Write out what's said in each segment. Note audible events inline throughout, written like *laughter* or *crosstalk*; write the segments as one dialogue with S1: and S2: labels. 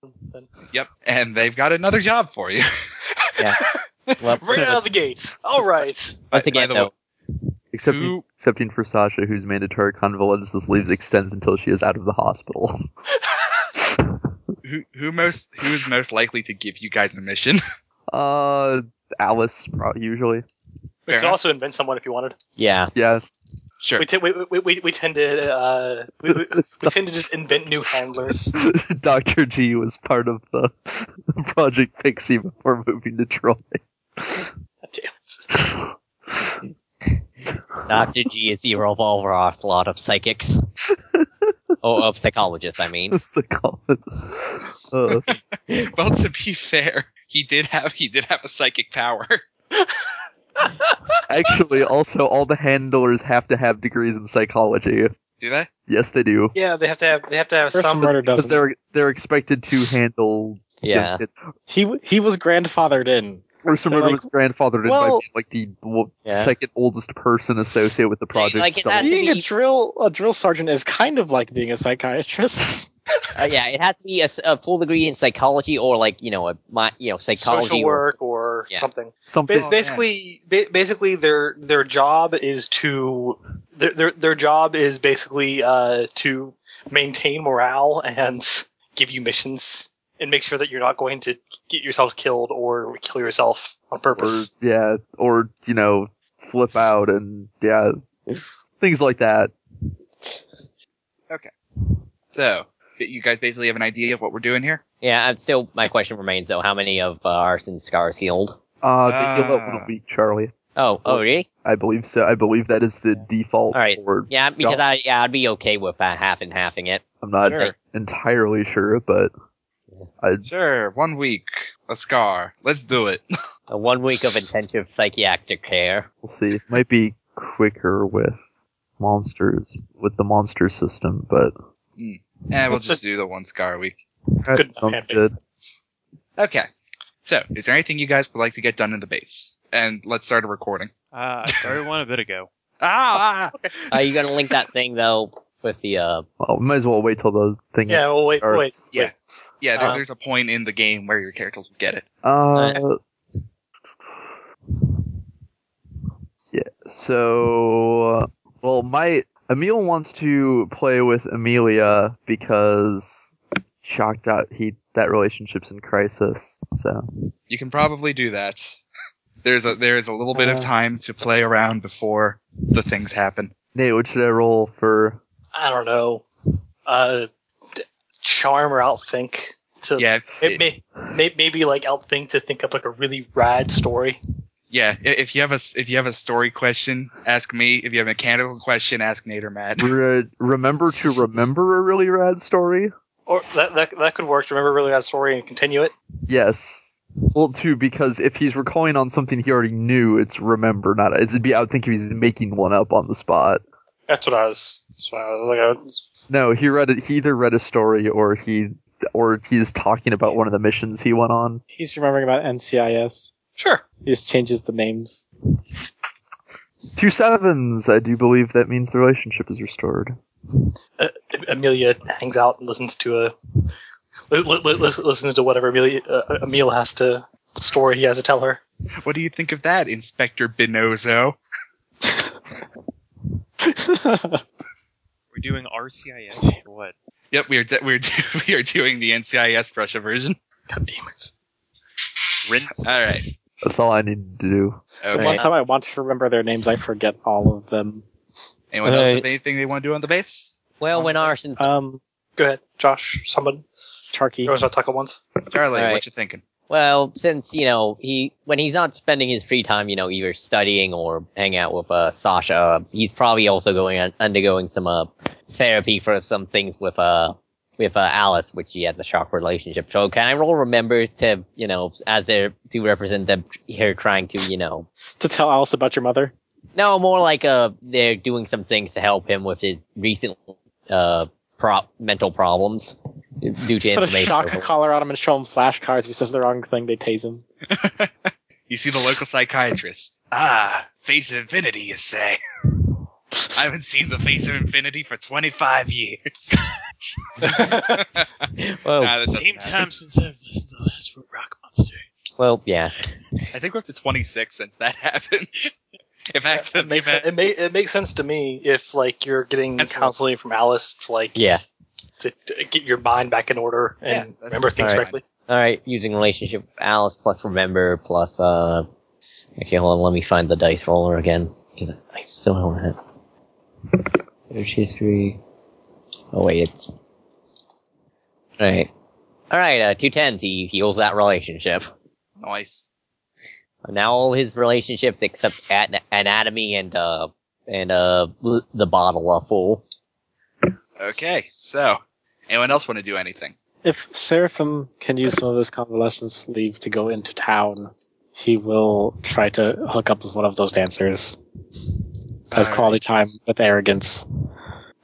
S1: something.
S2: Yep, and they've got another job for you.
S3: Yeah. Well, *laughs*
S1: Right out of the gates. All right.
S3: once
S2: By- by
S3: again,
S2: the
S3: though,
S2: way-
S4: Except,
S2: Who-
S4: excepting for Sasha, whose mandatory convalescence leaves extends until she is out of the hospital.
S2: *laughs*
S4: *laughs*
S2: who who most who is most likely to give you guys a mission?
S4: Uh, Alice, pro- usually.
S1: We
S2: *laughs* Fair
S1: could
S2: enough.
S1: also invent someone if you wanted.
S3: yeah,
S4: Yeah, *laughs*
S2: Sure. *laughs*
S1: We, t- we, we, we, we tend to uh, we, we, we tend to just invent *laughs* new handlers.
S4: Dr. G was part of the *laughs* Project Pixie before moving to Troy. *laughs*
S1: Damn it.
S3: Doctor G is the revolver onslaught of psychics. oh, of psychologists, I mean.
S4: Psychologist. Uh,
S2: well, to be fair, he did have he did have a psychic power. *laughs*
S4: actually, also, all the handlers have to have degrees in psychology.
S2: Do they?
S4: Yes, they do.
S1: Yeah, they have to have they have to have
S5: First
S1: some.
S5: murder
S4: Because
S5: doesn't.
S4: they're they're expected to handle
S3: Yeah.
S4: *laughs* young kids.
S5: He w- he was grandfathered in.
S4: Ursa
S5: They're
S4: Murder
S5: like,
S4: was grandfathered in by
S5: well-
S4: being like the w-
S3: Yeah.
S4: second oldest person associated with the project.
S3: like,
S4: still.
S3: that- Had to
S5: Being a
S3: be-
S5: drill a drill sergeant is kind of like being a psychiatrist. *laughs*
S3: Uh, yeah, it has to be a, s- a full degree in psychology or like, you know, a mi- you know, psychology
S1: social
S3: or-
S1: work or
S3: Yeah.
S1: something.
S4: Something.
S1: Ba- oh, basically, ba- basically their their job is to their their, their job is basically uh, to maintain morale and give you missions and make sure that you're not going to get yourselves killed or kill yourself on
S4: or
S1: purpose.
S4: yeah, or you know, flip out and yeah, things like that.
S2: So that you guys basically have an idea of what we're doing here.
S3: Yeah, I'm still, my question remains though, how many of uh, Arson's scars healed?
S4: Uh, they heal up
S2: Ah.
S4: in a week, Charlie.
S3: Oh, oh, really?
S4: I believe so. I believe that is the default.
S3: All right.
S4: for
S3: Yeah, because
S4: Scott.
S3: I, yeah, I'd be okay with uh, half and halving it.
S4: I'm not
S2: Sure.
S4: entirely sure, but I
S2: Sure, one week, a scar. Let's do it. *laughs*
S3: Uh, one week of intensive psychiatric care.
S4: we'll see. It might be quicker with monsters with the monster system, but
S2: And we'll
S1: It's
S2: just do the one scar a week.
S4: that
S1: good
S4: sounds
S1: handpick.
S4: good.
S2: Okay. So, is there anything you guys would like to get done in the base? And let's start a recording.
S6: Uh, I started one a bit ago.
S2: *laughs* Ah!
S6: *laughs*
S2: ah.
S3: Are you gonna link that thing though with the uh?
S4: Well, we might as well wait till the thing.
S1: Yeah, well, wait,
S4: starts.
S1: wait.
S2: Yeah. Yeah, there,
S1: Uh,
S2: there's a point in the game where your characters will get it.
S4: Uh, yeah. So, uh, well, my Emil wants to play with Amelia because shocked out he that relationship's in crisis. So
S2: You can probably do that. There's a there's a little bit of
S4: Uh.
S2: time to play around before the things happen.
S4: Nate, what should I roll for?
S1: I don't know. Uh, d- charm or outthink to
S2: Yeah,
S1: It may, may, maybe like outthink to think up like a really rad story.
S2: Yeah, i- if you have a s- if you have a story question, ask me. If you have a mechanical question, ask Nate or Matt.
S4: Re- remember to remember a really rad story.
S1: Or that, that, that could work. Remember really that story and continue it.
S4: Yes. Well, too, because if he's recalling on something he already knew, it's remember, not. It'd be, I would think if he's making one up on the spot.
S1: That's what I was. That's what I was
S4: No, he read it. He either read a story or he or he's talking about one of the missions he went on.
S5: He's remembering about NCIS.
S1: sure.
S5: He just changes the names.
S4: Two sevens. I do believe that means the relationship is restored.
S1: Uh, Amelia hangs out and listens to a li- li- li- lis- listens to whatever Amelia uh, Emil has to story he has to tell her.
S2: What do you think of that, Inspector Binozo?
S6: *laughs* We're doing RCIS or what?
S2: Yep, we are de- *laughs* we're do- we are doing the NCIS Russia version.
S1: God damn it!
S6: Rinse.
S2: All right.
S4: That's all I need to do.
S5: The
S2: Okay.
S5: One time I want to remember their names, I forget all of them.
S2: Anyone else have
S3: Alright.
S2: anything they want to do on the base?
S3: Well, when Arson,
S5: Um,
S1: Go ahead, Josh. Someone.
S5: Charky.
S1: You want to talk at once?
S2: Charlie,
S3: Alright.
S2: what you thinking?
S3: well, since you know he when he's not spending his free time, you know, either studying or hang out with uh Sasha, uh, he's probably also going on, undergoing some uh therapy for some things with uh with uh, Alice, which he has a shock relationship. So can I roll remembers to you know as they're to represent them here trying to you know
S5: To tell Alice about your mother.
S3: No, more like uh, they're doing some things to help him with his recent uh, pro- mental problems due to
S5: Put a
S3: information.
S5: shock
S3: overload.
S5: collar on him and show him flashcards. If he says the wrong thing, they tase him.
S2: You see the local psychiatrist. Ah, face of infinity, you say. *laughs* I haven't seen the face of infinity for 25
S6: *laughs*
S2: years.
S3: Well,
S2: Nah, that doesn't
S6: Oh, Same
S2: happen.
S6: time since I've listened to the last Rock Monster.
S3: well, yeah.
S2: I think we're up to 26 since that *laughs* happened. In fact,
S1: *laughs* it makes sen- it, may, it makes sense to me if like you're getting
S2: That's cool.
S1: counseling from Alice, to, like
S3: Yeah.
S1: to, to get your mind back in order
S2: Yeah,
S1: and
S2: that's
S1: remember things
S3: fine.
S1: correctly.
S3: All right, using relationship with Alice plus remember plus uh. Okay, hold on. Let me find the dice roller again because I still don't have it. Search history. Oh wait, it's all right. All right, uh, two tens. He heals that relationship.
S2: noise.
S3: Now all his relationships except at- anatomy and uh and uh l- the bottle are full.
S2: Okay, so anyone else want to do anything?
S5: If Seraphim can use some of his convalescence leave to go into town, he will try to hook up with one of those dancers as
S2: All
S5: quality time with arrogance.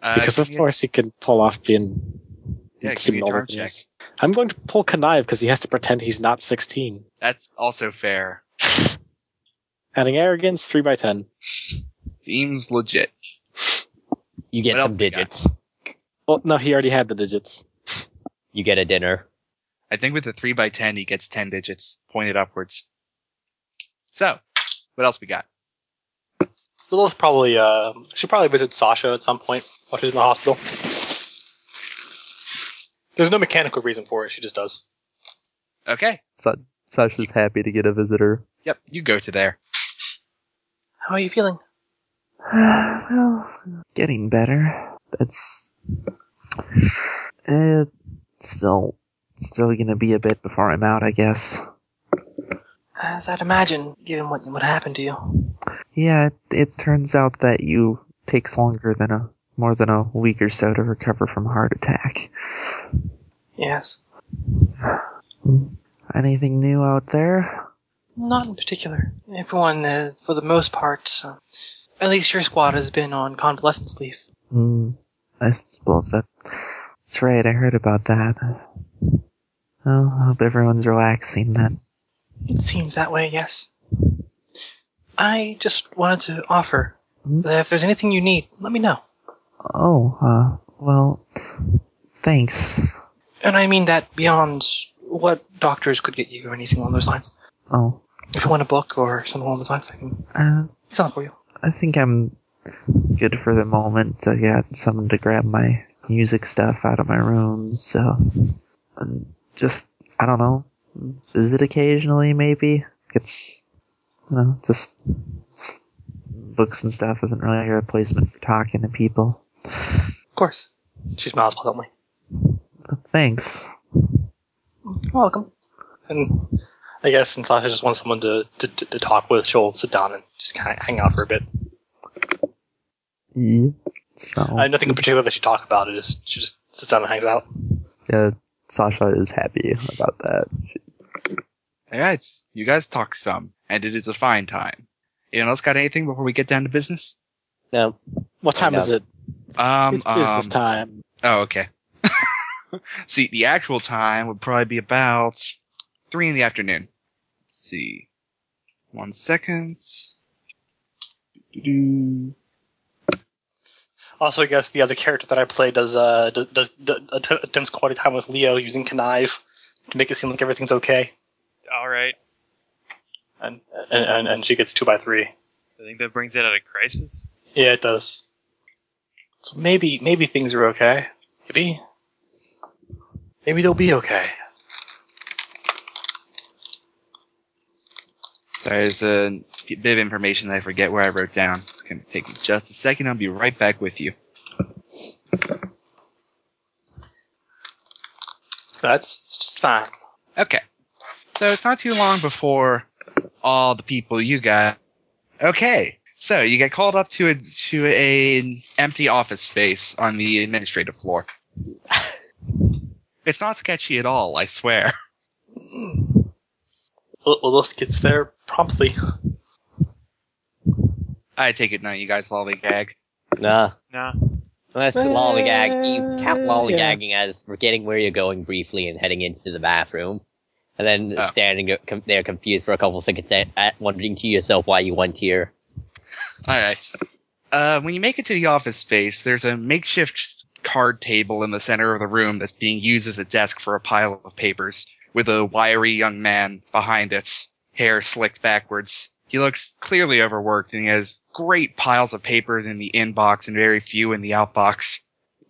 S2: Uh,
S5: Because of
S2: give me a-
S5: course he can pull off being
S2: Yeah, give me
S5: seem
S2: a
S5: normal.
S2: charm check.
S5: things. I'm going to pull connive because he has to pretend he's not 16.
S2: That's also fair.
S5: Adding arrogance, three by ten.
S2: Seems legit.
S3: You get
S2: What else
S3: some
S2: we got?
S3: digits.
S5: Well, no, he already had the digits.
S3: You get a dinner.
S2: I think with the 3 by 10 he gets 10 digits pointed upwards. So, what else we got?
S1: Lilith probably uh, should probably visit Sasha at some point while she's in the hospital. There's no mechanical reason for it. She just does.
S2: Okay.
S4: Sa- Sasha's happy to get a visitor. *sighs*
S2: Yep, you go to there.
S1: How are you feeling?
S4: well, getting better. That's uh, still still gonna be a bit before I'm out, I guess.
S1: As I'd imagine, given what what happened to you.
S4: Yeah, it, it turns out that you takes longer than a more than a week or so to recover from a heart attack.
S1: Yes,
S4: Anything new out there?
S1: not in particular. Everyone, uh, for the most part, uh, at least your squad has been on convalescence leave.
S4: Hmm. I suppose that that's right. I heard about that. Well, I hope everyone's relaxing then.
S1: It seems that way, yes. I just wanted to offer
S4: Hmm?
S1: that if there's anything you need, let me know.
S4: Oh, uh, well, thanks.
S1: And I mean that beyond what doctors could get you or anything along those lines.
S4: Oh,
S1: If you want a book or something along those lines, I can
S4: uh,
S1: something for you.
S4: I think I'm good for the moment. I got someone to grab my music stuff out of my room, so and just I don't know, visit occasionally maybe. It's you know just it's, books and stuff isn't really a replacement for talking to people.
S1: Of course. She smiles pleasantly.
S4: But thanks.
S1: You're welcome. And I guess since Sasha just wants someone to, to, to, to talk with, she'll sit down and just kind of hang out for a bit.
S4: Yeah. So
S1: I have nothing in particular that she talk about. It just she just sits down and hangs out.
S4: yeah, Sasha is happy about that. She's
S2: Alright, you guys talk some, and it is a fine time. Anyone else got anything before we get down to business?
S3: No,
S5: What
S3: I
S5: time
S3: know.
S5: is it?
S2: Um,
S5: it's business
S2: um,
S5: time.
S2: Oh, okay. *laughs* see, the actual time would probably be about three in the afternoon. Let's see. One second. Doo-doo.
S1: Also, I guess the other character that I play does uh does, does, does att- attempts quality time with Leo using connive to make it seem like everything's okay,
S6: All right.
S1: and and, and, and she gets two by three.
S6: I think that brings it out of crisis.
S1: Yeah, it does. So maybe maybe things are okay. Maybe maybe they'll be okay.
S2: Sorry, there's a bit of information that I forget where I wrote down. It's going to take me just a second. I'll be right back with you.
S1: That's just fine.
S2: Okay. So it's not too long before all the people you got. Okay. So you get called up to a, to an empty office space on the administrative floor. *laughs* it's not sketchy at all, I swear. *laughs*
S1: Lil- Lilith gets there promptly.
S2: I take it now you guys lollygag.
S3: nah.
S6: Nah.
S3: That's
S5: Uh,
S3: lollygag. You count
S5: yeah.
S3: lollygagging as forgetting where you're going briefly and heading into the bathroom, and then
S2: Oh.
S3: standing com- there confused for a couple seconds, at, at wondering to yourself why you went here.
S2: All right. Uh, when you make it to the office space, there's a makeshift card table in the center of the room that's being used as a desk for a pile of papers, with a wiry young man behind it, hair slicked backwards. He looks clearly overworked and he has great piles of papers in the inbox and very few in the outbox.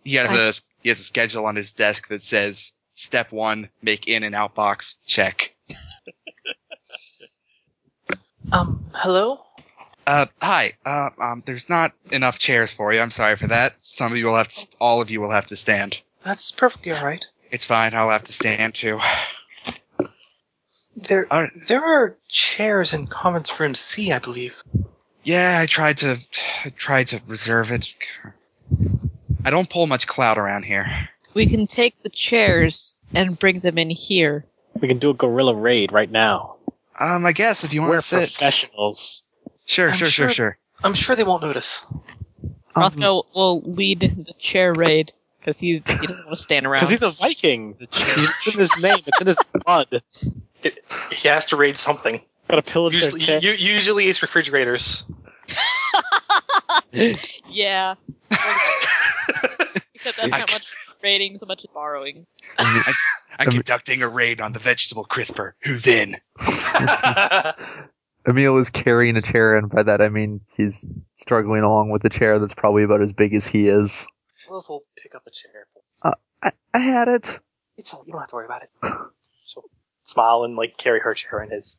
S2: He has a he has a schedule on his desk that says step one, make in and outbox, check.
S1: Um, hello?
S2: Uh, hi. Uh, um, there's not enough chairs for you. I'm sorry for that. Some of you will have to, all of you will have to stand.
S1: That's perfectly alright.
S2: It's fine. I'll have to stand too.
S1: There,
S2: Alright.
S1: there are chairs in conference room C, I believe.
S2: Yeah, I tried to, I tried to reserve it. I don't pull much clout around here.
S7: We can take the chairs and bring them in here.
S5: We can do a gorilla raid right now.
S2: Um, I guess if you want
S5: We're
S2: to sit,
S5: professionals.
S2: sure,
S1: I'm
S2: sure, sure,
S1: sure-
S2: sure.
S1: I'm sure they won't notice.
S5: Uh-huh.
S4: Um,
S7: Rothko will lead the chair raid because he, he doesn't want to stand around.
S5: Because he's a Viking.
S6: The chair.
S5: it's in his name. It's in his blood.
S1: He has to raid something.
S5: Gotta pillage
S1: Usually,
S5: their
S1: u- usually it's refrigerators.
S7: yeah. Except that's
S2: I
S7: not
S2: c-
S7: much raiding, so much as borrowing.
S2: I'm conducting a raid on the vegetable crisper. Who's in?
S4: Emil is carrying a chair, and by that I mean he's struggling along with a chair that's probably about as big as he is.
S1: Lilith will pick up a chair.
S4: I, I had it.
S1: It's all, you don't have to worry
S2: *coughs*
S1: about it. She'll smile and like carry her chair in his.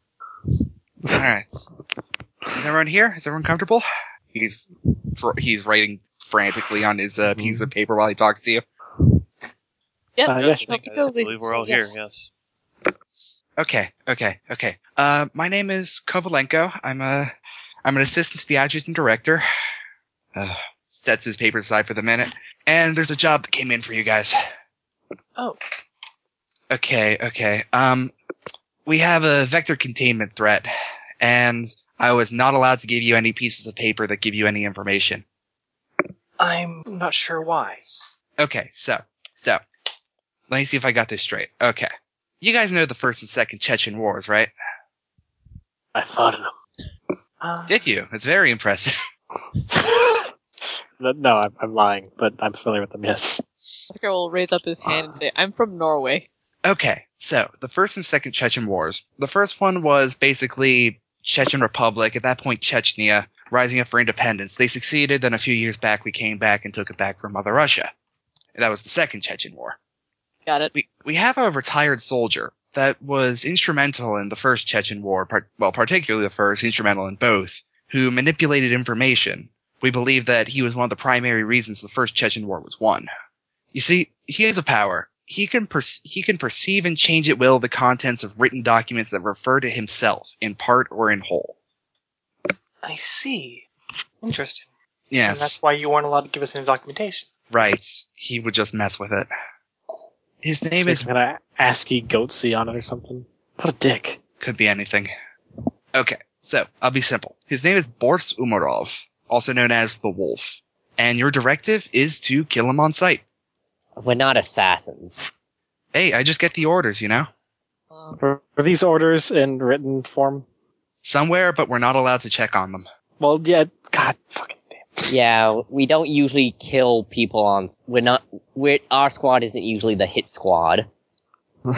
S2: All right. Is everyone here? Is everyone comfortable? He's dr- he's writing frantically on his uh, piece of paper while he talks to you.
S7: Yep.
S5: Uh, yes,
S7: Rothko
S6: I
S7: leads.
S6: believe we're all here.
S7: Yes.
S6: Yes.
S2: Okay, okay, okay. Uh, my name is Kovalenko. I'm a I'm an assistant to the adjutant director. Uh, sets his papers aside for the minute, and there's a job that came in for you guys.
S1: Oh.
S2: Okay, okay. Um, we have a vector containment threat, and I was not allowed to give you any pieces of paper that give you any information.
S1: I'm not sure why.
S2: Okay, so so let me see if I got this straight. Okay. You guys know the first and second Chechen wars, right?
S5: I fought in
S1: Uh,
S2: Did you? It's very impressive.
S5: them. *laughs* No, I'm, I'm lying, but I'm familiar with them. Yes.
S7: Rothko will raise up his hand and say, "I'm from Norway."
S2: Okay, so the first and second Chechen wars. The first one was basically Chechen Republic, at that point Chechnya, rising up for independence. They succeeded, then a few years back we came back and took it back from Mother Russia. And that was the second Chechen war.
S7: Got it.
S2: we, we have a retired soldier that was instrumental in the first Chechen War, par- well, particularly the first, instrumental in both, who manipulated information. We believe that he was one of the primary reasons the first Chechen War was won. You see, he has a power. He can per- he can perceive and change at will the contents of written documents that refer to himself in part or in whole.
S1: I see. Interesting. And
S2: Yes.
S1: that's why you weren't allowed to give us any documentation.
S2: Right. He would just mess with it. His name is
S5: Some kind of ASCII goatsy on it or something. What a dick.
S2: Could be anything. Okay, so I'll be simple. His name is Boris Umarov, also known as the Wolf, and your directive is to kill him on sight.
S3: We're not assassins.
S2: Hey, I just get the orders, you know?
S7: Um,
S5: Were, were these orders in written form?
S2: Somewhere, but we're not allowed to check on them.
S5: Well, yeah. God fucking damn.
S3: Yeah, we don't usually kill people on. We're not. We're, our squad isn't usually the hit squad.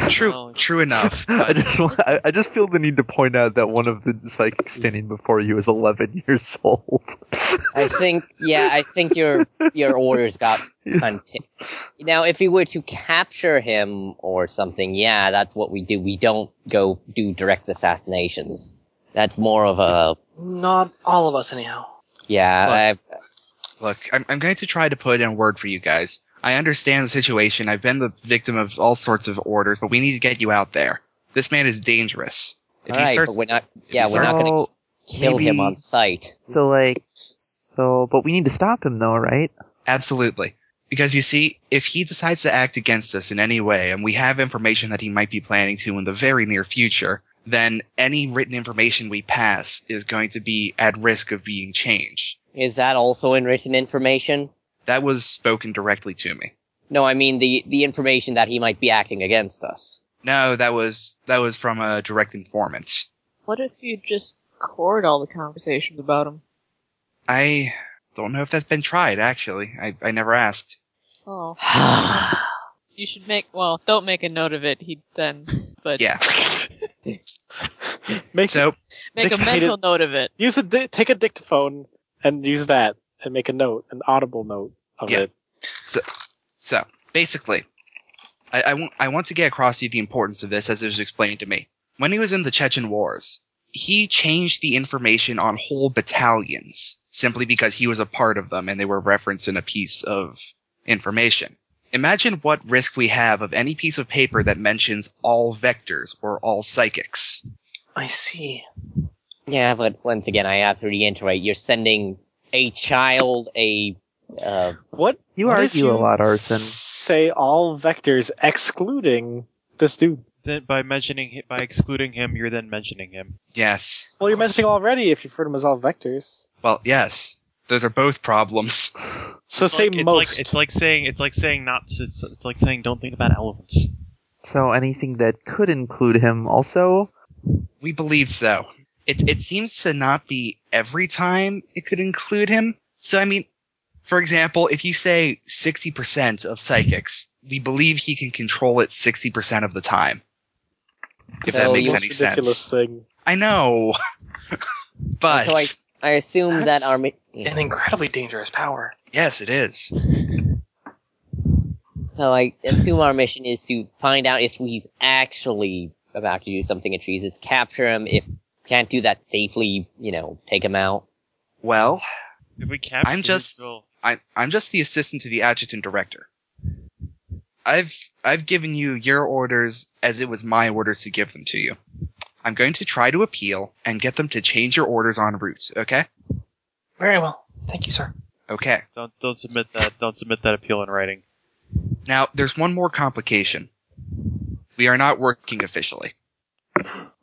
S2: True,
S6: Oh.
S2: true enough.
S4: *laughs* I
S2: but-
S4: just wa- I, I just feel the need to point out that one of the psychics standing before you is 11 *laughs* years old.
S3: I think. Yeah, I think your your orders got kind of picked. Now, if we were to capture him or something, yeah, that's what we do. We don't go do direct assassinations. That's more of a
S1: Not all of us, anyhow.
S3: yeah.
S2: Well,
S3: I've,
S2: Look, I'm, I'm going to try to put in a word for you guys. I understand the situation. I've been the victim of all sorts of orders, but we need to get you out there. This man is dangerous. If
S3: all
S2: he
S3: right,
S2: starts,
S3: but we're not. Yeah, we're not
S2: starts-
S3: going to kill him
S4: maybe-
S3: on sight.
S4: so like, so but we need to stop him though, right?
S2: Absolutely. Because you see, if he decides to act against us in any way, and we have information that he might be planning to in the very near future, then any written information we pass is going to be at risk of being changed.
S3: Is that also in written information?
S2: That was spoken directly to me.
S3: No, I mean the the information that he might be acting against us.
S2: No, that was that was from a direct informant.
S7: what if you just record all the conversations about him?
S2: I Don't know if that's been tried, actually. I, I never asked.
S7: Oh,
S5: *sighs*
S7: you should make. Well, don't make a note of it. He then, but
S2: Yeah.
S5: Make
S2: So,
S7: make a
S5: Dictated-
S7: mental note of it.
S5: use a di- take a dictaphone and use that and make a note, an audible note of
S2: Yeah.
S5: it.
S2: so basically, I, I, want, I want to get across to you the importance of this as it was explained to me. When he was in the Chechen Wars, he changed the information on whole battalions simply because he was a part of them and they were referenced in a piece of information. Imagine what risk we have of any piece of paper that mentions all vectors or all psychics.
S1: I see.
S3: Yeah, but once again, I have to reiterate: you're sending a child a. Uh,
S5: What
S4: You
S5: what if
S4: argue a lot, Arson.
S5: Say all vectors excluding this dude.
S6: Then by mentioning hi- by excluding him, you're then mentioning him.
S2: Yes.
S5: Well, you're mentioning already if you refer to them as all vectors.
S2: Well, yes. Those are both problems.
S5: So say
S6: Like, it's
S5: most.
S6: like it's like saying it's like saying not to, it's, it's like saying don't think about elephants.
S4: So anything that could include him also.
S2: We believe so. It it seems to not be every time it could include him. So I mean, for example, if you say 60% of psychics, we believe he can control it 60% of the time. If
S3: So
S2: that makes
S3: you-
S2: any
S5: ridiculous
S2: sense.
S5: thing.
S2: I know. *laughs* but
S3: So I- I assume that
S1: That's
S3: our. mi-
S1: An incredibly dangerous power.
S2: yes, it is.
S3: So I assume our mission is to find out if he's actually about to do something trees. capture him. If can't do that safely, you know, take him out.
S2: Well,
S6: If we capture,
S2: I'm
S6: his
S2: just-
S6: goal-
S2: I, I'm just the assistant to the adjutant director. I've I've given you your orders as it was my orders to give them to you. I'm going to try to appeal and get them to change your orders en route. Okay?
S1: Very well. Thank you, sir.
S2: Okay.
S6: don't don't submit that don't submit that appeal in writing.
S2: Now there's one more complication. We are not working officially.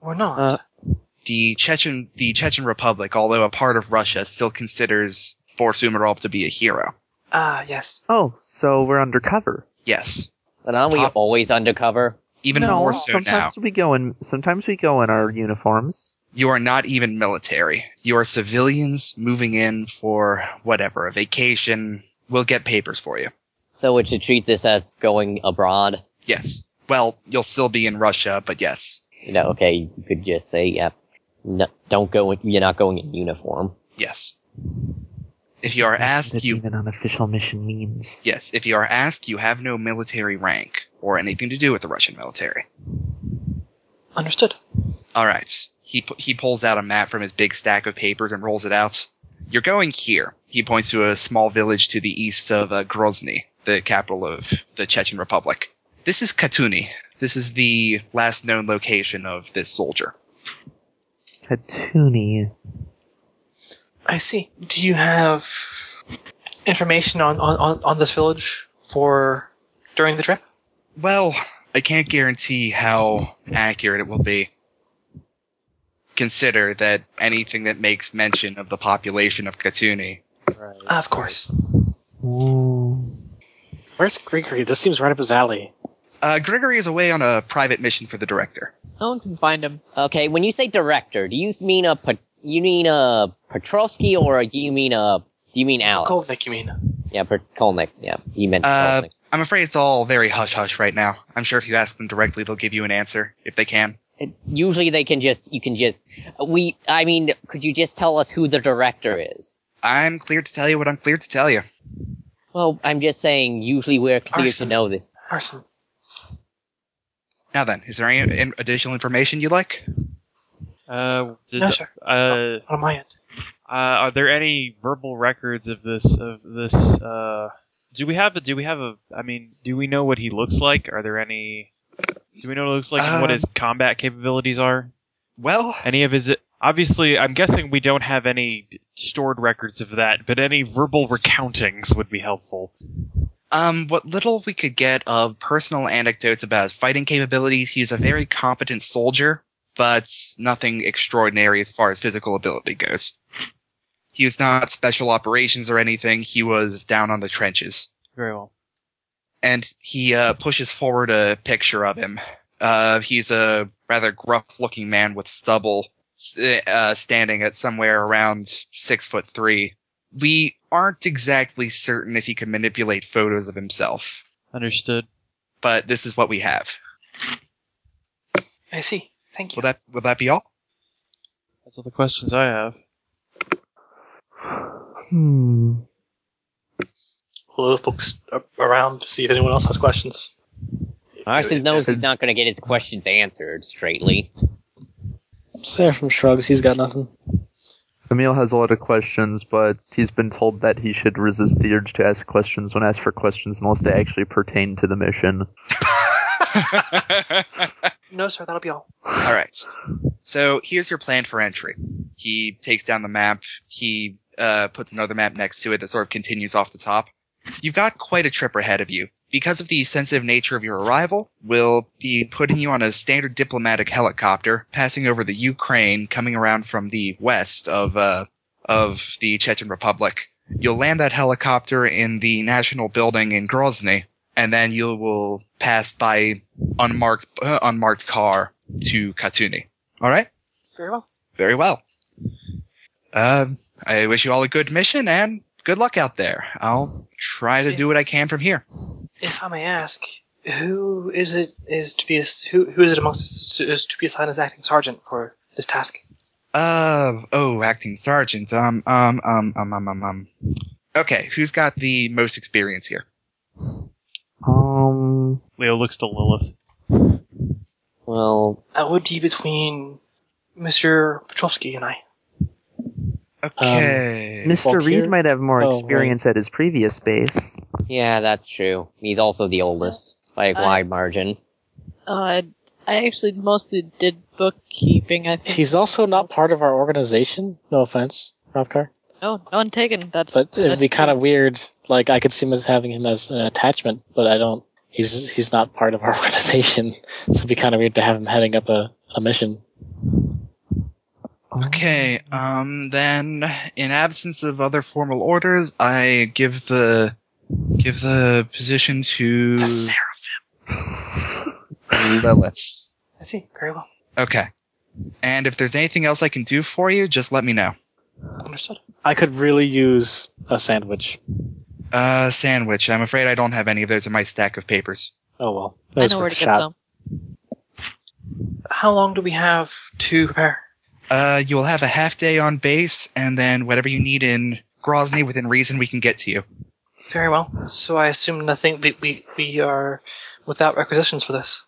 S1: We're not.
S4: Uh,
S2: The Chechen the Chechen Republic, although a part of Russia, still considers Boris Umarov to be a hero.
S1: Ah, yes.
S4: Oh, so we're undercover.
S2: Yes.
S3: But aren't we
S2: Top-
S3: always undercover?
S2: Even
S4: no,
S2: more so now.
S4: sometimes we go in. Sometimes we go in our uniforms.
S2: you are not even military. You are civilians moving in for whatever, a vacation. We'll get papers for you.
S3: So we should treat this as going abroad.
S2: Yes. Well, you'll still be in Russia, but yes.
S3: You know, okay, you could just say, yeah, no, don't go. in- You're not going in uniform.
S2: Yes. If you are
S4: That's
S2: asked,
S4: what
S2: you,
S4: even unofficial mission means.
S2: yes, if you are asked, you have no military rank or anything to do with the Russian military.
S1: Understood.
S2: All right. He, pu- he pulls out a map from his big stack of papers and rolls it out. You're going here. He points to a small village to the east of uh, Grozny, the capital of the Chechen Republic. This is Katuni. This is the last known location of this soldier.
S4: Katuni.
S1: I see. Do you have information on, on, on, on this village for during the trip?
S2: Well, I can't guarantee how accurate it will be. Consider that anything that makes mention of the population of Katuni.
S5: Right.
S1: Uh, Of course.
S5: Where's Gregory? This seems right up his alley.
S2: Uh, Gregory is away on a private mission for the director.
S7: No one can find him.
S3: Okay, when you say director, do you mean a Pe- you mean a Petrovsky or do you mean a do you mean Alex?
S1: Kolvik, you mean?
S3: Yeah, per- Kolnick. Yeah, you meant
S2: Uh,
S3: Kolnick.
S2: I'm afraid it's all very hush hush right now. I'm sure if you ask them directly, they'll give you an answer if they can.
S3: It- usually they can just you can just we i mean could you just tell us who the director is
S2: I'm cleared to tell you what I'm cleared to tell you.
S3: well i'm just saying usually we're clear
S1: Arson.
S3: to know this
S1: Arson.
S2: Now then, is there any in- additional information you'd like?
S6: Uh, does-
S1: No, sir.
S6: uh,
S1: On my end.
S6: Uh, are there any verbal records of this? Of this? Uh, do we have? A, do we have a? I mean, do we know what he looks like? Are there any? Do we know what he looks like and what his combat capabilities are?
S2: Well,
S6: Any of his? Obviously, I'm guessing we don't have any stored records of that, but any verbal recountings would be helpful.
S2: um, what little we could get of personal anecdotes about his fighting capabilities, he's a very competent soldier, but nothing extraordinary as far as physical ability goes. He was not special operations or anything. He was down on the trenches.
S6: Very well.
S2: and he uh, pushes forward a picture of him. Uh, he's a rather gruff-looking man with stubble, s- uh, standing at somewhere around six foot three, we aren't exactly certain if he can manipulate photos of himself,
S6: Understood.
S2: but this is what we have.
S1: I see. Thank you.
S2: Will that will that be all?
S6: That's all the questions I have.
S4: *sighs* Hmm.
S1: We'll folks up around to see if anyone else has questions.
S3: Arson knows he's not going to get his questions answered straightly.
S5: Seraphim shrugs. He's got nothing.
S4: Emil has a lot of questions, but he's been told that he should resist the urge to ask questions when asked for questions unless they actually pertain to the mission.
S1: No, sir, that'll be all.
S2: All right. So here's your plan for entry. He takes down the map. He uh, puts another map next to it that sort of continues off the top. You've got quite a trip ahead of you. Because of the sensitive nature of your arrival, we'll be putting you on a standard diplomatic helicopter, passing over the Ukraine, coming around from the west of uh, of the Chechen Republic. You'll land that helicopter in the National Building in Grozny, and then you will pass by unmarked uh, unmarked car to Katsuni. All right.
S1: Very well.
S2: Very well. Um, I wish you all a good mission and good luck out there. I'll try to do what I can from here.
S1: If I may ask, who is it is to be ass- who who is it amongst us is to be assigned as acting sergeant for this task?
S2: Uh, oh, acting sergeant. Um, um, um, um, um, um, um. Okay, who's got the most experience here?
S4: Um,
S6: Leo looks to Lilith.
S3: Well,
S1: That Uh, would be between Mr. Petrovsky and I.
S2: Okay.
S4: Mr.
S5: Valkyrie?
S4: Reed might have more
S5: Oh,
S4: experience at his previous base.
S3: yeah, that's true. He's also the oldest by a
S7: I-
S2: *laughs*
S3: wide margin.
S7: Uh, I actually mostly did bookkeeping. I think
S5: He's also not part of our organization. No offense, Rothgar.
S7: no, no one taken. That's
S5: But it'd
S7: that's
S5: be kind
S7: true.
S5: of weird. Like I could see him as having him as an attachment, but I don't. He's he's not part of our *laughs* organization, so it'd be kind of weird to have him heading up a, a mission.
S2: Okay, um, then in absence of other formal orders, I give the give the position to Lilith.
S1: I see. Very well.
S2: Okay. And if there's anything else I can do for you, just let me know.
S1: Understood.
S5: I could really use a sandwich.
S2: Uh, sandwich. I'm afraid I don't have any of those in my stack of papers.
S5: Oh well,
S7: I know where to get some.
S1: How long do we have to prepare?
S2: Uh, you'll have a half day on base, and then whatever you need in Grozny within reason, we can get to you.
S1: Very well. So I assume nothing. We we, we are without requisitions for this.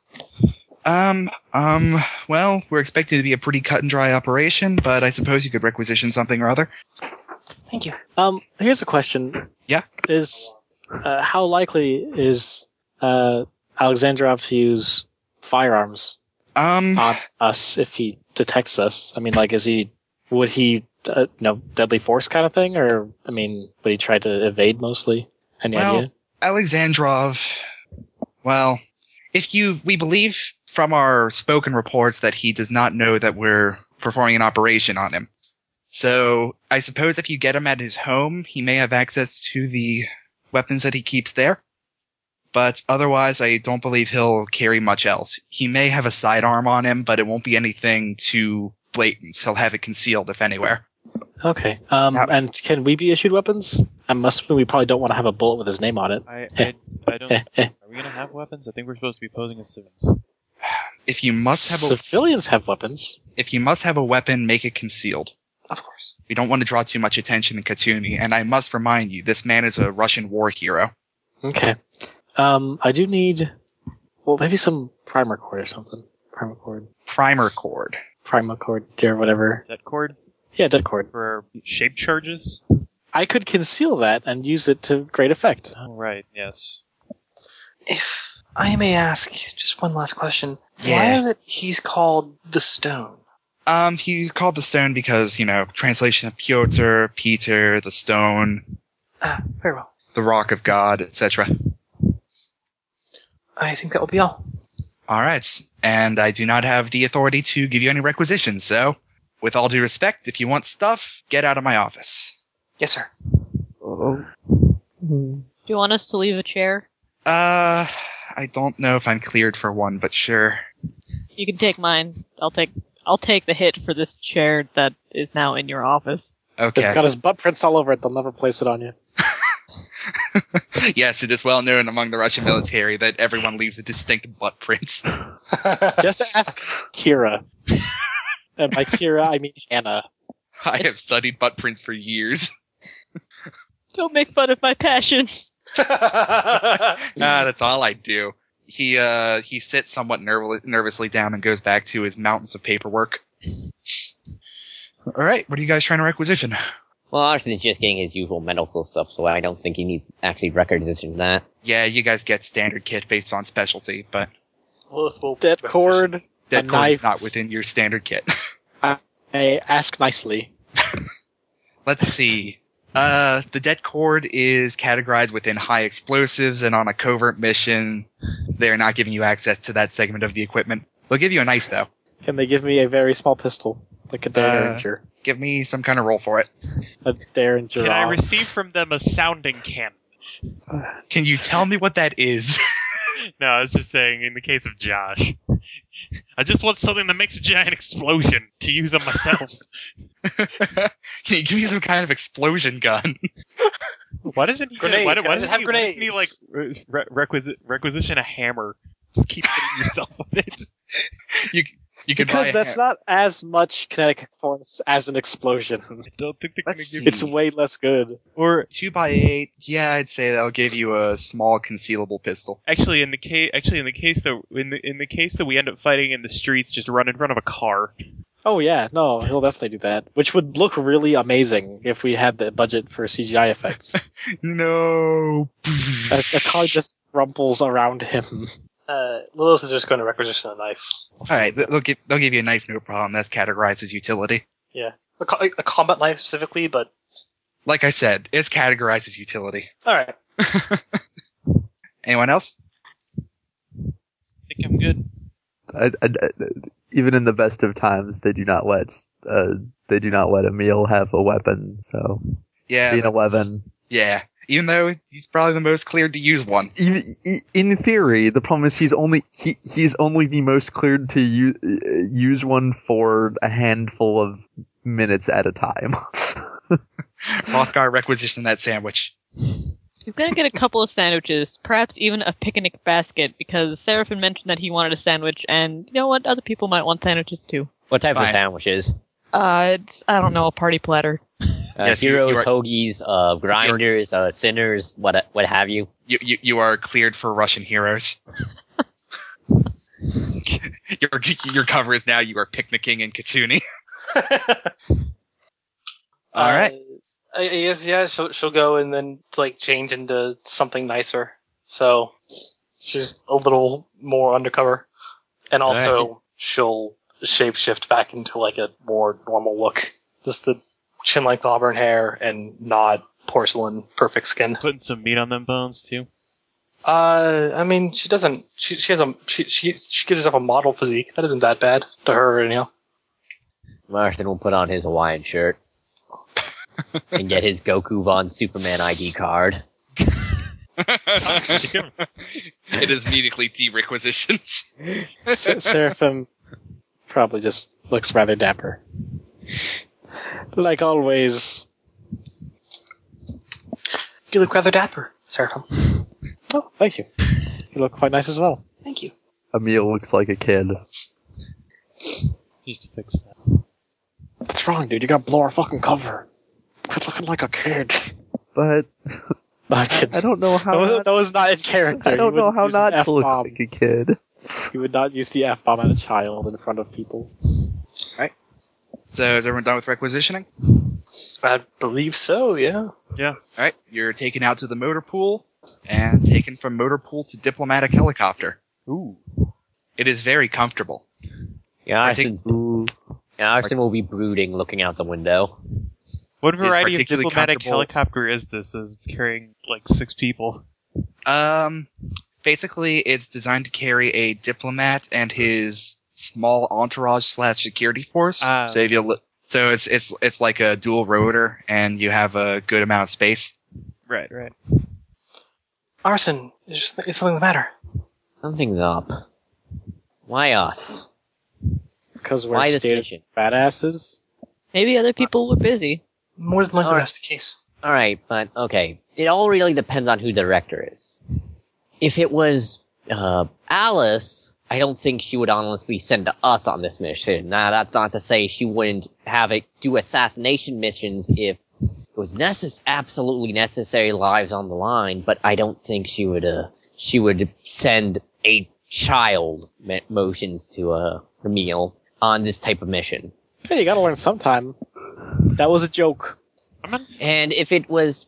S2: Um, um, well, we're expected to be a pretty cut and dry operation, but I suppose you could requisition something or other.
S1: Thank you.
S5: Um, here's a question.
S2: Yeah?
S5: Is uh, how likely is uh, Alexandrov to use firearms
S2: Um, *laughs*
S5: on us if he detects us? I mean, like, is he would he uh, you know deadly force kind of thing, or I mean, would he try to evade mostly? Any
S2: Well-
S5: idea?
S2: Alexandrov, well, if you, we believe from our spoken reports that he does not know that we're performing an operation on him. So I suppose if you get him at his home, he may have access to the weapons that he keeps there. But otherwise, I don't believe he'll carry much else. He may have a sidearm on him, but it won't be anything too blatant. He'll have it concealed, if anywhere.
S5: Okay. Um,
S2: Now-
S5: and can we be issued weapons? I'm assuming we probably don't want to have a bullet with his name on it.
S6: I I, I don't. Are we gonna have weapons? I think we're supposed to be posing as civilians.
S2: If you must have a,
S5: *laughs* Civilians have weapons.
S2: if you must have a weapon, make it concealed.
S1: Of course.
S2: We don't want to draw too much attention in Katuni, and I must remind you, this man is a Russian war hero.
S5: Okay. Um, I do need, well, maybe some primer cord or something. Primer cord.
S2: Primer cord.
S5: Primer cord, or whatever.
S6: That cord
S5: Yeah, dead cord.
S6: for shape charges.
S5: I could conceal that and use it to great effect.
S6: Oh, right. Yes.
S1: If I may ask, just one last question. Why
S2: Yeah.
S1: is it he's called the Stone?
S2: Um, he's called the stone because, you know, translation of Pyotr, Peter, the stone,
S1: Ah, very well.
S2: the rock of God, etc.
S1: I think that will be all.
S2: Alright, and I do not have the authority to give you any requisitions, so, with all due respect, if you want stuff, get out of my office.
S1: Yes, sir.
S4: Oh.
S7: Do you want us to leave a chair?
S2: Uh, I don't know if I'm cleared for one, but sure.
S7: You can take mine. I'll take I'll take the hit for this chair that is now in your office.
S5: They've
S2: Okay.
S5: got his butt prints all over it. They'll never place it
S2: *laughs*
S5: on you.
S2: yes, it is well known among the Russian military that everyone leaves a distinct butt print.
S5: Just ask Kira. and by Kira, I mean Hannah.
S2: *laughs* I have studied butt prints for years. *laughs*
S7: Don't make fun of my passions.
S2: ah, that's all I do. He uh he sits somewhat nerv- nervously down and goes back to his mountains of paperwork. All right, what are you guys trying to requisition?
S3: Well, Arson's just getting his usual medical stuff, so I don't think he needs actually records and that.
S2: Yeah, you guys get standard kit based on specialty, but
S1: Lilith will
S5: Dead cord.
S2: that
S5: A
S2: cord is
S5: knife.
S2: not within your standard kit.
S5: Hey, ask nicely.
S2: Let's see. Uh, the dead cord is categorized within high explosives, and on a covert mission, they are not giving you access to that segment of the equipment. They'll give you a knife though.
S5: Can they give me a very small pistol? Like a
S2: Uh,
S5: Derringer.
S2: Give me some kind of roll for it.
S5: a Derringer.
S6: Can I receive from them a sounding cannon? *laughs*
S2: Can you tell me what that is? *laughs*
S6: No, I was just saying, in the case of Josh, *laughs* I just want something that makes a giant explosion to use on myself.
S2: Can you give me some kind of explosion gun?
S6: why doesn't he
S1: Grenades,
S6: Why, do- why
S1: guys,
S6: doesn't
S1: have
S6: he, why doesn't he, like
S1: grenades.
S6: re- requisi- requisition a hammer? Just keep hitting *laughs* yourself with it.
S2: You could buy
S5: Because
S2: a
S5: that's
S2: ha-
S5: not as much kinetic force as an explosion.
S2: *laughs*
S6: I don't think they're
S2: Let's
S6: gonna give.
S2: see.
S5: It's
S6: It.
S5: way less good.
S6: Or
S2: two by eight. Yeah, I'd say that'll give you a small concealable pistol.
S6: actually, in the case, actually in the case that in the in the case that we end up fighting in the streets, just run in front of a car.
S5: Oh yeah, no, he'll definitely do that. Which would look really amazing if we had the budget for CGI
S6: *laughs*
S5: effects.
S2: No.
S5: As a car just rumples around him.
S1: Uh, Lilith is just going to requisition a knife.
S2: All right, th- they'll give they'll give you a knife, no problem. That's categorized as utility.
S1: A, co- a combat knife specifically, but
S2: Like I said, it's categorized as utility.
S1: all right.
S2: Anyone else?
S6: I think I'm good.
S4: I, I- I- even in the best of times, they do not let uh, they do not let Emil have a weapon. So
S2: Yeah,
S4: being
S2: that's-
S4: eleven,
S2: Yeah, even though he's probably the most cleared to use one.
S4: in, e, in theory, the problem is he's only he, he's only the most cleared to use, use one for a handful of minutes at a time. *laughs*
S2: Rothgar requisitioned that sandwich.
S7: He's gonna get a couple of sandwiches, perhaps even a picnic basket, because Seraphin mentioned that he wanted a sandwich, and you know what? Other people might want sandwiches too.
S3: What type
S2: Fine.
S3: of sandwiches?
S7: Uh, it's, I don't know, a party platter.
S3: Uh,
S2: Yes, you-
S3: heroes,
S2: you are-
S3: hoagies, uh, grinders, uh, sinners, what what have you?
S2: You, you you are cleared for Russian heroes. your your cover is now you are picnicking in Katuni. All
S1: Uh,
S2: *laughs* right.
S1: I, I guess yeah. She'll she'll go and then like change into something nicer. So she's a little more undercover, and
S2: All right, I
S1: also she'll shapeshift back into like a more normal look, just the chin length auburn hair and not porcelain, perfect skin.
S6: Putting some meat on them bones too.
S1: Uh, I mean, she doesn't. She she has a she she she gives herself a model physique. That isn't that bad to her, anyhow.
S3: Marston will put on his Hawaiian shirt and get his Goku Von Superman ID card.
S2: it is immediately de-requisitions.
S5: Se- Seraphim probably just looks rather dapper. Like always.
S1: You look rather dapper, Seraphim.
S5: Oh, thank you. You look quite nice as well.
S1: Thank you.
S4: Emil looks like a kid.
S6: Just to fix that.
S5: What's wrong, dude? You gotta blow our fucking cover. Quit looking like
S4: *laughs*
S5: a kid.
S4: But
S5: No, I'm
S4: I,
S5: kidding.
S4: I don't know
S5: *laughs* That
S4: how.
S5: was,
S4: Not,
S5: that was not in character.
S4: I
S5: You
S4: don't know
S5: wouldn't
S4: how
S5: use an
S4: not to look
S5: F-bomb.
S4: like a kid.
S5: You would not use the F bomb on a child in front of people.
S2: So is everyone done with requisitioning?
S1: I believe so. Yeah.
S2: All right, you're taken out to the motor pool and taken from motor pool to diplomatic helicopter.
S6: Ooh.
S2: It is very comfortable.
S3: Yeah,
S2: I
S3: Arson's, yeah, Arson will be brooding, looking out the window.
S6: What
S2: It's
S6: variety of
S2: particularly
S6: diplomatic
S2: comfortable-
S6: helicopter is this? Is it's carrying like six people?
S2: Um, basically, it's designed to carry a diplomat and his small entourage slash security force.
S6: Ah.
S2: so if you look, so it's it's it's like a dual rotor, and you have a good amount of space.
S6: Right, right.
S1: Arson, is, just, is something the matter?
S3: Something's up. Why us?
S5: Because we're
S3: Why this
S5: state
S3: mission?
S5: badasses.
S7: Maybe other people were busy.
S1: More than likely
S3: Alright.
S1: that's the case.
S3: All right, but okay. It all really depends on who the director is. If it was uh, Alice, I don't think she would honestly send us on this mission. Now, that's not to say she wouldn't have it do assassination missions if it was necess- absolutely necessary, lives on the line. But I don't think she would. Uh, she would send a child me- motions to uh, Emil on this type of mission.
S5: Hey, you gotta learn sometime. That was a joke.
S6: I'm, honestly,
S3: And if it was,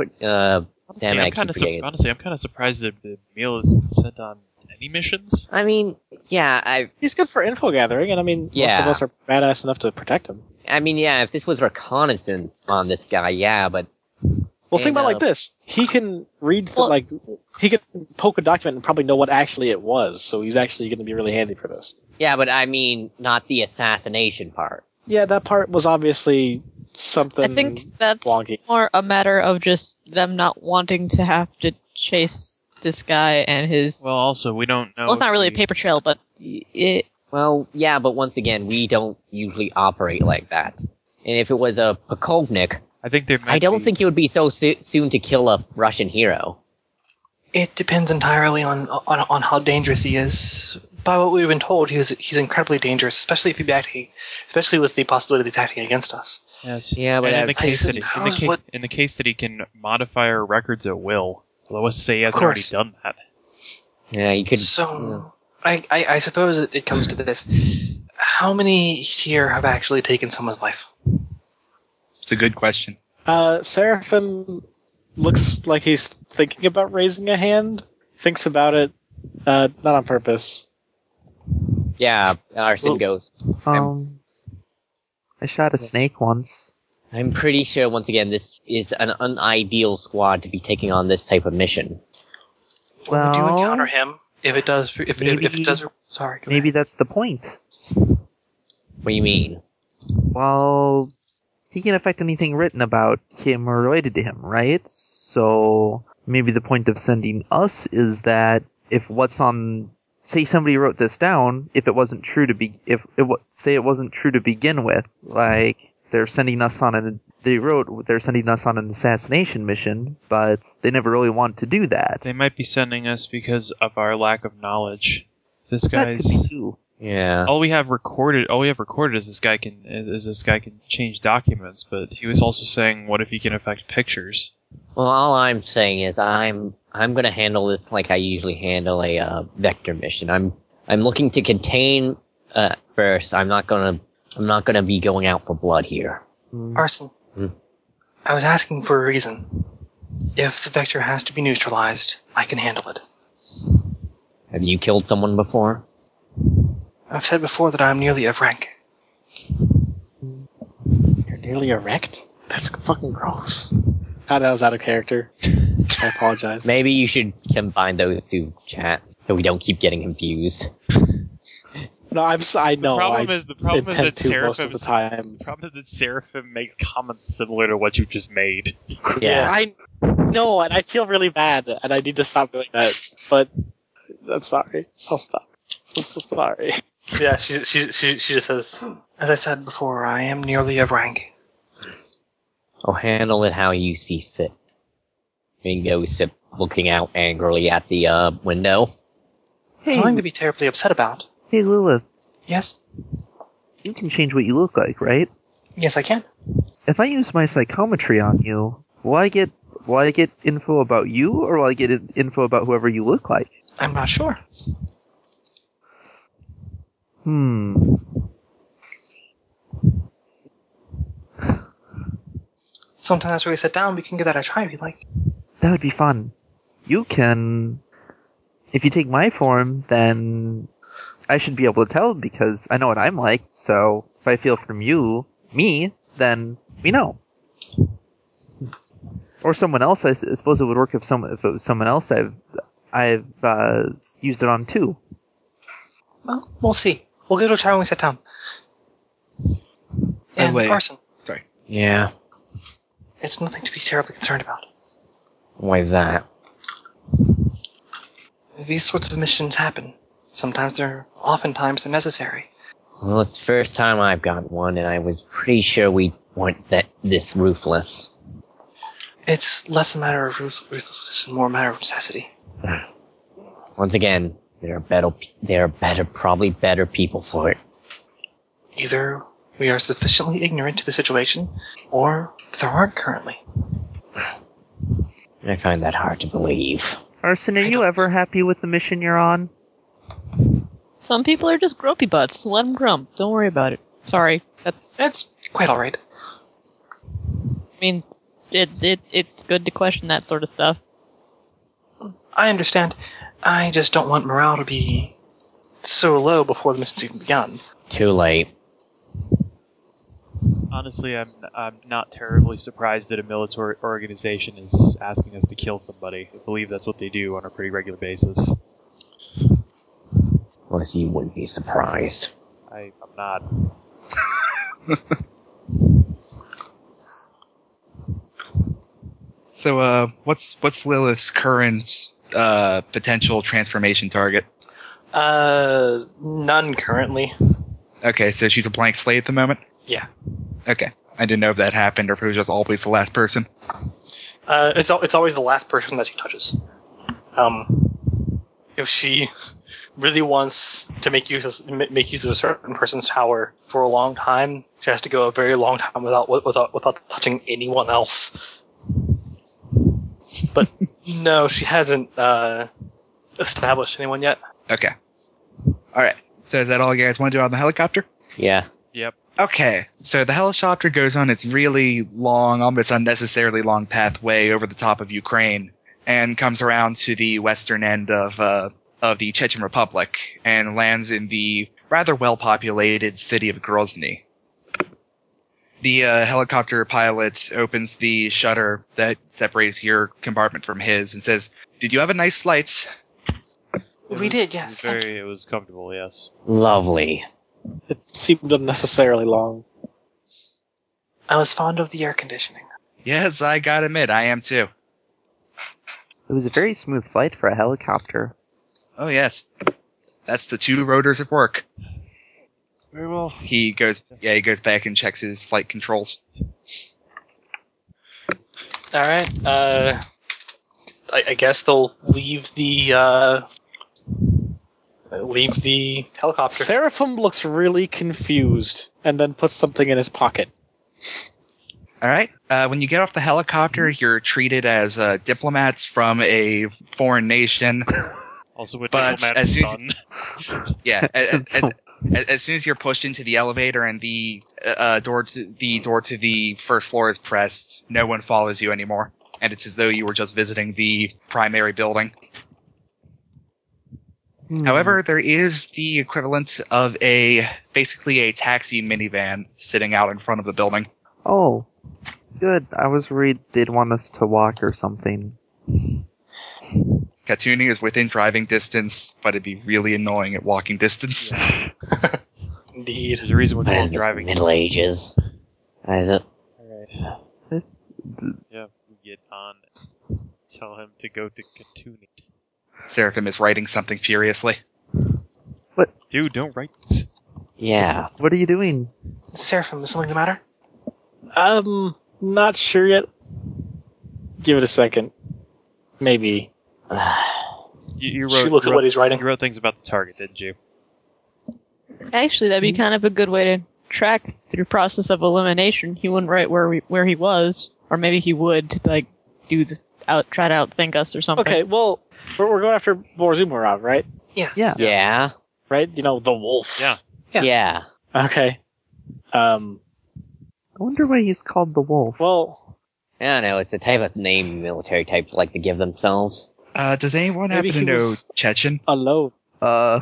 S3: uh, Damn, I
S6: I'm
S3: keep
S6: kind of
S3: forgetting.
S6: honestly, I'm kind of surprised that the meal is sent on any missions.
S3: I mean, yeah, I,
S5: He's good for info gathering, and I mean,
S3: Yeah.
S5: most of us are badass enough to protect him.
S3: I mean, yeah, if this was reconnaissance on this guy, yeah, but
S5: Well, think
S3: And,
S5: about it
S3: uh,
S5: like this: he can read the,
S7: Well,
S5: like
S7: s-
S5: he can poke a document and probably know what actually it was. So he's actually going to be really handy for this.
S3: yeah, but I mean, not the assassination part.
S5: Yeah, that part was obviously something.
S7: I think that's
S5: wonky.
S7: more a matter of just them not wanting to have to chase this guy and his.
S6: Well, also we don't know.
S7: well, it's not
S6: if
S7: really a
S6: the-
S7: paper trail, but it,
S3: Well, yeah, but once again, we don't usually operate like that. And if it was a Pokovnik,
S6: I think there. Might
S3: I don't
S6: be-
S3: think he would be so soo- soon to kill a Russian hero.
S1: It depends entirely on, on on how dangerous he is. By what we've been told, he was, he's incredibly dangerous, especially if he's acting, especially with the possibility that he's acting against us.
S6: Yes.
S3: Yeah, but
S6: And in
S3: I-
S6: the case that he, in the,
S1: suppose
S6: ca-
S1: what-
S6: in the case that he can modify our records at will, although let's say he
S1: Of
S6: hasn't already
S1: course.
S6: done that.
S3: Yeah,
S4: Hmm.
S3: you could.
S1: So, I, I, I suppose it, it comes to this: how many here have actually taken someone's life?
S2: It's a good question.
S5: uh, Seraphim looks like he's thinking about raising a hand. Thinks about it, uh, not on purpose.
S3: Yeah, arson
S1: Well-
S3: goes.
S4: Um, I shot a snake once.
S3: I'm pretty sure, once again, this is an unideal squad to be taking on this type of mission.
S1: Would you
S4: Well,
S1: encounter him if it does? If, if, if
S4: maybe-
S1: it does, sorry. go
S4: Maybe
S1: ahead.
S4: that's the point.
S3: What do you mean?
S4: Well, he can affect anything written about him or related to him, right? So maybe the point of sending us is that if what's on, say somebody wrote this down, if it wasn't true to be, if it wa- say it wasn't true to begin with, like they're sending us on an, they wrote they're sending us on an assassination mission, but they never really want to do that.
S6: They might be sending us because of our lack of knowledge. This
S4: that
S6: guy's
S4: could be you.
S3: Yeah.
S6: all we have recorded. All we have recorded is this guy can is, is this guy can change documents. But he was also saying, what if he can affect pictures?
S3: Well, all I'm saying is I'm I'm gonna handle this like I usually handle a uh, vector mission. I'm I'm looking to contain uh, first. I'm not gonna I'm not gonna be going out for blood here.
S1: Arson.
S3: Hmm.
S1: I was asking for a reason. If the vector has to be neutralized, I can handle it.
S3: Have you killed someone before?
S1: I've said before that I'm nearly a rank.
S5: You're nearly erect. That's fucking gross. Ah, that was out of *laughs* character. I apologize.
S3: Maybe you should combine those two chat so we don't keep getting confused.
S5: No, I'm. s- I know.
S6: the problem
S5: I
S6: is the problem is
S5: intend
S6: that
S5: to most
S6: Seraphim
S5: of the
S6: is
S5: time.
S6: *laughs* The problem is that Seraphim makes comments similar to what you just made.
S3: Yeah.
S5: I no, and I feel really bad, and I need to stop doing that. But I'm sorry. I'll stop. I'm so sorry.
S1: Yeah, she, she, she, she just says, As I said before, I am nearly a rank.
S3: I'll handle it how you see fit. Mingo sip, looking out angrily at the uh, window.
S4: Hey,
S1: Nothing to be terribly upset about.
S4: hey, Lilith,
S1: Yes?
S4: you can change what you look like, right?
S1: Yes, I can.
S4: if I use my psychometry on you, will I get will I get info about you, or will I get in- info about whoever you look like?
S1: I'm not sure.
S4: Hmm.
S1: Sometimes when we sit down, we can give that a try if you like.
S4: That would be fun. You can, if you take my form, then I should be able to tell because I know what I'm like. So if I feel from you, me, then we know. Or someone else. I s- I suppose it would work if some if it was someone else I've I've uh, used it on too.
S1: Well, we'll see. We'll give it a try when we sit down.
S2: By the
S1: And
S2: way-
S1: Arson,
S2: Sorry.
S3: Yeah.
S1: it's nothing to be terribly concerned about.
S3: Why that?
S1: These sorts of missions happen. Sometimes they're, oftentimes they're necessary.
S3: Well, it's the first time I've got one, and I was pretty sure we weren't that this ruthless.
S1: It's less a matter of ruth- ruthlessness and more a matter of necessity.
S3: Once again, there are better, there are better, probably better people for it.
S1: Either we are sufficiently ignorant to the situation, or there aren't currently.
S3: I find that hard to believe.
S8: Arson, are you ever happy with the mission you're on?
S7: Some people are just grumpy butts. Let them grump. Don't worry about it. Sorry. That's.
S1: That's quite all right.
S7: I mean, it, it it's good to question that sort of stuff.
S1: I understand. I just don't want morale to be so low before the mission's even begun.
S3: Too late.
S6: Honestly, I'm I'm not terribly surprised that a military organization is asking us to kill somebody. I believe that's what they do on a pretty regular basis.
S3: Unless you wouldn't be surprised.
S6: I, I'm not.
S2: So, uh, what's what's Lilith's current uh, potential transformation target?
S1: Uh, none currently.
S2: Okay, so she's a blank slate at the moment.
S1: Yeah.
S2: Okay, I didn't know if that happened or if it was just always the last person.
S1: Uh, it's al- it's always the last person that she touches. Um, if she really wants to make use of, ma- make use of a certain person's power for a long time, she has to go a very long time without without without touching anyone else. But *laughs* no, she hasn't uh, established anyone yet.
S2: Okay. All right. So is that all you guys want to do on the helicopter?
S3: Yeah.
S2: Okay, so the helicopter goes on its really long, almost unnecessarily long pathway over the top of Ukraine and comes around to the western end of uh, of the Chechen Republic and lands in the rather well populated city of Grozny. The uh, helicopter pilot opens the shutter that separates your compartment from his and says, "Did you have a nice flight?"
S1: We did, yes.
S6: It was
S1: thank you.
S6: very, it was comfortable. Yes.
S3: Lovely.
S5: It seemed unnecessarily long.
S1: I was fond of the air conditioning.
S2: Yes, I gotta admit, I am too.
S8: It was a very smooth flight for a helicopter.
S2: Oh yes, that's the two rotors at work.
S6: Very well.
S2: He goes, yeah, he goes back and checks his flight controls.
S1: All right. Uh, I, I guess they'll leave the uh, leave the helicopter.
S5: Seraphim looks really confused and then puts something in his pocket.
S2: All right. Uh, when you get off the helicopter, you're treated as uh, diplomats from a foreign nation.
S6: Also with
S2: But
S6: diplomatic
S2: as you-
S6: son.
S2: Yeah. as, as- as- as soon as you're pushed into the elevator and the uh, door to the door to the first floor is pressed, no one follows you anymore, and it's as though you were just visiting the primary building. However, there is the equivalent of a basically a taxi minivan sitting out in front of the building.
S8: Oh, good. I was worried they'd want us to walk or something.
S2: Katuni is within driving distance, but it'd be really annoying at walking distance.
S1: Indeed.
S6: There's a reason we're
S3: But in
S6: called
S3: the
S6: driving.
S3: Middle Ages. I don't-
S6: Yeah, we get on. Tell him to go to Katuni.
S2: *laughs* Seraphim is writing something furiously.
S6: Dude, don't write this.
S3: yeah.
S8: What are you doing?
S1: Seraphim, is something the matter?
S5: Um, not sure yet. Give it a second. Maybe.
S6: You, you wrote,
S1: She looks at
S6: you wrote,
S1: what he's writing.
S6: you wrote things about the target, didn't you?
S7: Actually, that'd be kind of a good way to track through process of elimination. He wouldn't write where we, where he was, or maybe he would to like do this out try to outthink us or something.
S5: Okay, well, we're, we're going after Borzumurov, right?
S1: Yes.
S8: Yeah.
S3: Yeah.
S5: Right? You know, the wolf.
S6: Yeah.
S1: Yeah.
S3: Yeah.
S5: Okay. Um,
S8: I wonder why he's called the wolf.
S5: well,
S3: I don't know. It's the type of name military types like to give themselves.
S2: Uh, does anyone
S5: Maybe
S2: happen to
S5: he
S2: know
S5: was-
S2: Chechen?
S5: alone.
S8: Uh,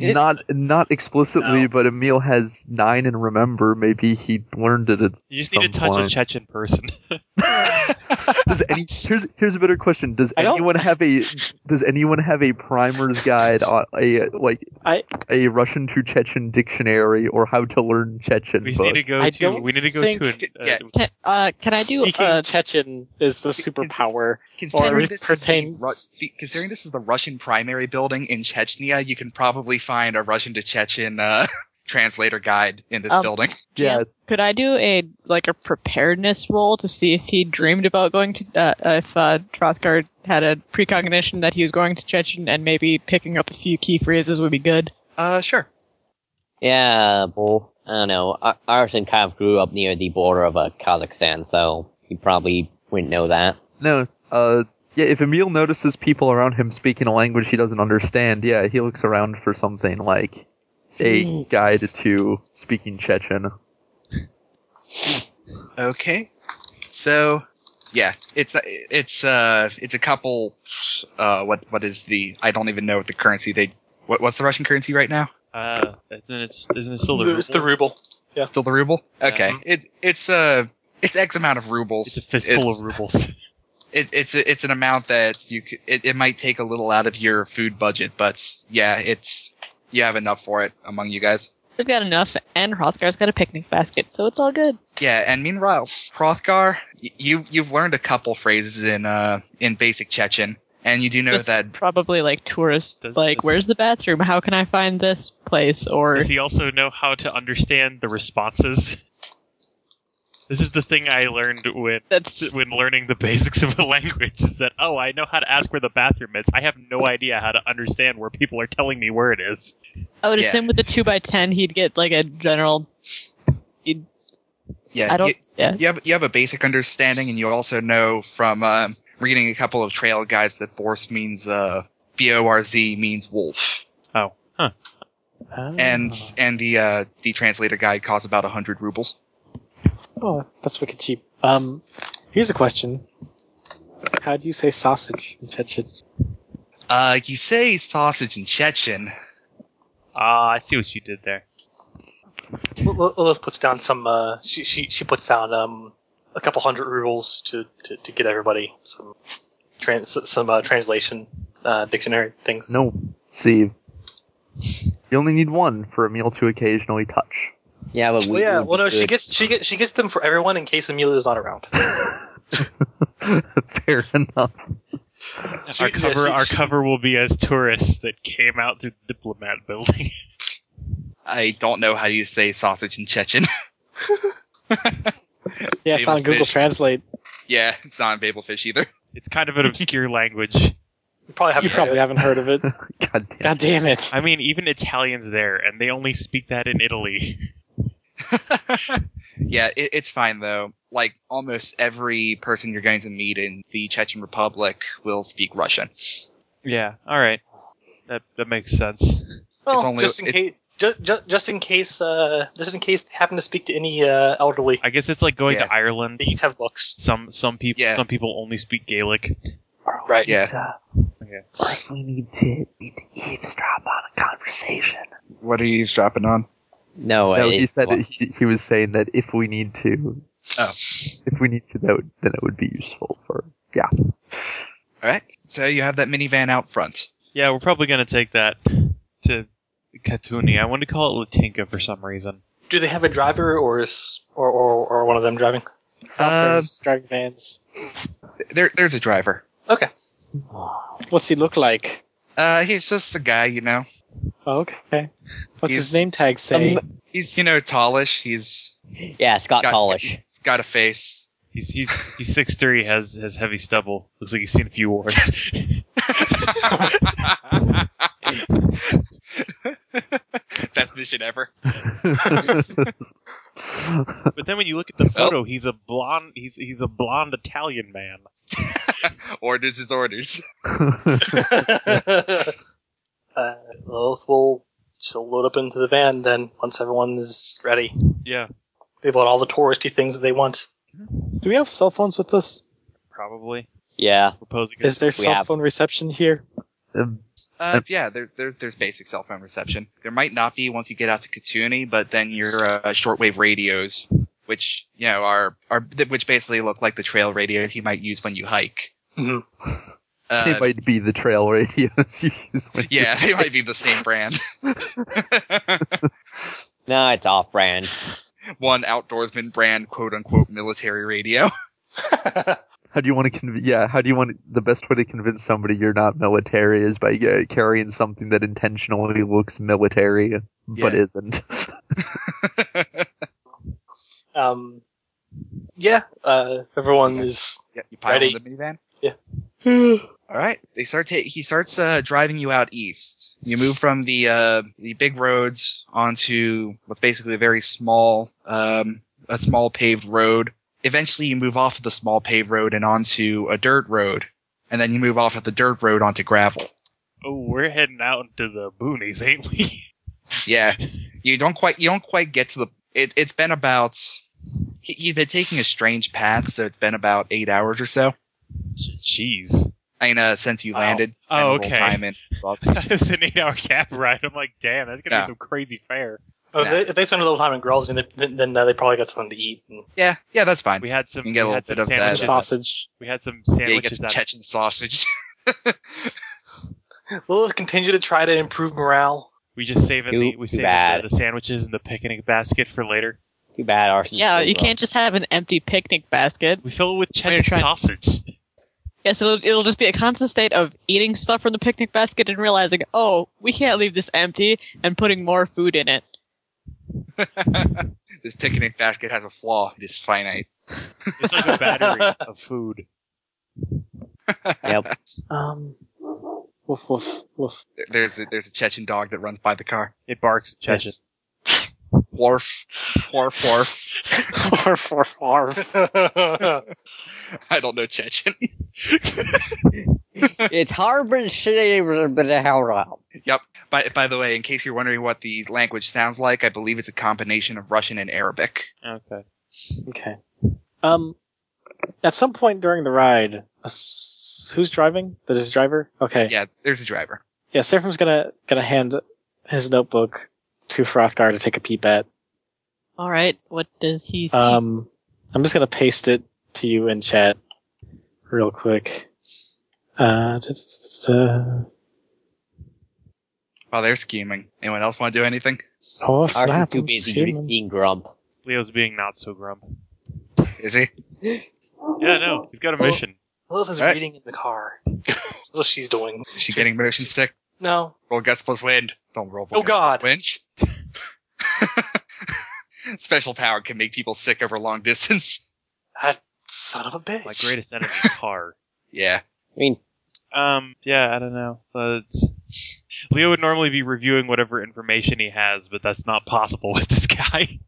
S8: not not explicitly,
S1: No.
S8: but Emil has nine and remember. Maybe he learned it. At
S6: You just need to
S8: some
S6: touch a
S8: point.
S6: Chechen person. *laughs*
S8: Does any here's here's a better question. Does
S5: I don't-
S8: anyone have a does anyone have a primer's guide on a like
S5: I-
S8: a Russian to Chechen dictionary or how to learn Chechen
S6: we just
S8: book?
S6: need to go
S5: I
S6: to.
S5: don't
S6: We need to go
S5: think-
S6: to. An, uh,
S2: Yeah.
S7: Can, uh, can I do
S5: Speaking
S7: uh,
S5: Chechen is the superpower.
S2: Considering,
S5: it
S2: this is
S5: pertains-
S2: the Ru- the- considering this is the Russian primary building in Chechnya, you can probably find a Russian to Chechen uh, *laughs* translator guide in this
S7: Um,
S2: building.
S7: Yeah.
S4: Yeah,
S7: Could I do a like a preparedness roll to see if he dreamed about going to uh, if uh, Hrothgar had a precognition that he was going to Chechen and maybe picking up a few key phrases would be good.
S2: Uh, sure.
S3: Yeah, well, I don't know. Ar- Arson kind of grew up near the border of uh, Kazakhstan, so he probably wouldn't know that.
S4: no, uh, yeah. If Emil notices people around him speaking a language he doesn't understand, yeah, he looks around for something like
S8: Hmm.
S4: a guide to speaking Chechen.
S2: Okay. So, yeah, it's it's uh it's a couple. Uh, what what is the? I don't even know what the currency they. What, what's the Russian currency right now?
S6: Uh, then it's isn't it still the
S1: it's
S6: ruble?
S1: the ruble.
S2: Still the ruble.
S6: Yeah.
S2: Okay. It it's uh it's X amount of rubles.
S6: It's a fistful
S2: It's-
S6: of rubles. *laughs*
S2: it, it's it's an amount that you c- it, it might take a little out of your food budget, but yeah, it's you have enough for it among you guys.
S7: They've got enough, and Hrothgar's got a picnic basket, so it's all good.
S2: Yeah, and meanwhile, Hrothgar, y- you you've learned a couple phrases in uh in basic Chechen, and you do know
S7: Just
S2: that
S7: probably like tourists,
S6: Does-
S7: like
S6: does-
S7: where's the bathroom? How can I find this place? Or
S6: Does he also know how to understand the responses? *laughs* This is the thing I learned when
S7: that's
S6: when learning the basics of a *laughs* language is that oh I know how to ask where the bathroom is. I have no idea how to understand where people are telling me where it is.
S7: I would
S2: yeah.
S7: assume with the two by ten he'd get like a general.
S2: yeah,
S7: I don't.
S2: you,
S7: yeah.
S2: you have you have a basic understanding, and you also know from um, reading a couple of trail guides that Bors means uh B O R Z means wolf,
S6: Oh, huh.
S5: Ah.
S2: and and the uh the translator guide costs about a hundred rubles.
S5: Oh, that's wicked cheap. Um, here's a question. How do you say sausage in Chechen?
S2: Uh, you say sausage in Chechen.
S6: Ah, I see what you did there.
S1: L- Lilith puts down some. Uh, she, she she puts down um a couple hundred rubles to to, to get everybody some trans some uh, translation uh, dictionary things.
S4: No, see, you only need one for Emil to occasionally touch. *laughs*
S3: Yeah, but we.
S1: Well, yeah.
S3: we'd
S1: Well,
S3: be
S1: no. She
S3: good.
S1: gets she gets she gets them for everyone in case Amelia's not around.
S4: Fair enough.
S1: She-
S6: Our
S1: yeah,
S6: cover,
S1: she-
S6: our
S1: she-
S6: cover will be as tourists that came out through the diplomat building. *laughs*
S2: I don't know how you say sausage in Chechen. *laughs*
S5: Yeah, it's not on
S2: Babel
S5: Google
S2: fish.
S5: Translate.
S2: yeah, it's not in Babelfish either.
S6: it's kind of
S1: *laughs*
S6: an obscure language.
S1: You probably
S5: You
S1: haven't. heard
S5: probably
S1: it.
S5: haven't heard of it.
S4: God damn.
S5: God damn it.
S6: I mean, even Italians there, and they only speak that in Italy.
S2: yeah, it, it's fine though. Like almost every person you're going to meet in the Chechen Republic will speak Russian.
S6: Yeah. All right. That that makes sense.
S1: Well,
S2: only-
S1: Oh, just in
S2: it-
S1: case. Just, just, just in case, uh, just in case they happen to speak to any uh, elderly,
S6: I guess it's like going
S2: Yeah.
S6: to Ireland.
S1: they each have books.
S6: Some some people
S2: Yeah.
S6: some people only speak Gaelic.
S1: Right.
S2: Yeah,
S8: We need to need to eavesdrop on a conversation.
S2: what are you eavesdropping on?
S3: No,
S4: No,
S3: it-
S4: he said
S3: well,
S4: he, he was saying that if we need to,
S2: Oh.
S4: if we need to, that would, then it would be useful for. Yeah,
S2: All right, so you have that minivan out front.
S6: Yeah, we're probably gonna take that to Katuni. I want to call it Latinka for some reason.
S1: Do they have a driver, or is or or, or one of them *laughs* driving?
S2: Uh,
S5: Doctors, driving vans.
S2: There, there's a driver.
S1: Okay.
S5: What's he look like?
S2: Uh, he's just a guy, you know.
S5: Oh, okay. What's
S2: He's-
S5: his name tag say?
S2: He's you know tallish. He's
S3: yeah, Scott
S2: got-
S3: Tallish.
S2: He's got a face. *laughs*
S6: He's he's he's six three, has has heavy stubble. Looks like he's seen a few wars.
S2: Best mission ever.
S6: but then when you look at the photo, he's a blonde he's he's a blonde Italian man.
S2: Orders is orders.
S1: uh, Lilith will she'll load up into the van then once everyone is ready.
S6: Yeah,
S1: They bought all the touristy things that they want.
S5: Do we have cell phones with us?
S6: probably.
S3: Yeah,
S6: We're posing as
S5: Is there
S3: We
S5: cell
S3: have-
S5: phone reception here?
S4: Um,
S2: Uh, yeah, there, there's there's basic cell phone reception. There might not be once you get out to Katuni, but then your uh, shortwave radios, which you know are are which basically look like the trail radios you might use when you hike.
S1: Mhm.
S4: Mm-hmm. they
S2: Uh,
S4: might be the trail radios *laughs* you use when you-
S2: yeah, *laughs* they might be the same brand. *laughs*
S3: no, it's off-brand.
S2: One outdoorsman brand, quote unquote, military radio.
S4: How do you want to conv- yeah, how do you want the best way to convince somebody you're not military is by uh, carrying something that intentionally looks military
S2: Yeah.
S4: but
S8: *laughs*
S4: isn't.
S1: um, yeah, uh, everyone is.
S2: Yeah, you pile
S1: Ready.
S2: in the minivan.
S1: yeah,
S2: All right. They start. Ta- he starts uh, driving you out east. You move from the uh, the big roads onto what's basically a very small um, a small paved road. Eventually, you move off of the small paved road and onto a dirt road, and then you move off of the dirt road onto gravel.
S6: Oh, we're heading out into the boonies, ain't we? *laughs*
S2: Yeah, you don't quite you don't quite get to the. It, it's been about. He, he's been taking a strange path, so it's been about eight hours or so.
S6: Jeez,
S2: I mean, uh, since you
S6: Wow.
S2: landed, spent
S6: Oh,
S2: a little
S6: okay.
S2: time in Boston.
S6: *laughs* it's an eight-hour cab ride. I'm like, damn, that's gonna
S2: Yeah.
S6: be some crazy fare.
S1: oh,
S2: Nah.
S1: they, if they spend a little time in Grells, then, then, then uh, they probably got something to eat. And,
S2: Yeah, yeah, that's fine.
S6: We had some,
S2: You
S6: we
S2: get a
S6: had
S2: little
S6: some
S2: bit of that.
S5: Some
S6: sandwiches.
S2: That's-
S5: sausage.
S6: We had some
S2: Yeah, you get
S6: sandwiches.
S2: some
S6: out-
S2: Chechen sausage. *laughs*
S1: will continue to try to improve morale.
S6: we just saving
S3: Too-
S6: the
S3: too
S6: we saving
S3: bad.
S6: the, the sandwiches and the picnic basket for later.
S3: Too bad Arson.
S7: Yeah,
S3: still
S7: you
S3: wrong.
S7: can't just have an empty picnic basket.
S6: We fill it
S2: Oh,
S6: with
S7: We're
S6: Chechen
S7: trying-
S6: sausage.
S7: Yes, it'll, it'll just be a constant state of eating stuff from the picnic basket and realizing, oh, we can't leave this empty and putting more food in it.
S2: this picnic basket has a flaw. It is finite.
S6: It's
S2: *laughs*
S6: like a battery of food.
S3: *laughs* Yep.
S5: Um, woof woof woof.
S2: There- There's a, there's a Chechen dog that runs by the car.
S6: It barks at Chechen.
S5: Yes.
S2: Wharf, wharf, wharf.
S5: Arf, arf, arf.
S2: *laughs* I don't know Chechen. *laughs*
S3: it's Harbin City, but the hell wrong.
S2: By by the way, in case you're wondering what the language sounds like, I believe it's a combination of Russian and Arabic.
S6: Okay.
S5: Okay. Um, at some point during the ride, uh, s- who's driving? The this driver? Okay.
S2: Yeah, there's a driver.
S5: Yeah, Seraphim's gonna gonna hand his notebook to Frothgar to take a peep at.
S7: All right, what does he see?
S5: Um, I'm just gonna paste it to you in chat, real quick. Uh, t- t- t- t-
S2: While they're scheming, anyone else want to do anything?
S5: oh
S3: Arson's
S5: snap!
S3: too
S5: I'm
S3: busy
S5: human.
S3: being grump.
S6: Leo's being not so grump.
S2: Is he?
S6: Yeah, no, he's got a
S1: Well-
S6: mission.
S1: Lilith is
S2: All right.
S1: reading in the car. That's what she's doing.
S2: Is she getting motion sick?
S1: No.
S2: Roll guts plus wind. Don't roll.
S1: Oh,
S2: guts plus
S1: God.
S2: Wind. *laughs* Special power can make people sick over long *laughs* distance.
S1: Son of a bitch.
S6: My greatest enemy, car.
S2: Yeah.
S3: I mean,
S6: Um, yeah, I don't know. But Leo would normally be reviewing whatever information he has, but that's not possible *laughs* with this guy.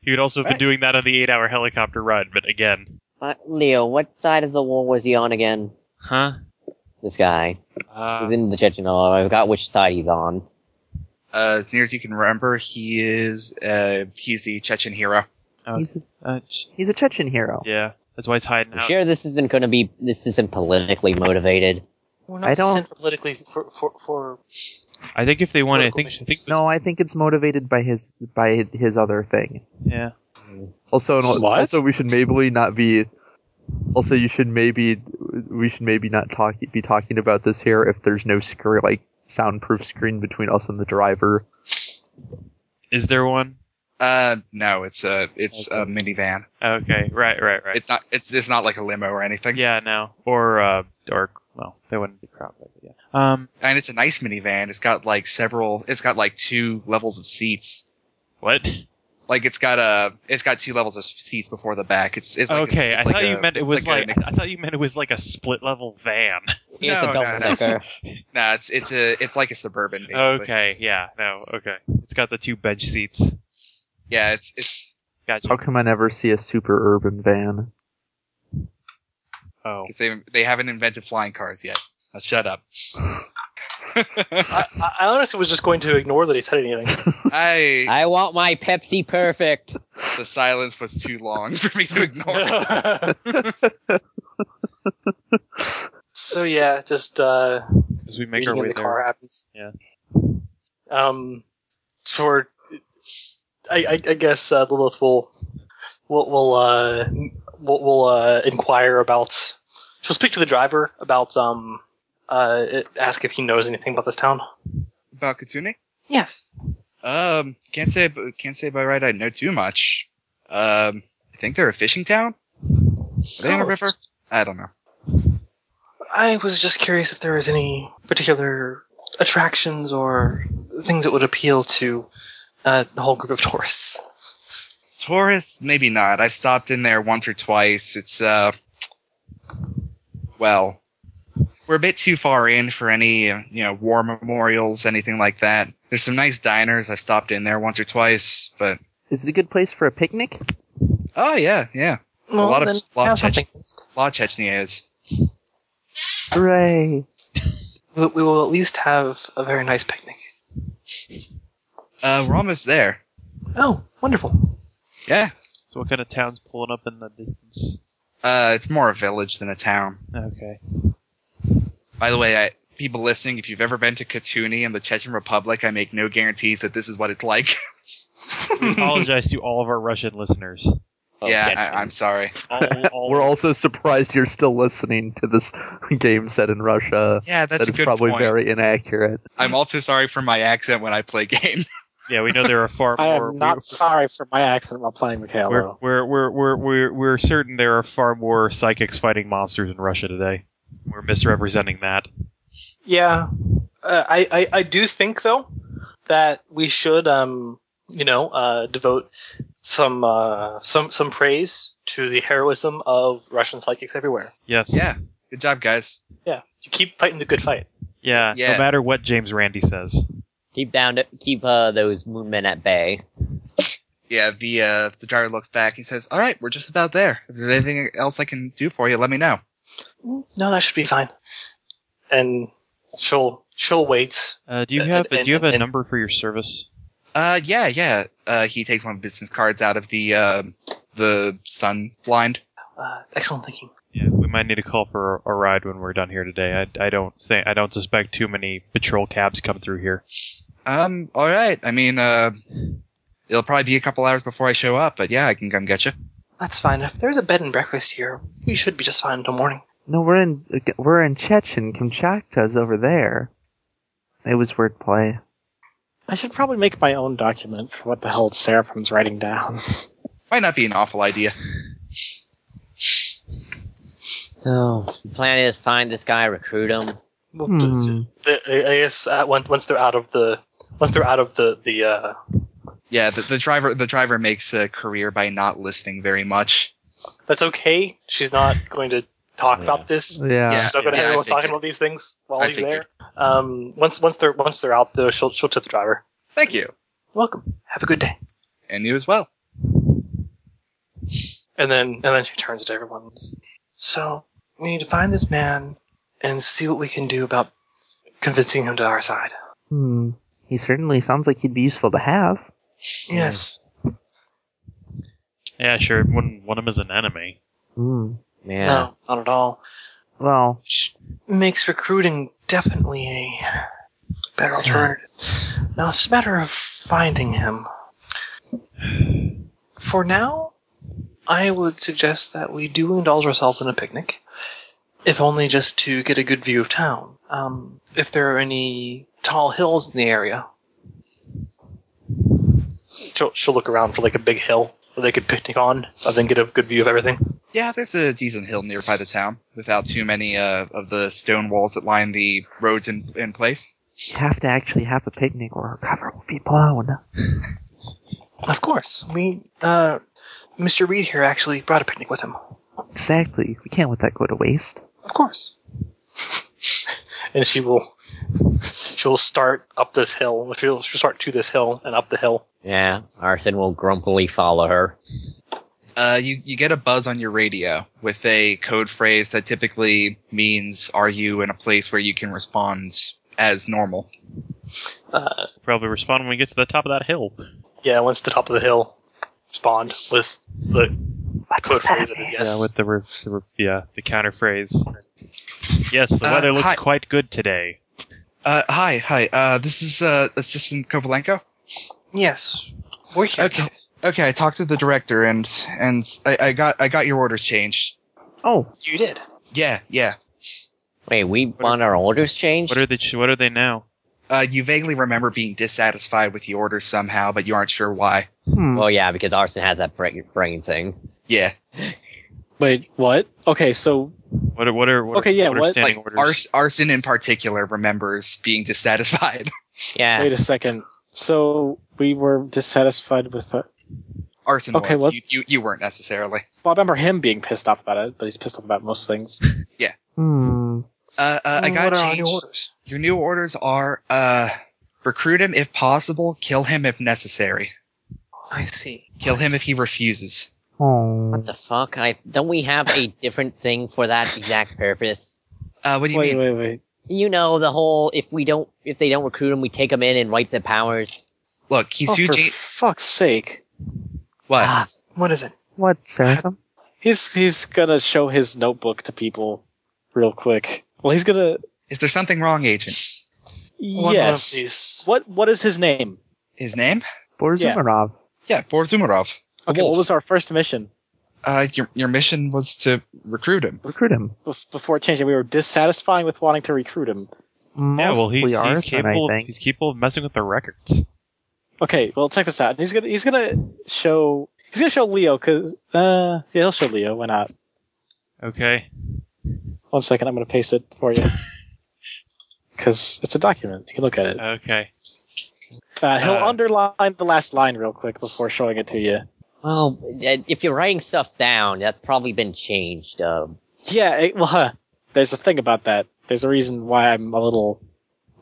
S6: He would also have been
S2: Right.
S6: doing that on the eight-hour helicopter ride, but again,
S3: uh, Leo, what side of the war was he on again?
S6: huh?
S3: This guy.
S6: Uh,
S3: He's in the Chechen War. I forgot which side he's on.
S2: Uh, as near as you can remember, he is uh, he's the Chechen hero.
S6: uh,
S8: He's a,
S6: uh, sh-
S8: he's a Chechen hero.
S6: yeah, that's why he's hiding
S3: You
S6: out.
S3: sure this isn't going to be, this isn't politically motivated?
S1: We're not
S8: I don't-
S1: sent for politically for for, for
S6: I think if they want to, I
S1: Political
S6: think,
S1: missions.
S6: think
S8: No, I think it's motivated by his by his other thing.
S6: yeah.
S4: Also, and al-
S5: What?
S4: also we should maybe not be. Also, you should maybe we should maybe not talk be talking about this here if there's no screen like soundproof screen between us and the driver.
S6: Is there one?
S2: Uh, no, it's a it's a minivan.
S6: Okay, right, right, right.
S2: It's not it's it's not like a limo or anything.
S6: yeah, no, or uh, or well, they wouldn't be crowded. but Yeah. Um,
S2: and it's a nice minivan. It's got like several. It's got like two levels of seats.
S6: what?
S2: Like it's got a it's got two levels of seats before the back. It's it's like
S6: okay,
S2: I
S6: I thought you meant it was like,
S2: an
S6: I
S2: ex-
S6: thought you meant it was like a split level van.
S3: It's
S2: No,
S3: a
S2: no, *laughs*
S3: double decker.
S2: nah, it's it's a it's like a suburban. Basically.
S6: Okay, yeah, no, okay. It's got the two bench seats.
S2: Yeah, it's it's
S6: Gotcha.
S4: How come I never see a super urban van?
S6: Oh,
S2: 'cause they they haven't invented flying cars yet. Now shut up.
S1: I, I I honestly was just going to ignore that he said anything.
S2: I
S3: I want my Pepsi Perfect.
S2: the silence was too long *laughs* for me to ignore. *laughs*
S1: so yeah, just uh
S6: as we make
S1: reading
S6: our
S1: in
S6: way
S1: the
S6: there.
S1: car happens.
S6: Yeah.
S1: Um for I I, I guess uh, Lilith will will will uh will, will uh inquire about she'll speak to the driver about um uh ask if he knows anything about this town.
S2: About Katsune?
S1: Yes.
S2: Um, can't say can't say by right I know too much. Um, I think they're a fishing town. Are they in a river? I don't know.
S1: I was just curious if there was any particular attractions or things that would appeal to uh, the whole group of tourists.
S2: Taurus, maybe not. I've stopped in there once or twice. It's uh, well, we're a bit too far in for any uh, you know war memorials, anything like that. There's some nice diners. I've stopped in there once or twice, but
S4: Is it a good place for a picnic?
S2: oh yeah, yeah,
S1: Well,
S2: lot of-
S1: then
S2: lot of
S1: have
S2: touch.
S1: something.
S2: a lot of Chechnya is.
S4: Hooray!
S1: We we will at least have a very nice picnic.
S2: Uh, we're almost there.
S1: Oh, wonderful.
S2: Yeah,
S6: So what kind of town's pulling up in the distance?
S2: uh, it's more a village than a town.
S6: Okay.
S2: By the way, I, people listening, if you've ever been to Katuni and the Chechen Republic, I make no guarantees that this is what it's like. *laughs*
S6: We apologize to all of our Russian listeners.
S3: Oh,
S2: yeah,
S3: yeah.
S2: I, I'm sorry.
S6: *laughs* All, all,
S4: We're also surprised you're still listening to this *laughs* game set in Russia.
S2: Yeah, that's
S4: That
S2: a
S4: is
S2: good
S4: probably
S2: point.
S4: very inaccurate.
S2: I'm also sorry for my accent when I play *laughs* games.
S6: Yeah, we know there are
S5: *laughs*
S6: far
S5: I
S6: more.
S5: am not sorry for my accident while playing
S6: We're,
S5: Michaelo.
S6: we're, we're, we're, we're, we're certain there are far more psychics fighting monsters in Russia today. We're misrepresenting that.
S1: Yeah, uh, I, I I do think though that we should um you know uh, devote some uh, some some praise to the heroism of Russian psychics everywhere.
S6: Yes.
S2: Yeah. Good job, guys.
S1: Yeah, you keep fighting the good fight.
S6: Yeah.
S2: Yeah.
S6: No matter what James Randy says.
S3: Keep down, keep uh, those moon men at bay.
S2: Yeah, the uh, the driver looks back. He says, "All right, we're just about there. If there's anything else I can do for you, let me know."
S1: "Mm, No, that should be fine. And she'll she'll wait.
S6: Uh, do you
S1: Uh,
S6: have
S1: and-
S6: do you have a
S1: and-
S6: number for your service?
S2: Uh, yeah, yeah. Uh, he takes one of the business cards out of the um the sun blind.
S1: Uh, excellent thinking.
S6: Yeah, we might need to call for a, a ride when we're done here today. I, I don't think I don't suspect too many patrol cabs come through here.
S2: Um, all right. I mean, uh, it'll probably be a couple hours before I show up, but yeah, I can come get you.
S1: That's fine. If there's a bed and breakfast here, we should be just fine until morning.
S8: No, we're in we're in Chechen. Kamchatka's over there. It was wordplay.
S5: I should probably make my own document for what the hell Seraphim's writing down. *laughs*
S2: Might not be an awful idea.
S3: So the plan is find this guy, recruit him.
S1: Well,
S8: Hmm.
S1: d- d- the, I I guess uh, once once they're out of the once they're out of the the uh,
S2: Yeah, the, the driver the driver makes a career by not listening very much.
S1: that's okay. She's not going to talk about this.
S8: Yeah.
S2: Yeah.
S1: She's not going to
S2: I
S1: have everyone
S2: figured.
S1: talking about these things while
S2: I
S1: he's
S2: figured.
S1: there. Um, once once they're once they're out though, she'll she'll tip the driver.
S2: Thank you,
S1: Welcome. Have a good day.
S2: and you as well.
S1: And then and then she turns to everyone. So we need to find this man and see what we can do about convincing him to our side.
S8: Hmm. He certainly sounds like he'd be useful to have.
S1: Yes.
S6: Yeah, sure. Wouldn't want him as an enemy.
S8: Hmm.
S3: Yeah.
S1: No, not at all.
S8: Well,
S1: Which makes recruiting definitely a better alternative. Now it's a matter of finding him. For now, I would suggest that we do indulge ourselves in a picnic, if only just to get a good view of town. Um, if there are any tall hills in the area, she'll, she'll look around for like a big hill where they could picnic on, and then get a good view of everything.
S2: Yeah, there's a decent hill nearby the town without too many uh, of the stone walls that line the roads in, in place.
S8: you have to actually have a picnic, or our cover will be blown.
S1: Of course. We, uh, Mr. Reed here actually brought a picnic with him.
S8: Exactly. We can't let that go to waste.
S1: Of course. and she will, she'll start up this hill. She'll, she'll start to this hill and up the hill.
S3: Yeah, Arson will grumpily follow her.
S2: Uh, you, you get a buzz on your radio with a code phrase that typically means, Are you in a place where you can respond as normal?
S1: Uh,
S6: Probably respond when we get to the top of that hill.
S1: yeah, once the top of the hill spawned with the
S8: What
S1: code
S8: does that
S1: phrase of it,
S8: mean?
S1: yes.
S6: Yeah, with the, re- the re- yeah the counter phrase. Yes, the
S2: Uh,
S6: weather looks
S2: hi.
S6: quite good today.
S2: Uh, hi, hi. Uh, this is uh, Assistant Kovalenko.
S1: yes. We're here.
S2: Okay. Okay, I talked to the director and and I, I got I got your orders changed.
S8: Oh,
S1: You did.
S2: Yeah, yeah.
S3: Wait, we want our orders changed?
S6: What are they? What are they now?
S2: Uh, you vaguely remember being dissatisfied with the orders somehow, but you aren't sure why.
S8: hmm.
S3: well, yeah, because Arson has that bra- brain thing.
S2: Yeah.
S5: Wait, what? Okay, so
S6: What are what are what
S5: Okay,
S6: Are,
S5: yeah,
S6: what are
S5: what-
S6: standing
S2: like
S6: orders?
S2: Ars- arson in particular remembers being dissatisfied. *laughs*
S3: Yeah.
S5: wait a second. So we were dissatisfied with the.
S2: arson
S5: Okay,
S2: was
S5: what-
S2: you, you you weren't necessarily.
S5: Well, I remember him being pissed off about it, but he's pissed off about most things.
S8: Hmm.
S2: Uh, uh, I
S1: what
S2: got
S1: are our
S2: changed.
S1: new orders?
S2: Your new orders are uh, recruit him if possible, kill him if necessary,
S1: I see.
S2: kill him if he refuses.
S8: Oh.
S3: What the fuck? I don't we have a different thing for that exact purpose?
S2: Uh, what do you
S5: wait,
S2: mean?
S5: wait, wait.
S3: You know the whole if we don't if they don't recruit him, we take him in and wipe their powers.
S2: Look, he's
S5: Oh,
S2: who
S5: for
S2: Jane-
S5: fuck's sake.
S2: What?
S3: Ah,
S1: What is it?
S8: What, Seraphim?
S5: He's he's gonna show his notebook to people real quick. Well, he's gonna.
S2: Is there something wrong, agent?
S1: One
S5: yes.
S1: of these.
S5: What what is his name?
S2: His name?
S8: Borzumarov.
S2: Yeah, Boris Umarov.
S5: Okay,
S2: Wolf.
S5: what was our first mission?
S2: Uh, your your mission was to recruit him.
S8: Recruit him.
S5: Bef- Before changing, we were dissatisfying with wanting to recruit him.
S8: Mostly
S6: yeah, well, he's, he's
S8: arson,
S6: capable.
S8: I think.
S6: He's capable of messing with the records.
S5: Okay, well, check this out. He's gonna he's gonna show he's gonna show Leo because uh yeah he'll show Leo. Why not?
S6: Okay.
S5: One second, I'm gonna paste it
S1: *laughs*
S5: for you because it's a document. You can look at it.
S6: Okay.
S5: Uh, he'll
S2: Uh,
S5: underline the last line real quick before showing it to you.
S3: well, uh, if you're writing stuff down, that's probably been changed. Um,
S5: Yeah, it, well, huh, there's a thing about that. There's a reason why I'm a little.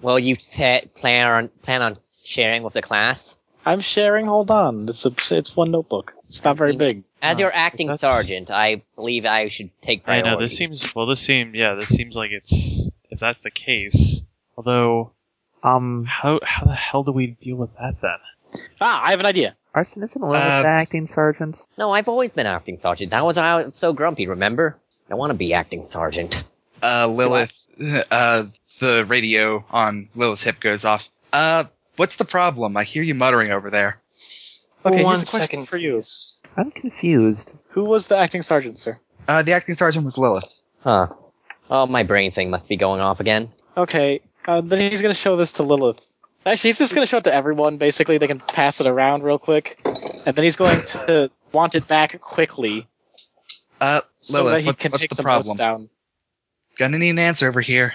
S3: well, you set, plan on plan on sharing with the class.
S5: I'm sharing. Hold on, it's a it's one notebook. It's not
S1: Mm.
S5: very big.
S3: As
S6: Oh,
S3: your acting
S6: that's-
S3: sergeant, I believe I should take priority.
S6: I know this seems well. This seems yeah. This seems like it's if that's the case. Although
S8: Um,
S6: how how the hell do we deal with that then?
S5: Ah, I have an idea.
S8: Arson isn't a level
S2: Uh,
S8: acting sergeant.
S3: No, I've always been acting sergeant. That was why I was so grumpy. Remember? I want to be acting sergeant.
S2: Uh, Lilith. Uh, the radio on Lilith's hip goes off. Uh, what's the problem? I hear you muttering over there.
S5: Okay,
S1: One
S5: here's a question
S1: second,
S5: for you.
S1: please.
S8: I'm confused.
S5: Who was the acting sergeant, sir?
S2: Uh, the acting sergeant was Lilith.
S3: Huh. Oh, my brain thing must be going off again.
S5: Okay, uh, then he's gonna show this to Lilith. Actually, he's just gonna show it to everyone. Basically, they can pass it around real quick, and then he's going to want it back quickly
S2: Uh,
S5: so
S2: Lilith,
S5: that he
S2: what's-
S5: can
S2: what's
S5: take
S2: the
S5: some
S2: problem?
S5: notes down.
S2: Gonna need an answer over here.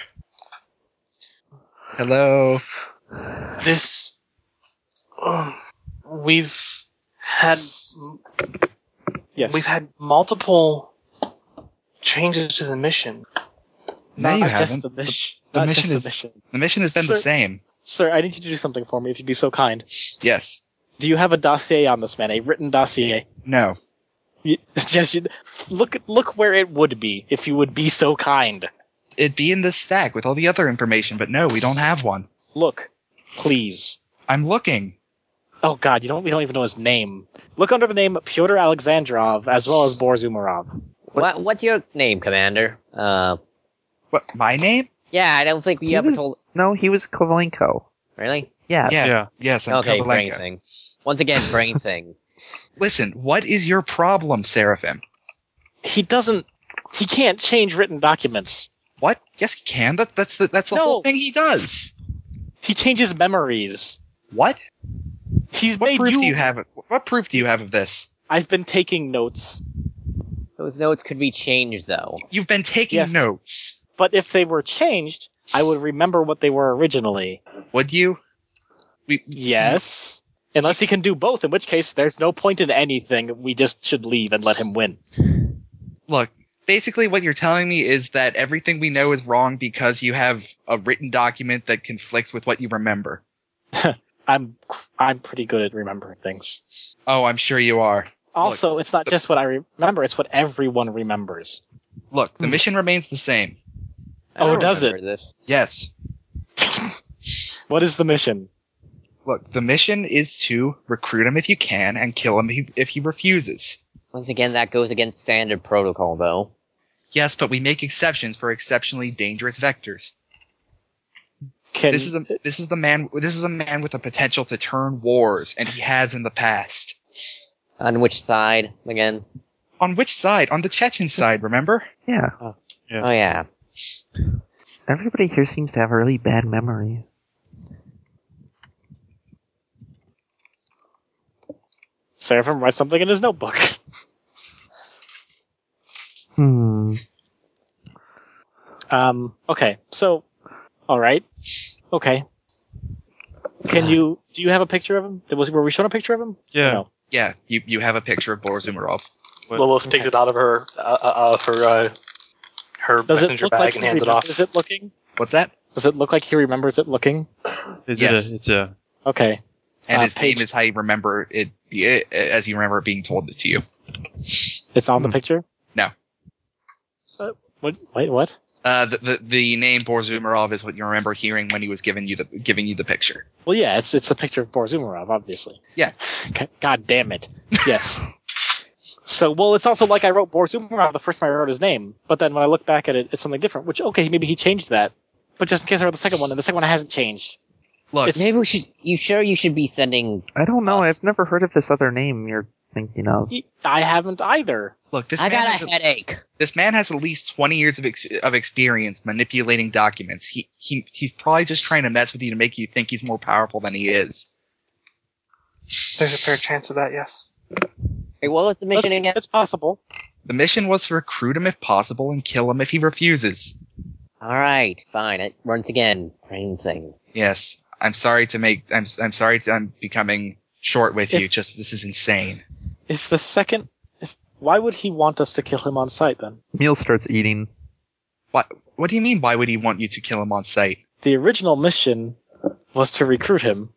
S2: Hello.
S1: This. um, we've had
S5: Yes,
S1: we've had multiple changes to the mission.
S2: No,
S5: not
S2: you
S5: just
S2: haven't.
S5: the mission.
S2: the
S5: not
S2: mission
S5: just
S2: is-
S5: the mission.
S2: The mission has been the
S5: Sir-
S2: same.
S5: Sir, I need you to do something for me, if you'd be so kind.
S2: Yes.
S5: Do you have a dossier on this man? A written dossier?
S2: No.
S5: You- *laughs* Yes. You, look, look where it would be if you would be so kind.
S2: It'd be in this stack with all the other information, but no, we don't have one.
S5: Look, please.
S2: I'm looking.
S5: Oh God, you don't. We don't even know his name. Look under the name Pyotr Alexandrov as well as Boris Umarov.
S3: What? What's your name, Commander? Uh,
S2: What? My name?
S3: yeah, I don't think we
S8: He
S3: ever
S8: was-
S3: told.
S8: No, he was Kovalenko.
S3: Really?
S8: Yes.
S2: Yeah.
S6: Yeah.
S2: Yes. I'm
S3: Okay, brain
S2: Kovalenko.
S3: thing. Once again,
S6: *laughs*
S3: brain thing.
S2: Listen, what is your problem, Seraphim?
S5: He doesn't. He can't change written documents.
S2: What? Yes, he can. That, that's the that's the
S5: No.
S2: whole thing he does.
S5: He changes memories.
S2: What?
S5: He's
S2: What
S5: made
S2: proof
S5: you.
S2: do you have? of- What proof do you have of this?
S5: I've been taking notes,
S3: Those notes could be changed, though.
S2: You've been taking
S5: Yes.
S2: notes.
S5: but if they were changed, I would remember what they were originally.
S2: Would you? We,
S5: Yes. Unless he can do both, in which case there's no point in anything. We just should leave and let him win.
S2: Look, basically, what you're telling me is that everything we know is wrong because you have a written document that conflicts with what you remember.
S5: I'm I'm pretty good at remembering things.
S2: Oh, I'm sure you are.
S5: Also, it's not just what I remember; it's what everyone remembers.
S2: Look, the mission remains the same.
S3: I don't
S5: Oh, does
S3: remember This.
S2: Yes.
S5: What is the mission?
S2: Look, the mission is to recruit him if you can and kill him if- if he refuses.
S3: Once again, that goes against standard protocol, though.
S2: Yes, but we make exceptions for exceptionally dangerous vectors.
S5: Can
S2: this is a this is the man this is a man with the potential to turn wars, and he has in the past.
S3: On which side again?
S2: On which side? On the Chechen side, remember?
S8: Yeah.
S6: Yeah.
S3: Oh yeah.
S8: Everybody here seems to have a really bad memory.
S5: Seraphim write something in his notebook? *laughs*
S8: Hmm.
S5: Um, okay, so, all right, okay. Can you? Do you have a picture of him? Was were we shown a picture of him?
S6: Yeah.
S5: No.
S2: Yeah, you, you have a picture of Boris Umarov.
S6: But-
S1: Lilith takes it out of her uh, uh, uh, her uh, her
S5: Does it
S1: messenger
S5: look
S1: bag
S5: like
S1: and
S5: he
S1: hands it off.
S5: remembers it looking?
S2: What's that?
S5: Does it look like he remembers it looking?
S6: Is
S2: Yes.
S6: it a, it's a
S5: Okay.
S2: And
S5: Uh,
S2: his
S5: page-
S2: name is how you remember it, it as you remember it being told it to you.
S5: It's on the
S6: Hmm.
S5: picture?
S2: No.
S5: Uh, what, wait, what?
S2: Uh, the, the the name Boris Umarov is what you remember hearing when he was giving you the giving you the picture.
S5: Well, yeah, it's it's a picture of Boris Umarov, obviously.
S2: Yeah.
S5: G- God damn it. Yes. *laughs* so, well, it's also like I wrote Boris Umarov the first time I wrote his name, but then when I look back at it, it's something different, which, okay, maybe he changed that. But just in case I wrote the second one, and the second one hasn't changed.
S2: Look,
S5: It's-
S3: Maybe we should. You sure you should be sending?
S8: I don't know.
S3: Uh,
S8: I've never heard of this other name you're thinking of.
S5: E- I haven't either.
S2: look. This
S3: I
S2: man
S3: got
S2: has
S3: a headache.
S2: this man has at least 20 years of, ex- of experience manipulating documents. He, he, he's probably just trying to mess with you to make you think he's more powerful than he is.
S1: There's a fair chance of that, yes.
S3: Hey, what was the mission again?
S5: That's, it's possible.
S2: The mission was to recruit him if possible and kill him if he refuses.
S3: All right, fine. It runs again. Brain thing.
S2: Yes. I'm sorry to make, I'm, I'm sorry to, I'm becoming short with you.
S5: If-
S2: Just, this is insane.
S5: If the second. If, why would he want us to kill him on sight then?
S4: Meal starts eating.
S2: What do you mean? Why would he want you to kill him on sight?
S5: The original mission was to recruit him,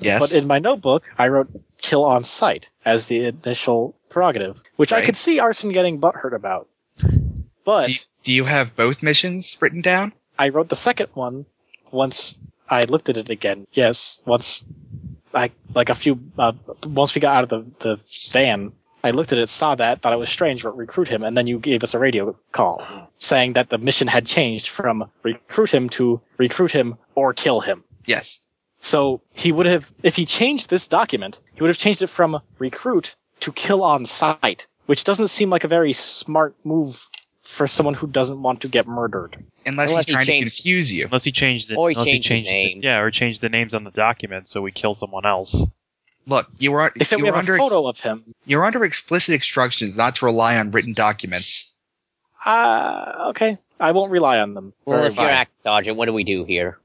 S2: Yes.
S5: But in my notebook, I wrote kill on sight as the initial prerogative, which I
S2: Right.
S5: could see Arson getting butthurt about. But
S2: do, you, do you have both missions written down?
S5: I wrote the second one once I looked at it again. Yes, once I, like a few, uh, once we got out of the, the van, I looked at it, saw that, thought it was strange, wrote recruit him, and then you gave us a radio call saying that the mission had changed from recruit him to recruit him or kill him.
S2: Yes.
S5: So he would have, if he changed this document, he would have changed it from recruit to kill on sight, which doesn't seem like a very smart move for someone who doesn't want to get murdered.
S2: Unless,
S3: Unless
S2: he's
S3: he
S2: trying to
S3: changed-
S2: confuse you.
S6: unless he changed the
S3: Or he
S6: unless
S3: changed the
S6: changed
S3: name.
S6: yeah, or changed the names on the document so we kill someone else.
S2: Look, you were,
S5: Except
S2: you
S5: we
S2: were
S5: have
S2: under,
S5: a
S2: ex-
S5: photo of him.
S2: you're under explicit instructions not to rely on written documents.
S5: Ah, okay. I won't rely on them.
S3: Well,
S5: Very
S3: if you're
S5: well.
S3: acting sergeant, what do we do here?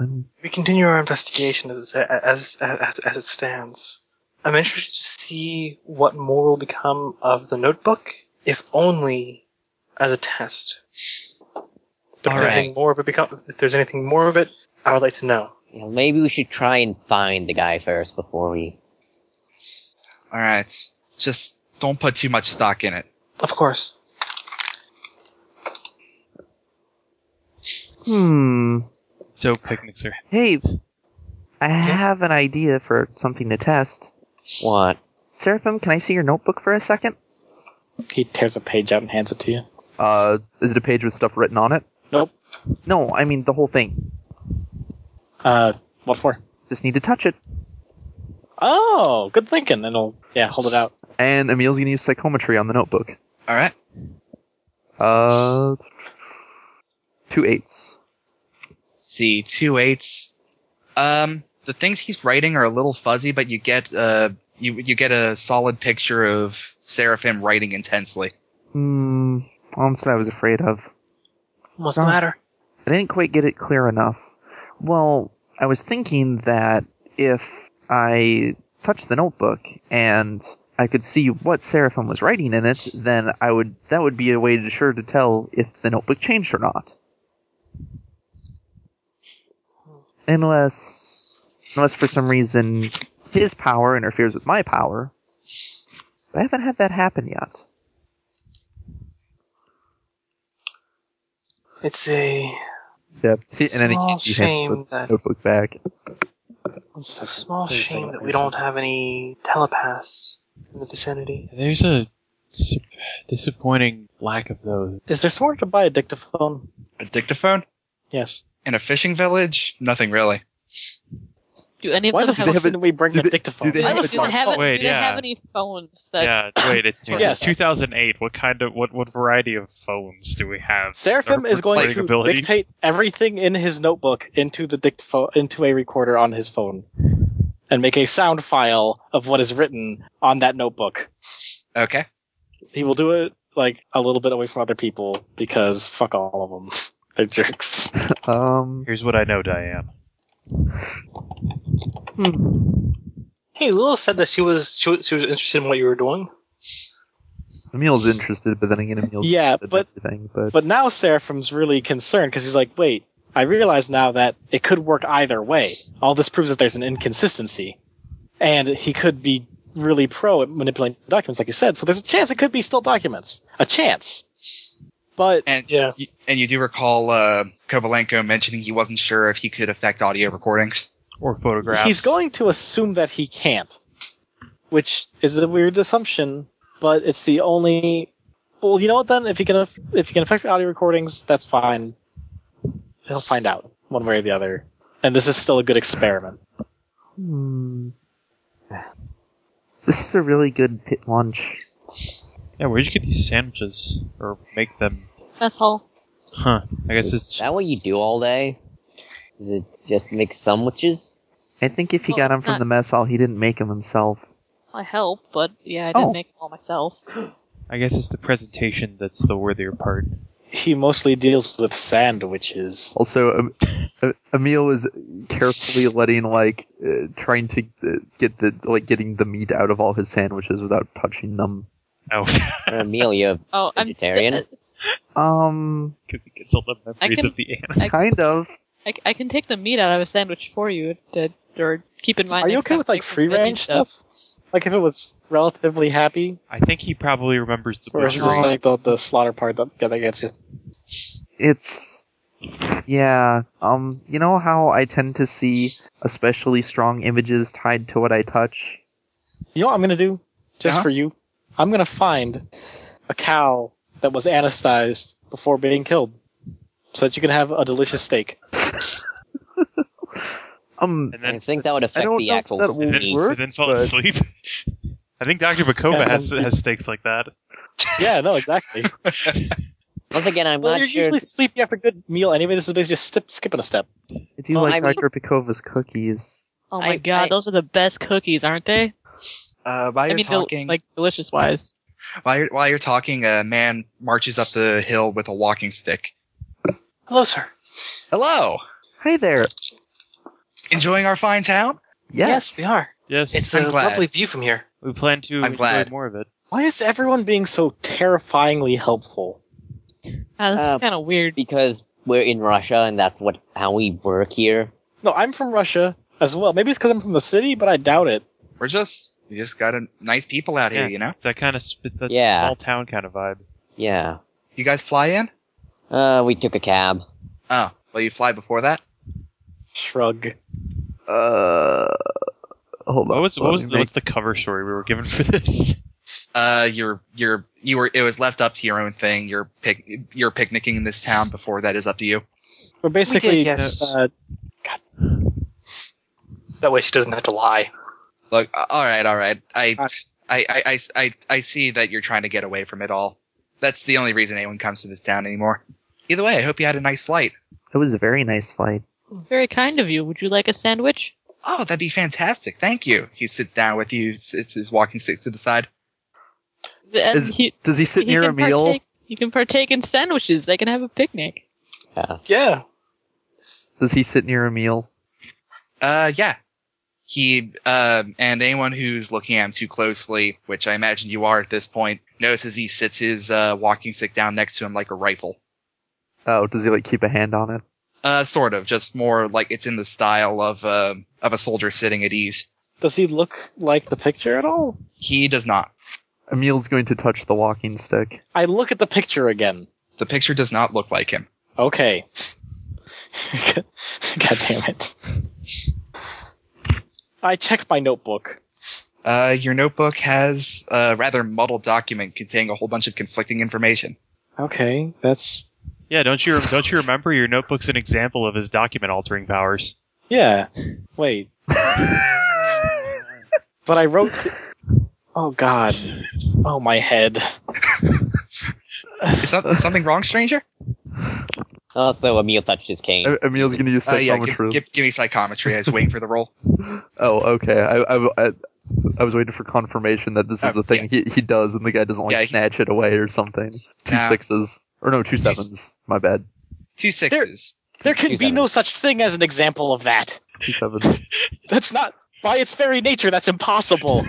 S8: I'm-
S1: We continue our investigation as it, as, as as it stands. I'm interested to see what more will become of the notebook, if only as a test. But if
S2: All
S1: there's
S2: right.
S1: anything more of it become, if there's anything more of it, I would like to know.
S3: You know, maybe we should try and find the guy first before we.
S2: All right. Just don't put too much stock in it.
S1: Of course.
S8: Hmm.
S6: So picnics are
S8: Hey, I have an idea for something to test.
S3: What?
S8: Seraphim, can I see your notebook for a second?
S5: He tears a page out and hands it to you.
S4: Uh, is it a page with stuff written on it?
S8: No, I mean the whole thing.
S5: Uh, what for?
S8: Just need to touch it.
S5: Oh, good thinking. And he'll, yeah, hold it out.
S4: And Emil's gonna use psychometry on the notebook.
S2: All right.
S4: Uh, two eights.
S2: See, two eights. Um, the things he's writing are a little fuzzy, but you get uh you you get a solid picture of Seraphim writing intensely.
S8: Hmm. That's what I was afraid of.
S1: What's
S8: Oh.
S1: the matter?
S8: I didn't quite get it clear enough. Well, I was thinking that if I touched the notebook and I could see what Seraphim was writing in it, then I would that would be a way to sure to tell if the notebook changed or not. Unless unless for some reason his power interferes with my power. I haven't had that happen yet.
S1: It's a
S4: Yep. And then he
S1: small
S4: he hands
S1: shame
S4: the
S1: that
S4: notebook back.
S1: it's a small
S5: Please say
S1: shame
S5: it,
S1: that we
S5: please
S1: don't
S5: say it.
S1: have any telepaths in the vicinity.
S6: There's a dis- disappointing lack of those.
S5: Is there somewhere to buy a dictaphone?
S2: A dictaphone
S5: Yes.
S2: in a fishing village? Nothing really.
S7: Do any of
S5: Why the
S7: them
S5: fuck
S7: have?
S4: have a-
S5: didn't we bring
S4: do
S5: a
S4: they-
S5: dictaphone?
S7: do
S4: they
S7: they,
S5: I
S4: have
S5: have a
S7: do they
S5: smart
S7: have,
S6: phone? Wait,
S7: do they
S6: yeah.
S7: have any phones that?
S6: yeah, wait, it's two-
S5: Yes.
S6: 2008. What kind of what what variety of phones do we have?
S5: Seraphim
S6: Our
S5: is going
S6: recording
S5: to
S6: abilities?
S5: dictate everything in his notebook into the dictapho- into a recorder on his phone, and make a sound file of what is written on that notebook.
S2: Okay.
S5: He will do it like a little bit away from other people because fuck all of them. *laughs* They're jerks.
S4: Um,
S6: Here's what I know, Diane.
S1: Hey, Lil said that she was she, was- she was interested in what you were doing.
S4: Emil's interested, but then again, Emil's
S5: Yeah,
S4: interested in
S5: but
S4: everything. But,
S5: but now Seraphim's really concerned because he's like, wait, I realize now that it could work either way. All this proves that there's an inconsistency, and he could be really pro at manipulating documents, like you said. So there's a chance it could be still documents, a chance. But
S2: And
S1: Yeah.
S2: you, and you do recall uh, Kovalenko mentioning he wasn't sure if he could affect audio recordings.
S6: Or
S5: *laughs*
S6: photographs.
S5: He's going to assume that he can't, which is a weird assumption, but it's the only. Well, you know what? Then if he can aff- if he can affect audio recordings, that's fine. He'll find out one way or the other, and this is still a good experiment.
S4: Hmm. this is a really good pit lunch.
S6: Yeah, where'd you get these sandwiches? Or make them?
S7: That's all.
S6: Huh. I guess it's
S3: Is that what you do all day? Is it just make sandwiches?
S4: I think if he
S7: Well,
S4: got
S7: it's
S4: him from
S7: not-
S4: the mess hall, he didn't make him himself.
S7: I help, but yeah, I didn't
S4: Oh.
S7: make them all myself.
S6: I guess it's the presentation that's the worthier part.
S5: He mostly deals with sandwiches.
S4: Also,
S5: *laughs*
S4: um, uh, Emil is carefully letting, like, uh, trying to uh, get the, like, getting the meat out of all his sandwiches without touching them.
S6: Oh, *laughs*
S3: Or Amelia,
S7: Oh, I'm
S3: Vegetarian?
S7: uh,
S4: Um,
S6: because he gets all the memories
S7: can-
S6: of the animal.
S7: I-
S4: kind of.
S7: I, I can take the meat out of a sandwich for you, to, or keep in mind.
S5: Are you
S7: next
S5: okay
S7: time
S5: with
S7: I
S5: like
S7: take the
S5: free
S7: veggie
S5: range stuff? Like if it was relatively happy,
S6: I think he probably remembers the
S5: or is it just
S6: butchery.
S5: like the, the slaughter part that that gets you?
S4: It's, yeah. Um, you know how I tend to see especially strong images tied to what I touch?
S5: You know what I'm gonna do, just
S2: Uh-huh.
S5: for you? I'm gonna find a cow that was anesthetized before being killed, so that you can have a delicious steak.
S4: Um,
S6: And
S3: I
S6: then,
S3: think that would affect
S4: don't
S3: the
S4: know if
S3: actual
S4: that
S6: and
S4: will
S6: then,
S3: steak.
S4: work.
S6: and then fall
S4: but-
S6: asleep. *laughs* I think Dr. Bakova
S5: Yeah,
S6: has,
S5: and-
S6: has steaks like that.
S5: yeah, no, exactly.
S3: Once again, I'm
S5: well,
S3: not
S5: you're
S3: sure.
S5: usually sleepy after a good meal anyway. This is basically just stip, skipping a step.
S4: I do
S3: Well,
S4: like
S3: I mean-
S4: Dr. Pikova's cookies.
S7: Oh
S3: I-
S7: my god,
S3: I-
S7: those are the best cookies, aren't they?
S2: Uh, while
S7: I
S2: you're
S7: mean, del-
S2: talking,
S7: like delicious wise.
S3: Uh,
S2: while you're, while you're talking, a man marches up the hill with a walking stick.
S1: Hello, sir.
S2: Hello,
S4: Hi there.
S2: enjoying our fine town?
S4: Yes.
S1: we are.
S6: Yes,
S1: It's
S2: I'm
S1: a
S2: glad.
S1: lovely view from here.
S6: we plan to
S2: I'm
S6: enjoy
S2: glad.
S6: more of it.
S5: Why is everyone being so terrifyingly helpful?
S7: Ah, this
S3: Uh,
S7: is kind of weird.
S3: Because we're in Russia and that's what how we work here.
S5: No, I'm from Russia as well. Maybe it's because I'm from the city, but I doubt it.
S2: We're just we just got a nice people out here,
S6: Yeah.
S2: you know.
S6: It's that kind of it's that
S3: Yeah.
S6: small town kind of vibe.
S3: Yeah.
S2: You guys fly in?
S3: Uh, we took a cab.
S2: Oh, well, you fly before that.
S5: Shrug.
S4: Uh, hold on.
S6: What was
S4: let
S6: what was
S4: me
S6: the,
S4: make-
S6: what's the cover story we were given for this? *laughs*
S2: Uh, you're you're you were it was left up to your own thing. You're pic you're picnicking in this town before that is up to you.
S5: We're basically
S1: yes.
S5: uh,
S1: That way she doesn't have to lie.
S2: Look, a- all right, all right. I
S5: Uh,
S2: I, I, I, I, I see that you're trying to get away from it all. That's the only reason anyone comes to this town anymore. Either way, I hope you had a nice flight.
S4: It was a very nice flight.
S7: Very kind of you. Would you like a sandwich?
S2: Oh, that'd be fantastic. Thank you. He sits down with you, sits his walking stick to the side.
S7: And
S4: Is-
S7: he,
S4: Does he sit
S7: he
S4: near
S7: can
S4: a meal?
S7: Partake, he can partake in sandwiches. They can have a picnic.
S1: Yeah.
S4: Does he sit near a meal?
S2: Uh, yeah. He, um, and anyone who's looking at him too closely, which I imagine you are at this point, notices he sits his, uh, walking stick down next to him like a rifle.
S4: Oh, does he like keep a hand on it?
S2: Uh, sort of, just more like it's in the style of, uh, of a soldier sitting at ease.
S5: does he look like the picture at all?
S2: He does not.
S4: Emil's going to touch the walking stick.
S5: I look at the picture again.
S2: The picture does not look like him.
S5: Okay. *laughs* God damn it. I check my notebook.
S2: Uh, your notebook has a rather muddled document containing a whole bunch of conflicting information.
S5: Okay, that's
S6: Yeah, don't you don't you remember your notebook's an example of his document altering powers?
S5: yeah. Wait. but I wrote Oh god. Oh my head.
S2: Is,
S4: *laughs*
S2: some- is something wrong, stranger?
S3: Also, Emil Oh, touched his cane.
S4: E- Emil's going to use
S2: Uh, yeah,
S4: psychometry.
S2: give, give, give me psychometry. I was waiting for the roll.
S4: oh, okay. I, I, I, I was waiting for confirmation that this is
S2: Oh,
S4: the thing he, he does, and the guy doesn't like
S2: Yeah, he-
S4: snatch it away or something. *laughs* Two
S2: Nah.
S4: sixes or no, two
S2: Jeez.
S4: sevens. My bad.
S2: Two sixes.
S5: There can
S3: Two
S5: be no such thing as an example of that.
S4: Two sevens.
S5: That's not by its very nature. That's impossible.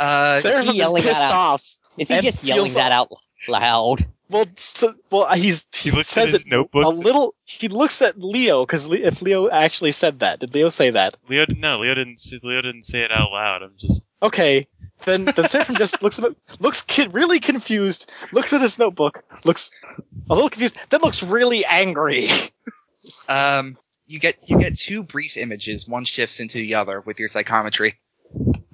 S2: Uh,
S5: Seraphim is
S3: yelling that
S5: pissed
S3: out.
S5: off.
S3: Is he
S5: And
S3: just
S5: feels
S3: yelling
S5: so-
S3: that out loud?
S5: Well, so, well, he's
S6: He looks at
S5: says
S6: his
S5: it
S6: notebook.
S5: a little. He looks at Leo because Le- if Leo actually said that, did Leo say that?
S6: Leo, no, Leo didn't. s- Leo didn't say it out loud. I'm just.
S5: Okay, then then Seraphim just looks at looks kid really confused. Looks at his notebook. Looks a little confused. Then looks really angry. *laughs*
S2: um, you get you get two brief images. One shifts into the other with your psychometry.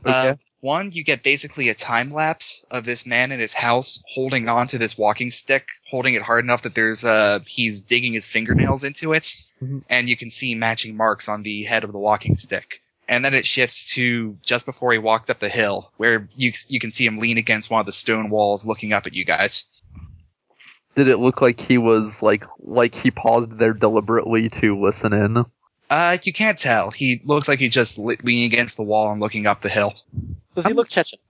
S2: Uh,
S4: Okay.
S2: one, you get basically a time lapse of this man in his house holding on to this walking stick, holding it hard enough that there's uh he's digging his fingernails into it,
S4: Mhm.
S2: and you can see matching marks on the head of the walking stick. And then it shifts to just before he walked up the hill, where you you can see him lean against one of the stone walls, looking up at you guys.
S4: Did it look like he was like like he paused there deliberately to listen in?
S2: Uh, you can't tell. He looks like he's just le- leaning against the wall and looking up the hill.
S5: Does he look Chechen?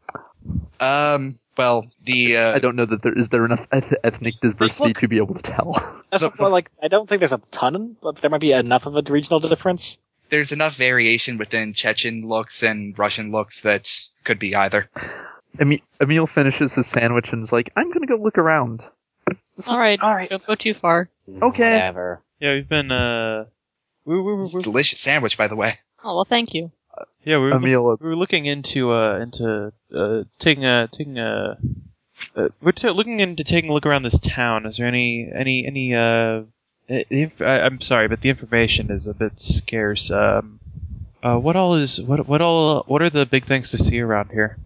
S2: Um, well, the uh,
S4: I don't know that there is there enough eth- ethnic diversity
S5: look-
S4: to be able to tell. *laughs*
S5: That's
S2: So-
S5: well, like I don't think there's a ton, but there might be enough of a regional difference.
S2: there's enough variation within Chechen looks and Russian looks that could be either.
S4: Emi- Emil finishes his sandwich and's like, "I'm gonna go look around." This
S7: All
S4: is-
S7: right, all right. Don't go too far.
S4: Okay.
S3: Whatever.
S6: Yeah, we've been. Uh, we, we, we,
S2: It's a
S5: Mm-hmm.
S6: we-
S2: delicious sandwich, by the way.
S7: Oh well, thank you.
S6: yeah, we, we,
S4: Emil,
S6: we were looking into uh, into uh, taking a taking a. Uh, we're t- looking into taking a look around this town. Is there any any any? Uh, i- inf- I, I'm sorry, but the information is a bit scarce. Um, uh, what all is what what all what are the big things to see around here?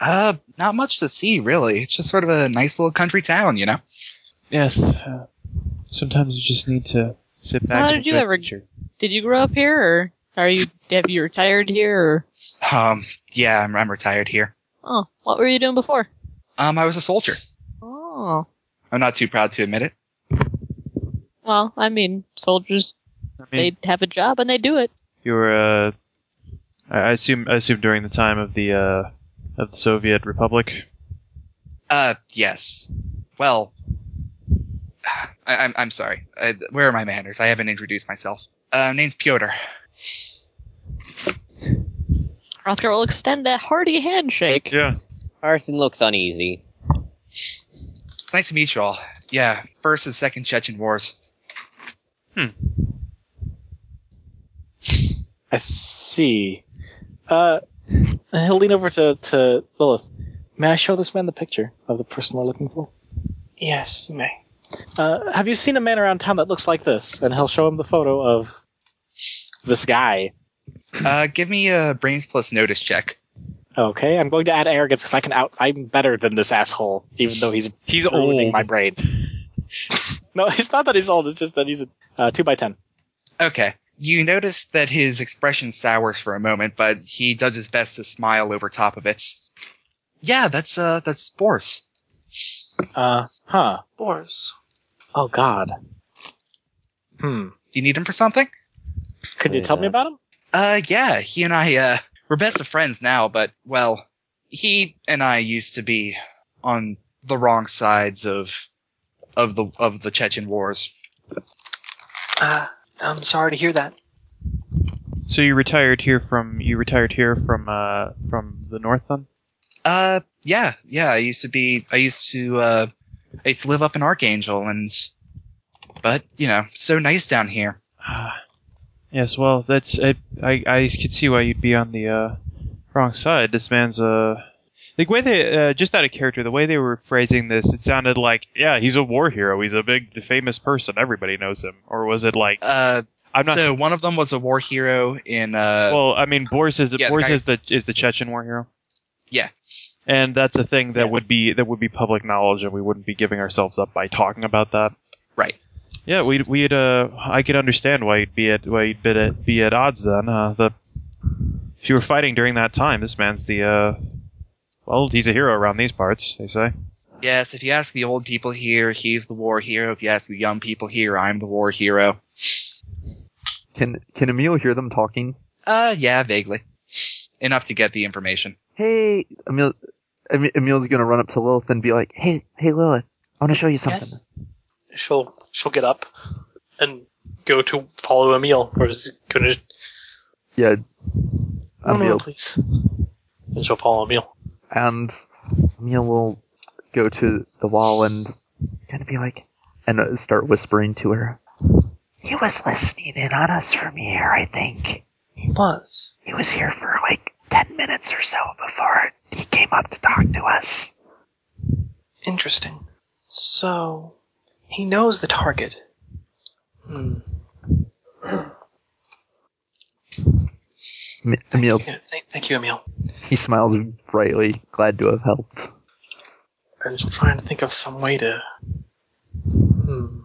S2: Uh, not much to see, really. It's just sort of a nice little country town, you know?
S6: Yes. Uh, sometimes you just need to sit back.
S7: how
S6: and
S7: did you
S6: enjoy
S7: ever-
S6: the nature.
S7: Did you grow up here, or are you have you retired here? Or
S2: Um, yeah, I'm, I'm retired here.
S7: oh, what were you doing before?
S2: Um, I was a soldier.
S7: Oh,
S2: I'm not too proud to admit it.
S7: well, I mean, soldiers
S6: I mean,
S7: they have a job and they do it.
S6: you were. Uh, I I assume I assume during the time of the uh, of the Soviet Republic.
S2: Uh, yes. Well, *sighs* I, I'm, I'm sorry. Uh where are my manners? I haven't introduced myself. Uh, name's Pyotr.
S7: Oscar will extend a hearty handshake.
S6: Yeah.
S3: Carson looks uneasy.
S2: Nice to meet you all. Yeah, first and second Chechen wars.
S5: I see. Uh, he'll lean over to, to Lilith. May I show this man the picture of the person we're looking for?
S1: Yes, you may.
S5: Uh, have you seen a man around town that looks like this? And he'll show him the photo of this guy.
S2: Uh, give me a brains plus notice check.
S5: Okay, I'm going to add arrogance because I can out. I'm better than this asshole, even
S3: *laughs*
S5: though he's
S6: He's
S5: ruining
S6: old.
S5: my brain. *laughs* no, it's not that he's old. It's just that he's a uh, two by ten.
S2: Okay. You notice that his expression sours for a moment, but he does his best to smile over top of it. Yeah, that's uh, that's Boris.
S5: Uh huh.
S1: Boris.
S5: Oh God. Hmm.
S2: Do you need him for something?
S5: Could you
S3: Say
S5: tell me
S3: that.
S5: about him?
S2: Uh, yeah. He and I uh, we're best of friends now, but well, he and I used to be on the wrong sides of of the of the Chechen wars.
S1: Uh, I'm sorry to hear that.
S6: So you retired here from you retired here from uh from the north then?
S2: Uh, yeah, yeah. I used to be. I used to. Uh, I used to live up in Archangel, and but you know, so nice down here.
S6: Ah. Yes, well, that's I, I I could see why you'd be on the uh wrong side. This man's uh the way they uh, just out of character, the way they were phrasing this, it sounded like, yeah, he's a war hero. He's a big famous person. Everybody knows him. Or was it like
S2: Uh,
S6: I'm not
S2: so one of them was a war hero in. Uh,
S6: Well, I mean, Boris is
S2: yeah, the
S6: Boris
S2: guy-
S6: is the is the Chechen war hero.
S2: Yeah.
S6: and that's a thing that
S5: Yeah.
S6: would be that would be public knowledge, and we wouldn't be giving ourselves up by talking about that.
S2: Right.
S6: Yeah, we would we'd uh, I could understand why you'd be at why you'd be at be at odds then. Uh, the if you were fighting during that time, this man's the uh, well, he's a hero around these parts. They say.
S2: yes, if you ask the old people here, he's the war hero. If you ask the young people here, I'm the war hero.
S4: can can Emil hear them talking?
S2: Uh, yeah, vaguely. enough to get the information.
S4: Hey, Emil, Em- Emil's gonna run up to Lilith and be like, "Hey, hey, Lilith, I want to show you something."
S1: Yes. She'll she'll get up and go to follow Emil, or is gonna
S4: Yeah,
S1: Oh, no, no, no,
S4: Emil
S1: please. And she'll follow Emil.
S4: and Mia will go to the wall and kind of be like, and uh, start whispering to her. He was listening in on us from here, I think.
S1: He was.
S4: He was here for like 10 minutes or so before he came up to talk to us.
S1: Interesting. So he knows the target. Hmm.
S4: M- Emil,
S1: Yeah, thank, thank you, Emil.
S4: he smiles brightly, glad to have helped.
S1: And she'll try and think of some way to. Hmm.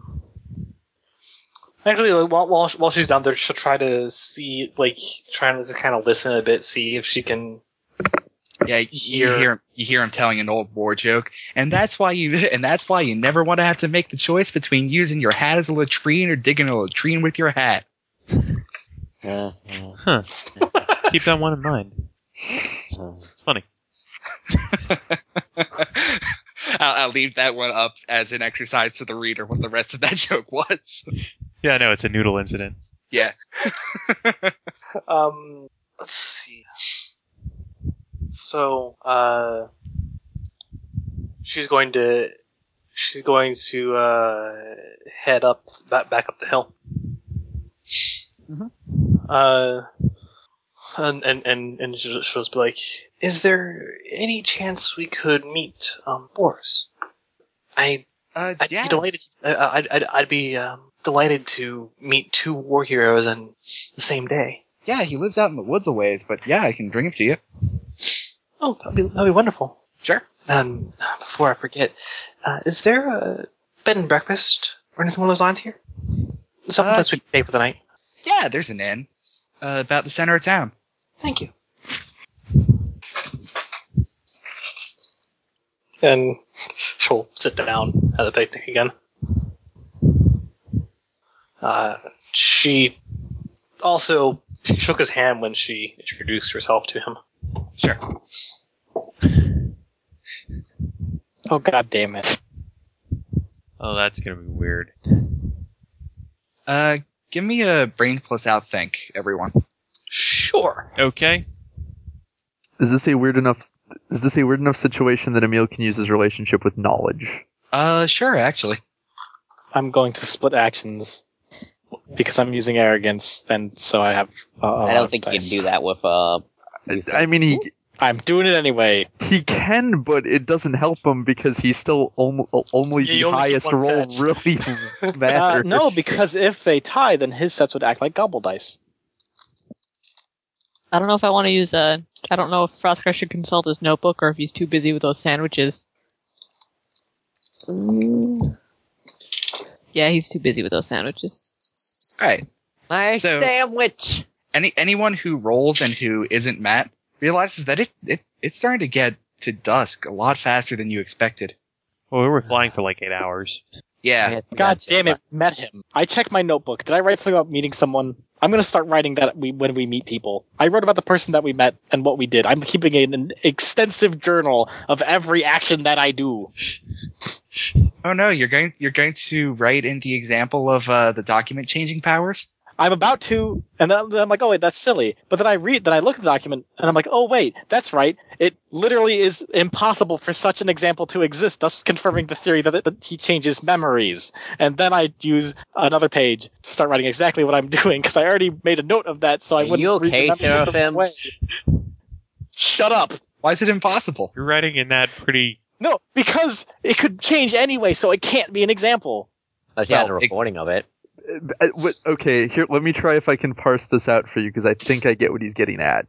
S1: Actually, like, while while, while she's down there, she'll try to see, like, trying to kind of listen a bit, see if she can.
S2: Yeah, you
S1: Hear-
S2: hear him, you hear him telling an old war joke, and that's why you *laughs* and that's why you never want to have to make the choice between using your hat as a latrine or digging a latrine with your hat.
S3: Uh,
S6: Keep that one in mind. It's funny.
S2: I'll, I'll leave that one up as an exercise to the reader what the rest of that *laughs* joke was.
S6: Yeah, no, it's a noodle incident.
S1: Um, let's see. So, uh, she's going to, she's going to uh, head up back back up the hill. Uh, and and and and she'll she'll just be like, "Is there any chance we could meet, um, Boris? I
S2: Uh,
S1: I'd be delighted. I, I'd, I'd I'd be um, delighted to meet two war heroes on the same day.
S2: yeah, he lives out in the woods a ways, but yeah, I can bring him to you.
S1: Oh, that'd be that'd be wonderful.
S2: Sure.
S1: Um, before I forget, uh, is there a bed and breakfast or anything along those lines here? Something
S2: Uh,
S1: place we can stay for the night.
S2: Yeah, there's an inn uh, about the center of town.
S1: Thank you. And *laughs* she'll sit down at the picnic again. Uh, she also she shook his hand when she introduced herself to him.
S2: Sure.
S5: Oh god damn it!
S6: Oh, that's gonna be weird.
S2: Uh, give me a brains plus out think, everyone.
S1: Sure.
S6: Okay.
S4: Is this a weird enough? Is this a weird enough situation that Emil can use his relationship with knowledge?
S2: Uh, sure, actually.
S5: I'm going to split actions because I'm using arrogance, and so I have. Uh,
S3: I don't think you can do that with uh.
S4: I, I mean, he
S5: I'm doing it anyway.
S4: he can, but it doesn't help him because he's still om- only
S1: Yeah, you
S4: the
S1: only get
S4: highest
S1: one
S4: roll
S1: set.
S4: really *laughs*
S5: Uh,
S4: matters.
S5: no, because if they tie, then his sets would act like gobble dice.
S7: I don't know if I want to use a. I don't know if Frothgar should consult his notebook or if he's too busy with those sandwiches.
S3: Mm.
S7: Yeah, he's too busy with those sandwiches.
S2: All right.
S3: My
S2: So-
S3: sandwich.
S2: Any anyone who rolls and who isn't Matt realizes that it, it it's starting to get to dusk a lot faster than you expected.
S6: Well, we were flying for like eight hours.
S2: Yeah.
S3: Yes, we
S5: God
S3: got you.
S5: damn it, met him. I checked my notebook. Did I write something about meeting someone? I'm gonna start writing that we when we meet people. I wrote about the person that we met and what we did. I'm keeping an, an extensive journal of every action that I do.
S2: Oh no, you're going you're going to write in the example of uh, the document changing powers.
S5: I'm about to, and then then I'm like, oh wait, that's silly. But then I read, then I look at the document, and I'm like, oh wait, that's right. It literally is impossible for such an example to exist, thus confirming the theory that, it, that he changes memories. And then I use another page to start writing exactly what I'm *laughs* doing because I already made a note of that, so
S3: Are
S5: I wouldn't.
S3: you okay,
S5: remember the
S3: Seraphim?
S5: way. Shut up.
S2: Why is it impossible?
S6: You're writing in that pretty.
S5: No, because it could change anyway, so it can't be an example.
S3: I should have
S2: Well,
S3: a
S2: it-
S3: recording of it.
S4: Uh, wait, okay, here. Let me try if I can parse this out for you because I think I get what he's getting at.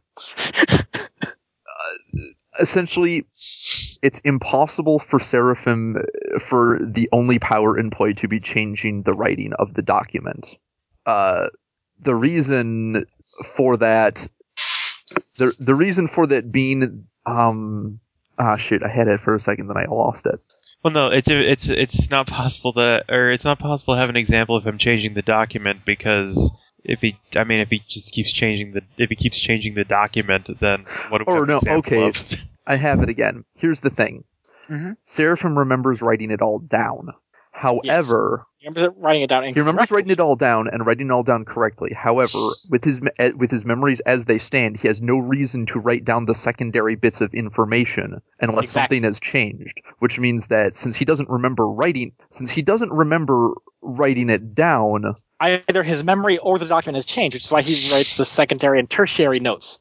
S4: Uh, essentially, it's impossible for Seraphim uh, for the only power in play to be changing the writing of the document. Uh, the reason for that, the the reason for that being, um, ah, shoot, I had it for a second, then I lost it.
S6: Well, no, it's it's it's not possible to, or it's not possible to have an example of him changing the document because if he, I mean, if he just keeps changing the, if he keeps changing the document, then what? do we
S4: Or
S6: have an
S4: no,
S6: example
S4: okay.
S6: of?
S4: I have it again. Here's the thing.
S5: Mm-hmm.
S2: Mhm.
S4: Seraphim remembers writing it all down. However,
S5: He remembers writing it down.
S4: he remembers
S5: incorrectly.
S4: writing it all down and writing it all down correctly. However, with his me- eh, with his memories as they stand, he has no reason to write down the secondary bits of information unless
S5: Exactly.
S4: something has changed. Which means that since he doesn't remember writing, since he doesn't remember writing it down,
S5: Either his memory or the document has changed, which is why he writes the secondary and tertiary notes.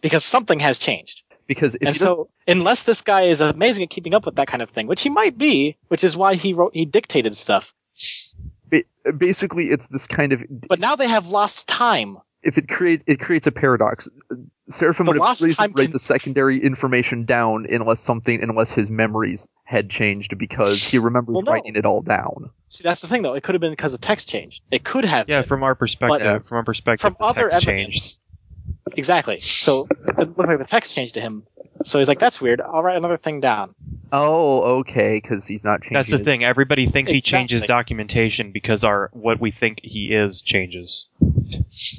S5: Because something has changed.
S4: because if
S5: and
S4: he doesn't-
S5: so, unless this guy is amazing at keeping up with that kind of thing, which he might be, which is why he wrote, he dictated stuff.
S4: ba- basically it's this kind of
S5: But now they have lost time.
S4: if it create it creates a paradox. Seraphim
S5: The
S4: would have
S5: lost
S4: reason
S5: time
S4: to write
S5: can-
S4: the secondary information down unless something unless his memories had changed because he remembers
S5: Well, no.
S4: writing it all down.
S5: See, that's the thing, though. It could have been because the text changed. It could have.
S6: Yeah,
S5: been.
S6: from our perspective,
S5: But- uh,
S6: from our perspective,
S5: from
S6: the
S5: other
S6: text
S5: evidence.
S6: changed.
S5: Exactly. So it looks like the text changed to him. So he's like, "That's weird. I'll write another thing down."
S4: Oh, okay, because he's not changing.
S6: That's the
S4: his-
S6: thing. Everybody thinks he changes
S5: Exactly.
S6: documentation because our what we think he is changes.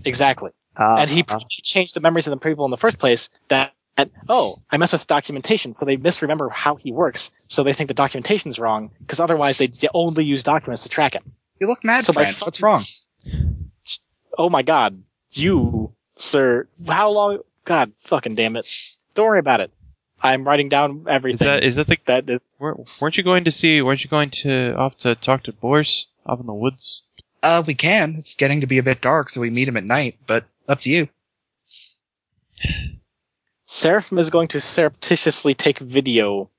S5: Exactly.
S4: Ah,
S5: and
S6: Uh-huh.
S5: he he changed the memories of the people in the first place. That and oh, I messed with the documentation, so they misremember how he works. So they think the documentation's wrong because otherwise they only use documents to track him.
S2: You look mad,
S5: So my
S2: friend.
S5: fu-
S2: What's wrong?
S5: oh my god, you, sir, how long? God, fucking damn it! Don't worry about it. I'm writing down everything.
S6: Is that is that the?
S5: that is,
S6: weren't weren't you going to see? Weren't you going to off to talk to Boris off in the woods?
S2: Uh, we can. It's getting to be a bit dark, so we meet him at night. But up to you.
S5: Seraphim is going to surreptitiously take video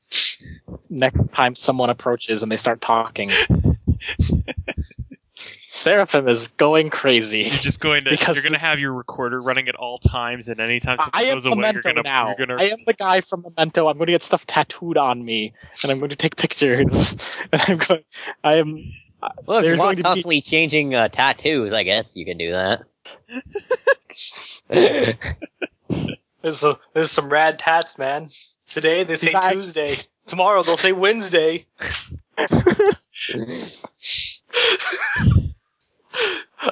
S5: next time someone approaches and they start
S6: *laughs*
S5: talking. Seraphim is going crazy.
S6: You're just going to.
S5: Because
S6: you're going to have your recorder running at all times, and anytime
S5: I
S6: someone
S5: am
S6: goes away, you're
S5: Memento
S6: going to.
S5: now.
S6: You're going
S5: I am the guy from Memento. I'm going to get stuff tattooed on me, and I'm going to take pictures. *laughs* And I'm going. I am.
S3: Well, if
S5: There's
S3: you
S5: going
S3: want
S5: to be-
S3: constantly changing uh, tattoos, I guess you can do that.
S1: There's, a, there's some rad tats, man. Today they say
S5: Exact-
S1: Tuesday. Tomorrow they'll say Wednesday.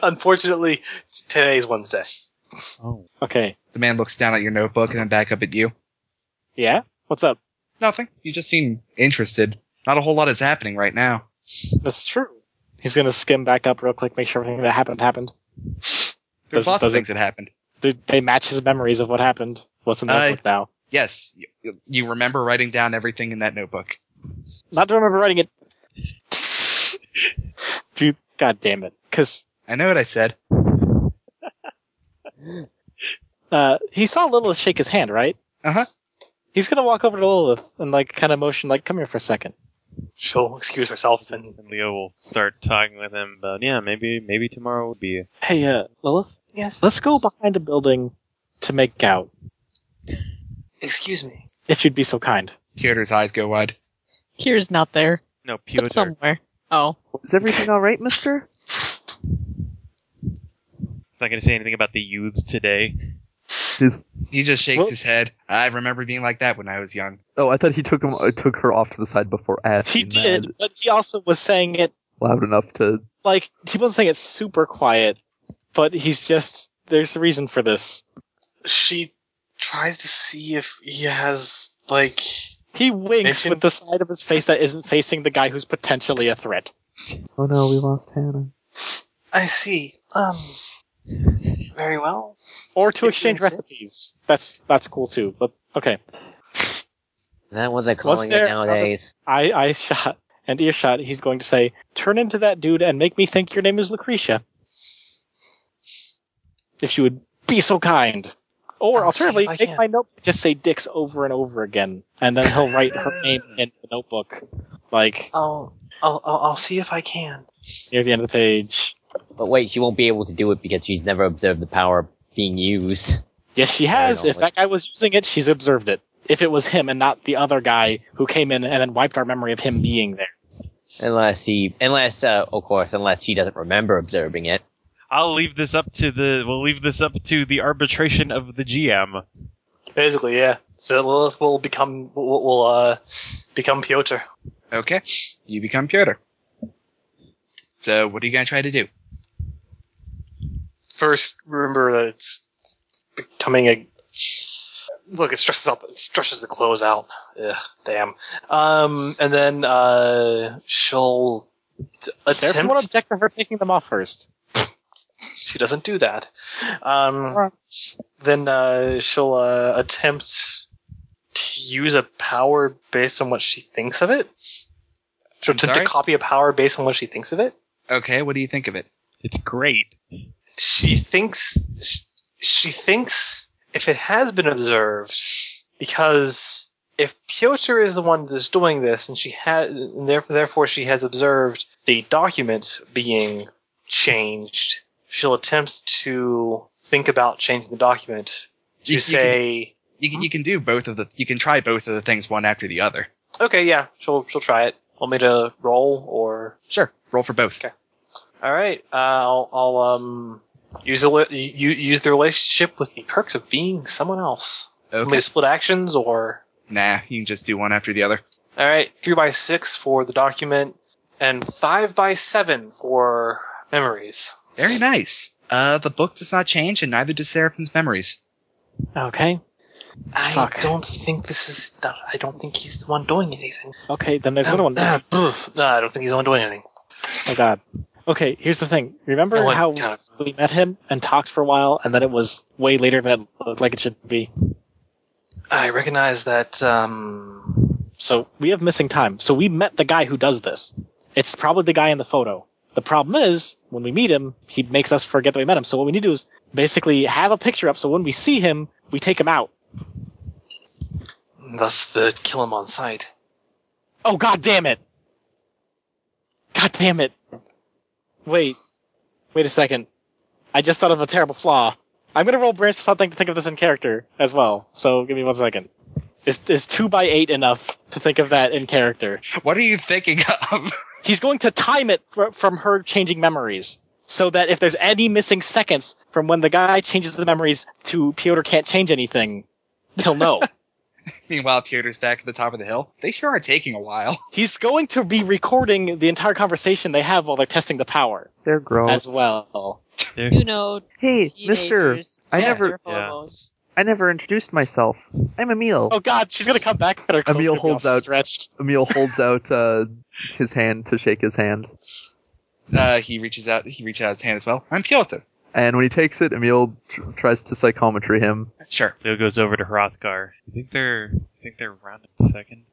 S1: Unfortunately, t- today's Wednesday.
S6: Oh.
S5: Okay.
S2: The man looks down at your notebook and then back up at you.
S5: Yeah. What's up?
S2: Nothing. You just seem interested. Not a whole lot is happening right now.
S5: That's true. He's going to skim back up real quick, make sure everything that happened happened.
S2: There's
S5: Does-
S2: lots
S5: does
S2: of
S5: it-
S2: things that happened.
S5: Do they match his memories of what happened? What's in the
S2: I-
S5: notebook now?
S2: Yes, you, you remember writing down everything in that notebook.
S5: Not to remember writing it. *laughs* Dude, god damn it. Because
S2: I know what I said.
S5: uh, he saw Lilith shake his hand, right?
S2: Uh-huh.
S5: He's going to walk over to Lilith and, like, kind of motion, like, come here for a second.
S1: She'll excuse herself and
S6: And Leo will start talking with him about yeah maybe maybe tomorrow would be
S5: Hey, uh, Lilith,
S1: yes,
S5: let's go behind a building to make out,
S1: excuse me.
S5: if you'd be so kind.
S2: Kyoto's eyes go wide.
S7: Kira's not there,
S6: no Piotr.
S7: but somewhere. Oh,
S8: Is everything all right, Mister?
S6: He's not going to say anything about the youths today.
S4: his-
S2: He just shakes
S5: Well-
S2: his head. I remember being like that when I was young.
S4: oh, I thought he took him. I took her off to the side before
S5: He
S4: asking.
S5: did,
S4: that
S5: but he also was saying it
S4: loud enough to.
S5: like he wasn't saying it's super quiet, but he's just there's a reason for this.
S1: She tries to see if he has like
S5: He winks
S1: Mission-
S5: with the side of his face that isn't facing the guy who's potentially a threat.
S8: Oh no, we lost Hannah.
S1: I see. Um very well.
S5: Or to
S1: If
S5: exchange
S1: you insist.
S5: recipes. That's that's cool too. But okay.
S3: Is that what they're calling
S5: there-
S3: it nowadays?
S5: I, I shot and earshot, he's going to say, Turn into that dude and make me think your name is Lucretia. If you would be so kind. Or
S1: I'll see
S5: alternatively,
S1: if I
S5: make
S1: can.
S5: my notebook just say dicks over and over again, and then he'll write her name in the notebook. Like
S1: I'll I'll I'll, I'll see if I can.
S5: near the end of the page.
S3: But wait, she won't be able to do it because she's never observed the power being used. *laughs*
S5: Yes, she has.
S3: Right on,
S5: If that guy was using it, she's observed it. If it was him and not the other guy who came in and then wiped our memory of him being there.
S3: Unless he, unless, uh, of course, unless she doesn't remember observing it.
S6: I'll leave this up to the we'll leave this up to the arbitration of the GM.
S1: Basically, yeah. So Lilith will become will, will uh become Piotr.
S2: Okay, you become Piotr. So, what are you going to try to do?
S1: first remember that it's becoming a look. It stresses out. It stresses the clothes out. Ugh, damn. Um, and then uh, she'll t-
S5: Seraphim will
S1: attempt.
S5: object to her taking them off first.
S1: She doesn't do that. Um,
S5: Alright.
S1: then uh, she'll uh, attempt to use a power based on what she thinks of it. She'll
S2: I'm
S1: attempt
S2: sorry?
S1: to copy a power based on what she thinks of it.
S2: Okay, what do you think of it?
S6: It's great.
S1: she thinks she, she thinks if it has been observed because if Piotr is the one that's doing this and she has and therefore, therefore she has observed the document being changed she'll attempt to think about changing the document to
S2: You- you
S1: say
S2: You can you can do both of the you can try both of the things one after the other.
S1: okay yeah she'll she'll try it want me to roll or
S2: Sure, roll for both.
S1: Okay. all right uh, I'll, I'll um use the li- you, use the relationship with the perks of being someone else
S2: Okay.
S1: Want me to split actions or?
S2: Nah, you can just do one after the other.
S1: All right, three by six for the document, and five by seven for memories.
S2: Very nice. Uh, the book does not change, and neither does Seraphim's memories.
S5: Okay. Fuck.
S1: I don't think this is. Not, I don't think he's the one doing anything.
S5: Okay, then there's another
S1: *clears throat*
S5: one.
S1: no,
S5: Oh
S1: I don't think he's the one doing anything.
S5: god. Okay, here's the thing. Remember
S1: No one-
S5: how
S1: God.
S5: we met him and talked for a while, and then it was way later than it looked like it should be.
S1: I recognize that. Um,
S5: So we have missing time. So we met the guy who does this. It's probably the guy in the photo. The problem is, when we meet him, he makes us forget that we met him. So what we need to do is basically have a picture up so when we see him, we take him out.
S1: thus, the kill him on sight.
S5: Oh god damn it! God damn it. Wait. Wait a second. I just thought of a terrible flaw. I'm gonna roll branch for something to think of this in character as well. So give me one second. Is is two by eight enough to think of that in character?
S2: What are you thinking of? *laughs*
S5: He's going to time it fr- from her changing memories. So that if there's any missing seconds from when the guy changes the memories to Piotr can't change anything, he'll know.
S2: Meanwhile, Piotr's back at the top of the hill. They sure are taking a while. *laughs*
S5: He's going to be recording the entire conversation they have while they're testing the power
S4: They're gross.
S5: as well.
S7: You know,
S4: Hey, Mister.
S7: teenagers.
S4: I
S7: Yeah,
S4: never-
S7: their hormones.
S4: I never introduced myself. I'm Emil.
S5: Oh God, she's gonna come back at her. clothes
S4: Emil
S5: gonna be all
S4: holds out-
S5: Stretched.
S4: Emil holds out uh, his hand to shake his hand,
S2: Uh, he reaches out. He reaches out his hand as well. I'm Piotr.
S4: and when he takes it, Emil tr- tries to psychometry him.
S2: Sure.
S6: Theo goes over to Hrothgar. You think they're you think they're around in second?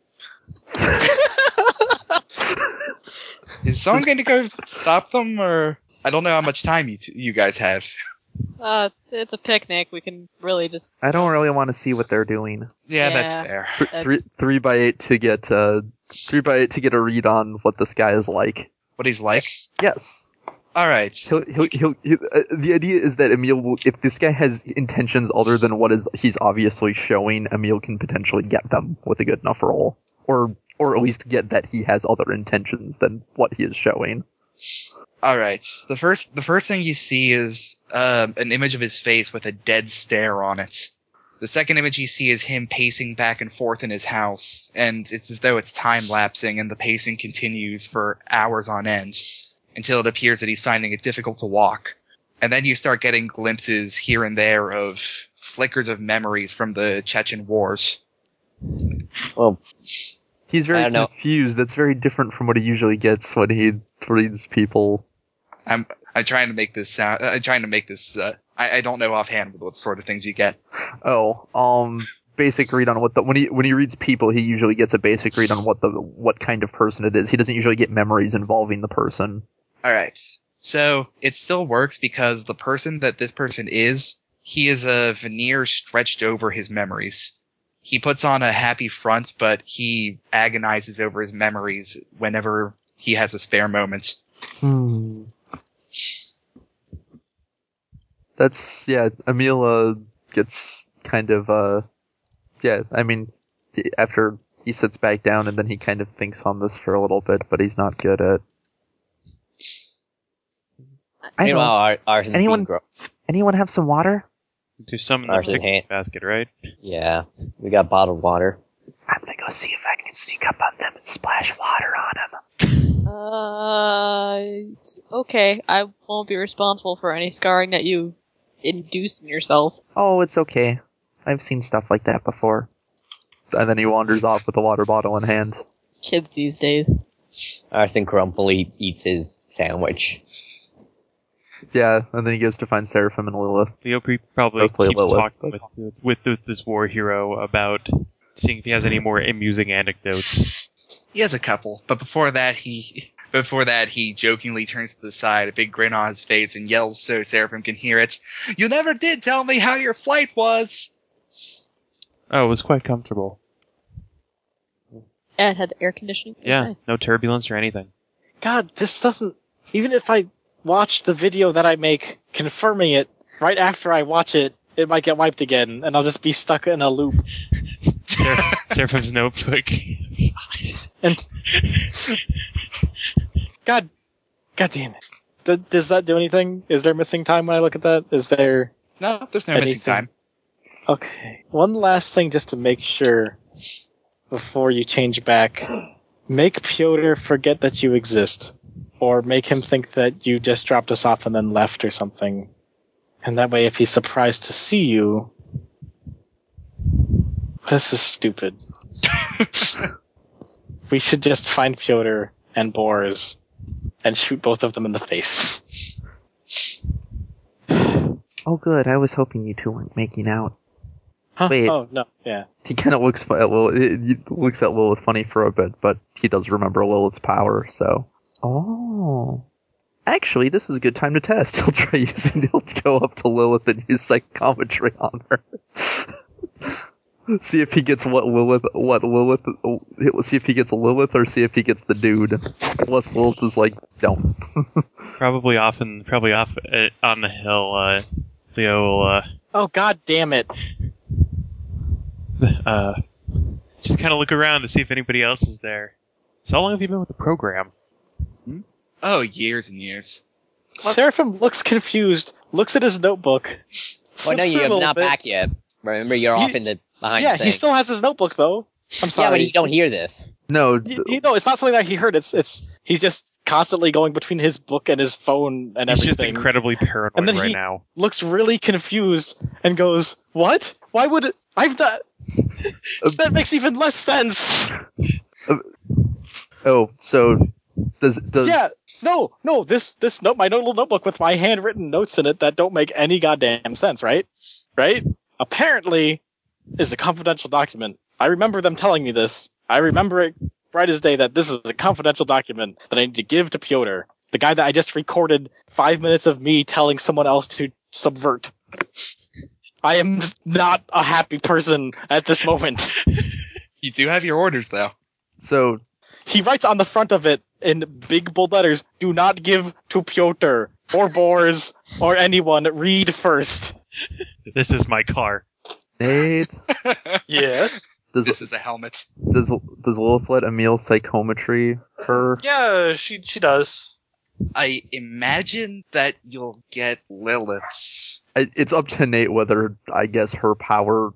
S2: Is someone going to go stop them, or I don't know how much time you t- you guys have.
S7: Uh, it's a picnic. We can really just.
S4: I don't really want to see what they're doing.
S2: Yeah, that's
S7: Yeah.
S2: fair.
S4: Th-
S7: That's-
S4: Three, three by eight to get uh, three by eight to get a read on what this guy is like.
S2: What he's like.
S4: Yes,
S2: All right.
S4: he'll, he'll, he'll, he uh, the idea is that Emil, will, if this guy has intentions other than what is he's obviously showing, Emil can potentially get them with a good enough roll, or or at least get that he has other intentions than what he is showing.
S2: All right. The first the first thing you see is um, an image of his face with a dead stare on it. The second image you see is him pacing back and forth in his house, and it's as though it's time lapsing, and the pacing continues for hours on end until it appears that he's finding it difficult to walk. And then you start getting glimpses here and there of flickers of memories from the Chechen wars.
S4: He's
S3: I
S4: very
S3: don't know.
S4: confused. That's very different from what he usually gets when he reads people.
S2: I'm trying to make this sound. I'm trying to make this. Uh, I, I don't know offhand what sort of things you get.
S4: Oh, um, basic read on what the when he when he reads people, he usually gets a basic read on what the what kind of person it is. He doesn't usually get memories involving the person.
S2: All right. So it still works because the person that this person is, he is a veneer stretched over his memories. He puts on a happy front, but he agonizes over his memories whenever he has a spare moment.
S4: Hmm. That's yeah. Emil gets kind of uh, yeah. I mean, the- after he sits back down and then he kind of thinks on this for a little bit, but he's not good at. I don't.
S3: Meanwhile, Ar- Arson
S4: Anyone-
S3: being gro-
S4: Anyone have some water?
S6: There's some in the
S3: Ours is
S6: picnic
S3: hand-
S6: basket, right?
S3: yeah, we got bottled water.
S4: I'm gonna go see if I can sneak up on them and splash water on them.
S7: Uh, okay. I won't be responsible for any scarring that you inducing yourself.
S8: Oh, it's okay. I've seen stuff like that before.
S4: And then he wanders off with a water bottle in hand.
S7: Kids these days.
S3: Arson Crumpley eats his sandwich.
S4: Yeah, and then he goes to find Seraphim and Lilith.
S6: The OP probably
S4: Mostly
S6: keeps
S4: Lilith,
S6: talking
S4: but-
S6: with, with with this war hero about seeing if he has any more amusing anecdotes.
S2: He has a couple, but before that, he *laughs* before that he jokingly turns to the side, a big grin on his face, and yells so Seraphim can hear it. You never did tell me how your flight was.
S6: Oh, it was quite comfortable.
S7: Yeah, it had the air conditioning.
S6: Yeah,
S7: Nice.
S6: no turbulence or anything.
S5: God, this doesn't. Even if I watch the video that I make confirming it right after I watch it, it might get wiped again, and I'll just be stuck in a loop.
S6: *laughs* Seraphim's notebook.
S5: And God, God damn it! D- does that do anything? Is there missing time when I look at that? Is there?
S2: No, there's no missing
S5: Anything.
S2: time.
S5: Okay. One last thing just to make sure before you change back. Make Piotr forget that you exist. Or make him think that you just dropped us off and then left or something. And that way if he's surprised to see you This is *laughs* stupid. we should just find Piotr and Boris and shoot both of them in the face.
S8: Oh, good. I was hoping you two weren't making out.
S5: Huh?
S8: Wait.
S5: Oh no, yeah.
S4: He kind of looks fu- at Lilith, he he looks at Lilith funny for a bit, but he does remember Lilith's power. So
S8: Oh.
S4: actually, this is a good time to test. *laughs* He'll try using. He'll go up to Lilith and use psychometry on her. *laughs* see if he gets what Lilith. What Lilith? He'll see if he gets Lilith or see if he gets the dude. Unless Lilith is like, no.
S6: Probably off in, probably off uh, on the hill. Uh, the old uh,
S5: Oh god damn it.
S6: uh, just kind of look around to see if anybody else is there. So how long have you been with the program?
S2: Oh, years and years.
S5: Seraphim looks confused, looks at his notebook.
S3: *laughs* Well, Oh, no,
S5: flips through
S3: you're
S5: a little
S3: not
S5: bit.
S3: back yet. Remember, you're
S5: He-
S3: off in the behind
S5: Yeah,
S3: the
S5: he
S3: thing.
S5: still has his notebook though. I'm
S3: yeah, but
S5: sorry.
S3: you don't hear this.
S4: No,
S5: Y- you know, it's not something that he heard. It's it's he's just constantly going between his book and his phone and
S6: He's
S5: everything.
S6: just incredibly paranoid
S5: And then
S6: right
S5: he-
S6: now.
S5: Looks really confused and goes, "What? Why would I've not?" *laughs* that makes even less sense.
S4: Oh, so does does
S5: Yeah. No, no. This this note, my little notebook with my handwritten notes in it that don't make any goddamn sense. Right, right. Apparently, is a confidential document. I remember them telling me this. I remember it bright as day that this is a confidential document that I need to give to Piotr, the guy that I just recorded five minutes of me telling someone else to subvert. I am not a happy person at this moment.
S2: You do have your orders though.
S4: so
S5: He writes on the front of it in big bold letters, do not give to Piotr or Bors or anyone. Read first.
S6: This is my car.
S4: Nate
S1: Yes.
S2: *laughs*
S4: does
S2: This is a helmet.
S4: does does Lilith let Emil psychometry her?
S1: *laughs* Yeah, she she does.
S2: I imagine that you'll get Lilith's.
S4: I, it's up to Nate whether I guess her power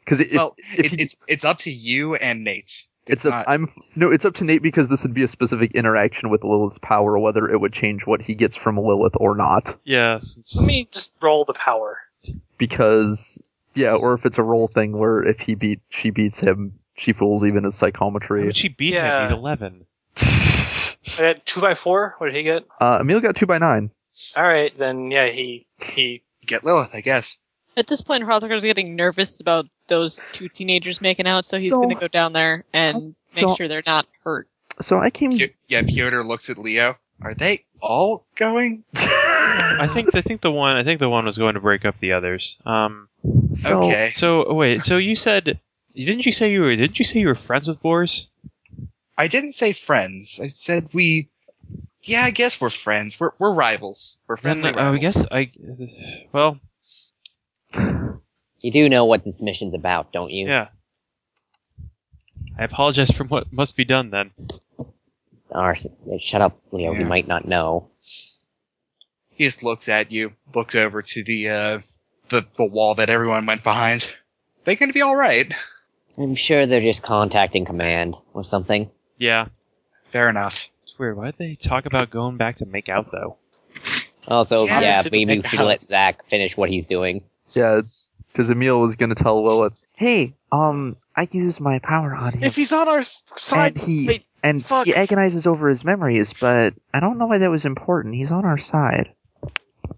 S4: because it,
S2: well,
S4: if
S2: it,
S4: he-
S2: it's it's up to you and Nate.
S4: it's
S2: It's,
S4: up,
S2: not.
S4: I'm no, it's up to Nate because this would be a specific interaction with Lilith's power whether it would change what he gets from Lilith or not
S6: Yeah, since
S1: Let me just roll the power.
S4: because yeah, or if it's a role thing where if he beat she beats him, she fools even his
S6: How
S4: psychometry.
S6: did she beat
S1: Yeah.
S6: him? He's eleven.
S1: I got two by four. What did he get?
S4: Uh, Emil got two by nine.
S1: All right, then yeah, he he.
S2: get Lilith, I guess.
S7: At this point, Hrothgar's getting nervous about those two teenagers making out, so he's
S8: So-
S7: going to go down there and make
S8: so-
S7: sure they're not hurt.
S8: So I
S4: Hmm.
S8: came.
S2: Pi- yeah, Piotr looks at Leo. Are they all going?
S6: I think I think the one I think the one was going to break up the others. Um.
S8: So
S2: okay.
S6: So oh, wait. So you said didn't you say you were didn't you say you were friends with Boris?
S2: I didn't say friends. I said we. Yeah, I guess we're friends. We're we're rivals. We're
S6: Then
S2: friendly.
S6: uh, I
S2: rivals.
S6: guess I. Well,
S3: You do know what this mission's about, don't you?
S6: yeah. I apologize for what must be done then.
S3: Arson, uh, shut up, Leo. You
S2: Yeah.
S3: might not know.
S2: he just looks at you. Looks over to the uh, the the wall that everyone went behind. They're going to be all right.
S3: I'm sure they're just contacting command or something.
S6: Yeah.
S2: Fair enough.
S6: It's weird. Why'd they talk about going back to make out though?
S3: Also,
S2: Yes,
S3: yeah,
S6: it's
S3: maybe
S6: a
S3: we
S6: big
S3: should
S6: house.
S3: let Zach finish what he's doing.
S4: Yeah, because Emil was gonna tell Lilith.
S8: Hey, um, I use my power on him,
S5: If he's on our s-
S8: and
S5: side,
S8: he
S5: wait,
S8: and
S5: fuck.
S8: he agonizes over his memories, but I don't know why that was important. He's on our side.
S4: *laughs*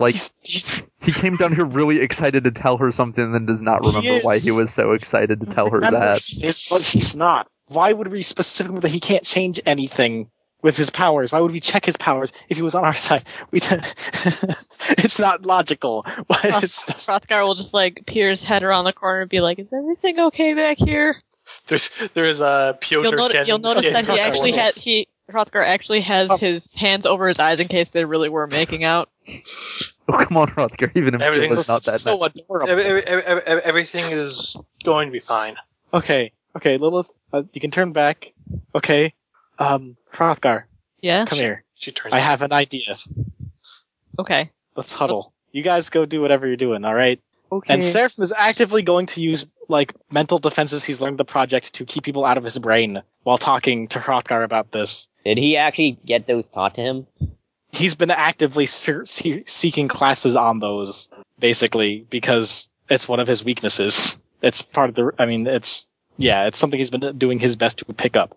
S4: Like
S5: he's, he's
S4: he came down here really excited to tell her something, and then does not
S5: He
S4: remember why he
S5: is.
S4: was so excited to tell her
S5: remember
S4: that.
S5: he is, but he's not. Why would we specifically that he can't change anything with his powers? Why would we check his powers if he was on our side? We *laughs* it's not logical. *laughs* Why it's
S4: *laughs*
S5: just-
S7: Hrothgar will just like peer his head around the corner and be like, "Is everything okay back here?"
S1: There's there is a Piotr.
S7: You'll, noti-
S1: Shen-
S7: you'll notice that he
S1: Shen-
S7: actually had he Hrothgar actually has
S5: Oh.
S7: his hands over his eyes in case they really were making out.
S4: Oh come on, Rothgar, even Emil
S1: Everything's
S4: is not that.
S5: so adorable.
S1: Every- every- every- every- everything is going to be fine.
S5: Okay, okay, Lilith, uh, you can turn back. Okay, um, Hrothgar,
S7: Yeah.
S5: come here.
S1: She turns.
S5: I have an idea.
S7: Okay.
S5: Let's huddle. You guys go do whatever you're doing. All right.
S8: Okay,
S5: And Seraphim is actively going to use like mental defenses he's learned the project to keep people out of his brain while talking to Hrothgar about this.
S3: Did he actually get those taught to him?
S5: He's been actively se- se- seeking classes on those, basically, because it's one of his weaknesses. It's part of the. I mean, it's yeah, it's something he's been doing his best to pick up.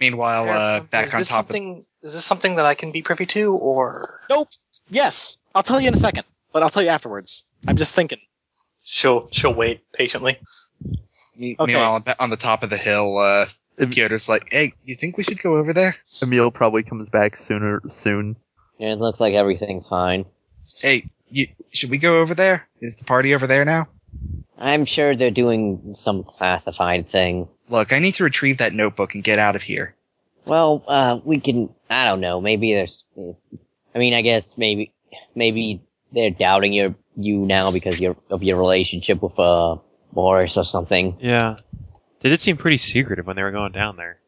S2: Meanwhile, uh,
S1: Seraphim,
S2: back
S1: is
S2: on
S1: this
S2: top of
S1: something, Is this something that I can be privy to, or
S5: Yes, I'll tell you in a second, but I'll tell you afterwards. I'm just thinking.
S1: she'll she'll wait patiently?
S2: me-
S5: Okay.
S2: meanwhile on- on the top of the hill, uh,
S4: Em-
S2: Kyoto's like, "Hey, you think we should go over there?
S4: Emil probably comes back sooner soon.
S3: Yeah, it looks like everything's fine.
S2: Hey, you, should we go over there? Is the party over there now?"
S3: I'm sure they're doing some classified thing.
S2: Look, I need to retrieve that notebook and get out of here.
S3: Well, uh, we can. I don't know. Maybe there's. I mean, I guess maybe maybe they're doubting your you now because your of your relationship with uh Boris or something.
S6: Yeah. They did seem pretty secretive when they were going down there.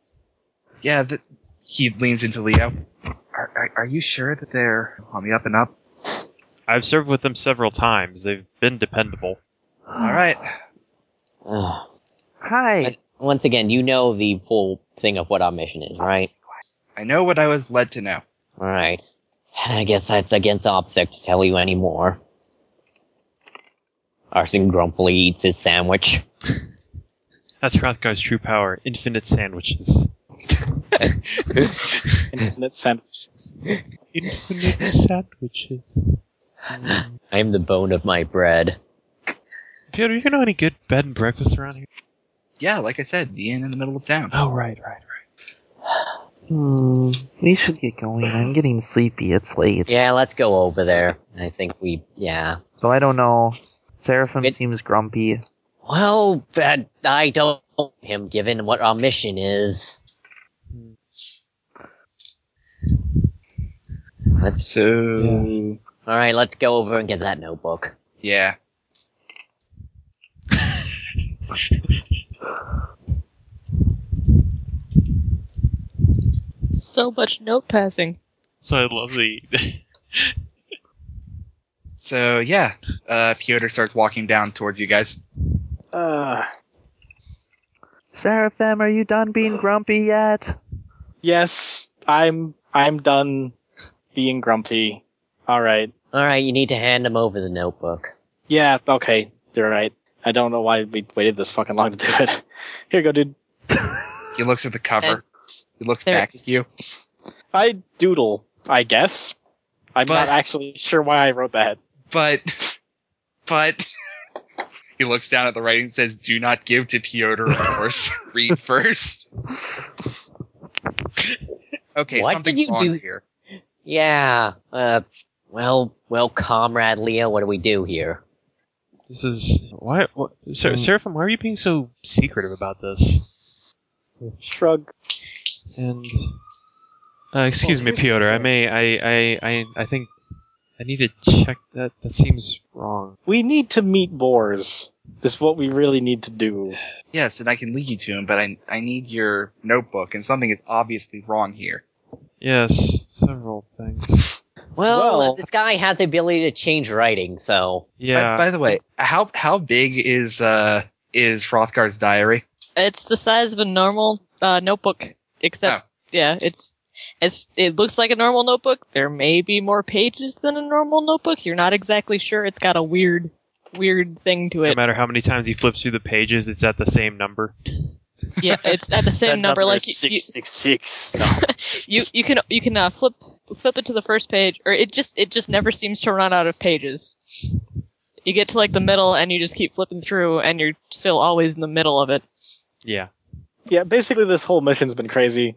S2: Yeah, the, he leans into Leo. Are, are, are you sure that they're on the up and up?
S6: I've served with them several times. They've been dependable.
S2: All right.
S3: Ugh.
S8: hi.
S3: Once again, you know the full thing of what our mission is, right?
S2: I know what I was led to know.
S3: All right. And I guess that's against OPSEC to tell you any more. Arson grumpily eats his sandwich.
S6: That's Hrothgar's true power infinite sandwiches.
S5: Infinite sandwiches.
S2: *laughs*
S6: Infinite sandwiches.
S3: I am the bone of my bread.
S6: Peter, you know any good bed and breakfast around here?
S2: Yeah, like I said, the inn in the middle of town.
S6: Oh, right, right.
S8: Hmm, we should get going. I'm getting sleepy. It's late.
S3: Yeah, let's go over there. I think we, yeah.
S8: So I don't know. Seraphim
S3: It-
S8: seems grumpy.
S3: Well, that, I don't know him given what our mission is. Let's
S2: So
S3: All right, let's go over and get that notebook.
S2: yeah.
S7: So much note passing.
S6: So I love the.
S2: So yeah, uh, Piotr starts walking down towards you guys.
S5: Uh,
S8: Seraphim, are you done being grumpy yet?
S5: yes, I'm. I'm done being grumpy. All right.
S3: All right, you need to hand him over the notebook.
S5: Yeah, okay, you're right. I don't know why we waited this fucking long to do it. *laughs* Here you go, dude.
S2: He looks at the cover. He looks
S7: There-
S2: back at you.
S5: I doodle, I guess. I'm
S2: But-
S5: not actually sure why I wrote that.
S2: But but he looks down at the writing and says, "Do not give to Piotr, of course.
S3: *laughs*
S2: Read first. okay,
S3: What did
S2: something's
S3: you
S2: wrong
S3: do?
S2: here.
S3: Yeah. Uh, well, well, comrade Leo, what do we do here?
S6: This is. Why. What, Ser- Seraphim, why are you being so secretive about this?
S5: Shrug.
S6: And. Uh, excuse
S3: Well,
S6: me,
S3: here's the
S6: Piotr. I
S3: thing.
S6: may. I, I. I. I think. I need to check that. That seems wrong.
S5: We need to meet Boars. Is what we really need to do.
S2: Yes, and I can lead you to him, but I I need your notebook, and something is obviously wrong here.
S6: Yes, several things.
S3: Well,
S5: Well-
S3: this guy has the ability to change writing, so
S6: Yeah.
S2: By, by the way, how how big is uh is Hrothgar's diary?
S7: It's the size of a normal uh, notebook, except yeah, it's It's, it looks like a normal notebook. There may be more pages than a normal notebook. You're not exactly sure. It's got a weird, weird thing to
S6: No
S7: it.
S6: matter how many times you flip through the pages, it's at the same number.
S7: Yeah, it's at the same number. Like you- you,
S5: six six six. No.
S7: you you can you can uh, flip flip it to the first page, or it just it just never seems to run out of pages. You get to like the middle, and you just keep flipping through, and you're still always in the middle of it.
S6: Yeah.
S5: yeah, basically this whole mission's been
S7: *laughs*
S5: crazy.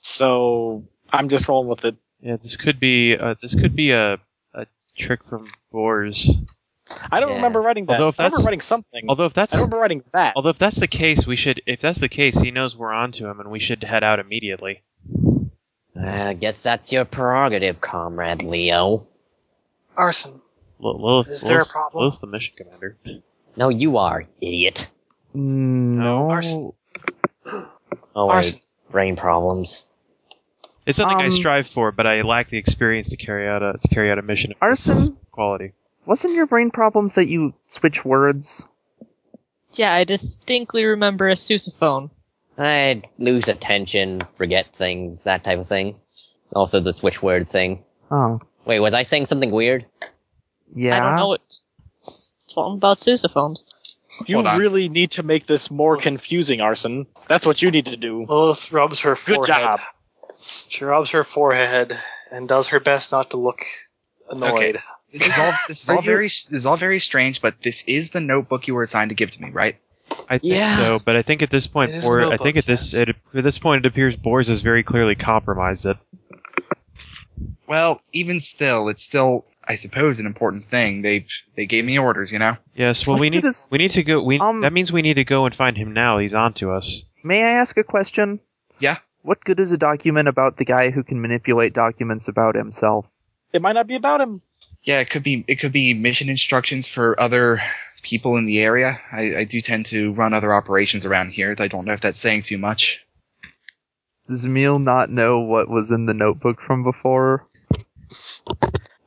S5: so I'm just rolling with it.
S6: Yeah, this could be uh, this could be a, a trick from Boers.
S5: I don't
S3: Yeah.
S5: remember writing that.
S6: Although if
S5: I remember
S6: that's-
S5: writing something.
S6: Although if that's
S5: I remember writing that.
S6: although if that's the case, we should if that's the case, he knows we're onto him, and we should head out immediately.
S3: uh, I guess that's your prerogative, comrade Leo.
S1: Arson.
S6: L- Lilith,
S1: Is there a
S6: Lilith's-
S1: problem?
S6: Lilith's the mission commander.
S3: No, you are, idiot.
S4: No.
S1: Arson.
S3: Oh,
S1: Arson.
S3: wait, brain problems.
S6: It's something I
S4: Um,
S6: strive for, but I lack the experience to carry out a to carry out a mission of this
S4: Arson?
S6: quality.
S4: Wasn't your brain problems that you switch words?
S7: Yeah, I distinctly remember a sousaphone.
S3: I lose attention, forget things, that type of thing. Also the switch word thing.
S4: Oh,
S3: Wait, was I saying something weird?
S4: yeah.
S7: I don't know what s- something about sousaphones.
S5: you
S2: Hold on.
S5: really need to make this more confusing, Arson. That's what you need to do.
S1: Lilith rubs her
S5: Good
S1: forehead.
S5: job.
S1: She rubs her forehead and does her best not to look annoyed.
S2: This is all this is all very this is all very strange, but this is the notebook you were assigned to give to me, right?
S6: I think
S3: Yeah.
S6: so, but I think at this point,
S1: It is
S6: Boer, I
S1: Lilith,
S6: think at this
S1: yes.
S6: it, at this point, it appears Boers has very clearly compromised it.
S2: Well, even still, it's still I suppose an important thing. They they gave me orders, you know.
S6: Yes, well,
S4: Look
S6: we
S4: at
S6: need
S4: this-
S6: we need to go. We
S4: Um,
S6: that means we need to go and find him now. He's on to us.
S4: May I ask a question?
S2: Yeah.
S4: What good is a document about the guy who can manipulate documents about himself?
S5: It might not be about him.
S2: Yeah, it could be it could be mission instructions for other people in the area. I, I do tend to run other operations around here. I don't know if that's saying too much.
S4: Does Emil not know what was in the notebook from before?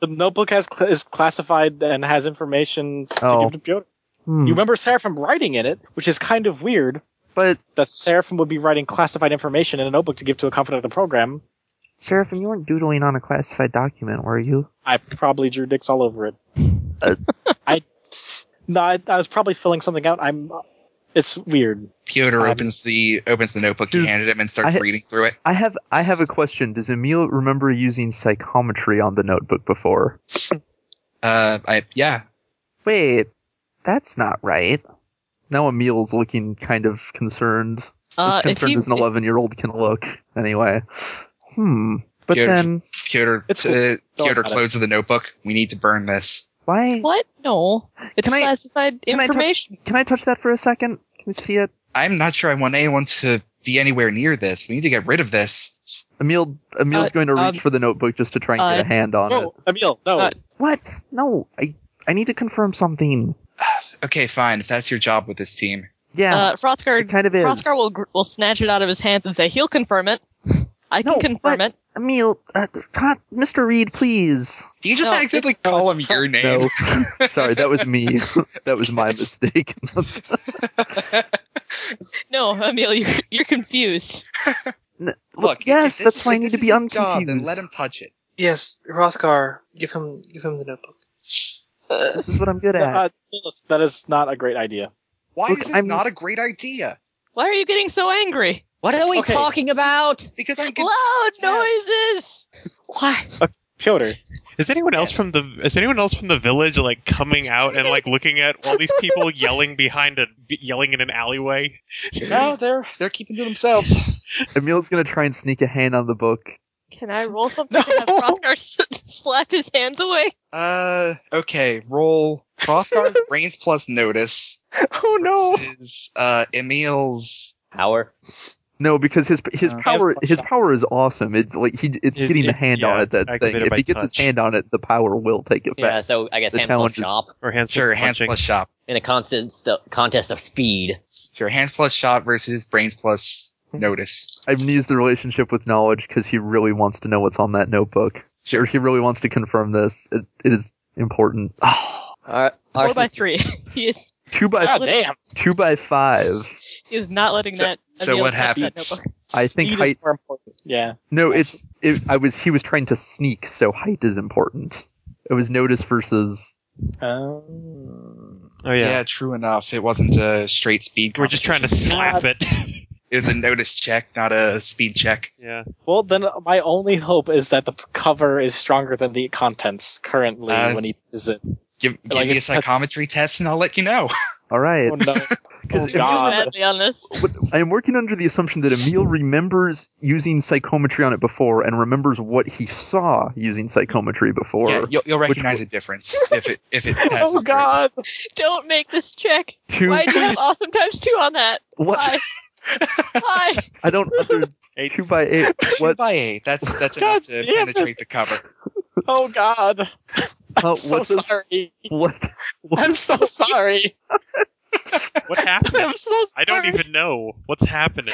S5: The notebook has cl- is classified and has information to
S4: Oh.
S5: give to Piotr.
S4: Hmm.
S5: You remember Seraphim writing in it, which is kind of weird
S4: but
S5: that Seraphim would be writing classified information in a notebook to give to a confidant of the program.
S4: Seraphim, you weren't doodling on a classified document, were you?
S5: I probably drew dicks all over it.
S4: Uh.
S5: *laughs* I no, I, I was probably filling something out. I'm. It's weird.
S2: Piotr
S5: Um,
S2: opens the opens the notebook you
S4: Does-
S2: handed him and starts
S4: I-
S2: reading through it.
S4: I have I have a question. Does Emil remember using psychometry on the notebook before?
S2: Uh, I yeah,
S4: Wait, that's not right. Now Emil's looking kind of concerned.
S7: Uh,
S4: as concerned as an
S7: if,
S4: 11 year old can look, anyway. Hmm. But
S2: Yours.
S4: then,
S2: Piotr
S5: It's cool.
S2: uh,
S5: Don't
S2: Piotr
S5: matter.
S2: closes the notebook. We need to burn this.
S4: why?
S7: what? No, it's
S4: Can I-
S7: classified
S4: can I talk-
S7: information.
S4: Can I touch that for a second? Can we see it?
S2: I'm not sure I want anyone to be anywhere near this. We need to get rid of this.
S4: Emil, Emil's
S7: Uh,
S4: going to reach
S7: um,
S4: for the notebook just to try and get a
S7: uh,
S4: hand on it.
S5: No, Emil, no.
S7: Uh,
S4: What? No, I, I need to confirm something.
S2: Okay, fine. If that's your job with this team,
S4: Yeah,
S7: uh, Frothgar,
S4: it kind of is.
S7: Frothgar will gr- will snatch it out of his hands and say he'll confirm it. I can
S4: No,
S7: confirm
S4: but-
S7: it.
S4: Emil, uh, God, Mr. Reed, please.
S2: do you just
S7: No,
S2: accidentally
S5: no,
S2: call him
S5: it's
S2: your name?
S4: No, *laughs* sorry, that
S2: *laughs*
S4: was me. that was my mistake.
S7: No, Emil, you're you're confused.
S2: Look,
S4: yes,
S2: if this
S4: that's
S2: is-
S4: why I
S2: if
S4: need to
S2: this
S4: be
S2: is his job, Then
S4: unconfused.
S2: let him touch it.
S1: Yes, Rothgar, give him give him the notebook.
S4: this is what I'm good
S2: *laughs*
S5: No,
S4: at.
S5: uh, Lilith, that is not a great idea.
S2: Why
S4: Look,
S2: is this
S4: I'm-
S2: not a great idea?
S7: Why are you getting so angry?
S3: What are we
S5: Okay.
S3: talking about?
S2: Because I'm con-
S7: Loud
S2: Yeah.
S7: noises. Why?
S5: Piotr,
S6: Is anyone else
S2: Yes.
S6: from the Is anyone else from the village like coming out and like looking at all these
S2: *laughs*
S6: people yelling behind a yelling in an alleyway?
S2: no, they're they're keeping to themselves.
S4: Emil's gonna try and sneak a hand on the book.
S7: Can I roll something to have Hrothgar s- slap his hands away?
S2: Uh, okay. Roll Hrothgar's brains plus notice.
S4: Oh
S2: versus, uh, Emil's.
S3: Power.
S4: No, because his his
S2: Uh,
S4: power
S5: Yes,
S4: his power is awesome. It's like he it's
S6: His-
S4: getting the
S6: it's-
S4: hand on
S6: yeah,
S4: it. That's the thing.
S6: activated
S4: If
S6: by
S4: he gets his
S6: touch.
S4: hand on it, the power will take
S3: Yeah,
S4: effect.
S3: so I guess
S4: The
S3: hand plus
S4: challenge is-
S3: shop
S6: Or hands
S2: Sure,
S6: just
S2: hands
S6: punching?
S2: plus shop.
S3: in a constant st- contest of speed.
S2: Sure, hands plus shot versus brains plus notice.
S4: I've used the relationship with knowledge because he really wants to know what's on that notebook. Sure, he really wants to confirm this. It, it is important. *sighs*
S3: Ar-
S7: Four
S3: Arson-
S7: by three. *laughs* he is
S4: two by
S5: God damn.
S4: two by five.
S7: he is not letting
S2: So-
S7: that.
S2: so
S7: Emil
S2: what
S7: touch that
S2: happens?
S7: notebook.
S4: I think
S5: Speed is
S4: height-
S5: more important. Yeah.
S4: No, it's it, I was he was trying to sneak, so height is important. It was notice versus
S5: Um,
S6: Oh yeah.
S2: true enough. It wasn't a straight speed.
S6: We're just trying to
S2: competition.
S6: slap it.
S2: It was a notice check, not a speed check.
S6: yeah.
S5: well, then uh, my only hope is that the p- cover is stronger than the contents currently
S2: Uh,
S5: when he uses it.
S2: Give, give
S5: Like,
S2: me a
S5: it's-
S2: psychometry test, and I'll let you know.
S4: all right. *laughs*
S5: Oh no! oh,
S4: if-
S5: God.
S7: badly on this.
S4: But I am working under the assumption that Emil remembers using psychometry on it before and remembers what he saw using psychometry before.
S2: Yeah, you'll, you'll
S4: Which
S2: recognize a difference if it
S5: *laughs*
S2: if it passes.
S5: Oh
S2: through.
S5: God!
S7: *laughs* Don't make this check.
S4: *laughs* Two,
S7: Why do you have awesome times two on that?
S4: *laughs* what?
S7: Why? Why?
S4: I don't. under-
S6: Eight.
S4: two by eight.
S2: Two
S4: What?
S2: by eight.
S5: *laughs*
S2: That's that's
S5: God
S2: enough to
S5: damn it.
S2: penetrate the cover.
S5: Oh God! I'm
S4: Uh,
S5: so
S4: what does-
S5: sorry.
S4: What?
S5: I'm so sorry.
S6: What happened?
S5: I'm so
S6: I
S5: sorry.
S6: don't even know what's happening.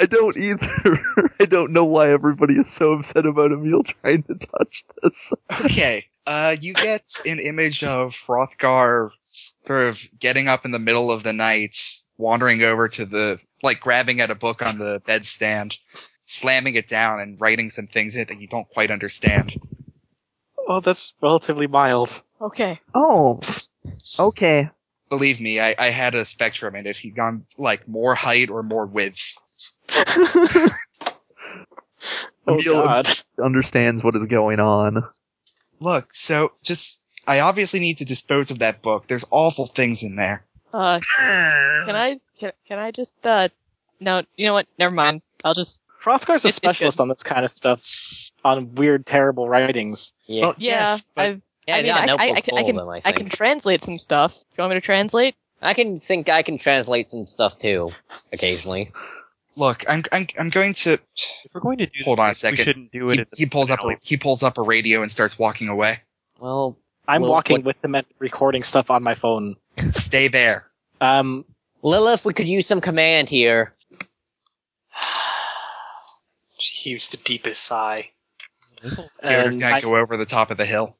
S4: I don't either. *laughs* I don't know why everybody is so upset about Emil trying to touch this.
S2: Okay. Uh, you get an image of Hrothgar sort of getting up in the middle of the night, wandering over to the, like grabbing at a book on the bedstand, slamming it down and writing some things in it that you don't quite understand.
S5: Oh, that's relatively mild.
S7: *laughs* Okay.
S8: Oh, okay.
S2: Believe me, I, I had a spectrum and if he'd gone like more height or more width.
S5: Oh
S4: Emil
S5: God!
S4: understands what is going on.
S2: Look, so just, I obviously need to dispose of that book. There's awful things in there.
S7: Uh, can I? Can, can I just? Uh, no. You know what? Never mind. I'll just.
S5: Hrothgar's a
S7: It- it's
S5: specialist on this kind of stuff, on weird, terrible writings.
S3: Yeah.
S2: Well,
S7: Yeah.
S2: Oh, yes, but
S7: I've,
S3: yeah,
S7: I mean,
S3: yeah,
S7: I-
S3: notebook
S7: I- I can- I
S3: full of
S7: can-
S3: them, I,
S7: I
S3: think.
S7: can translate some stuff. You want me to translate?
S3: I can think I can translate some stuff too, occasionally.
S2: look, I'm, I'm, I'm going to,
S6: If we're going to do
S2: Hold
S6: this,
S2: on a
S6: we
S2: second.
S6: shouldn't do it.
S2: he,
S6: at the
S2: he pulls up, a,
S6: finale.
S2: he pulls up a radio and starts walking away. *laughs*
S3: Well,
S5: I'm
S3: Well,
S5: walking
S3: what-
S5: with him and recording stuff on my phone.
S2: Stay there.
S5: Um,
S3: Lilith, we could use some command here.
S1: *sighs* She heaves the deepest sigh.
S2: Yoder's
S1: And,
S2: gonna go over the top of the hill.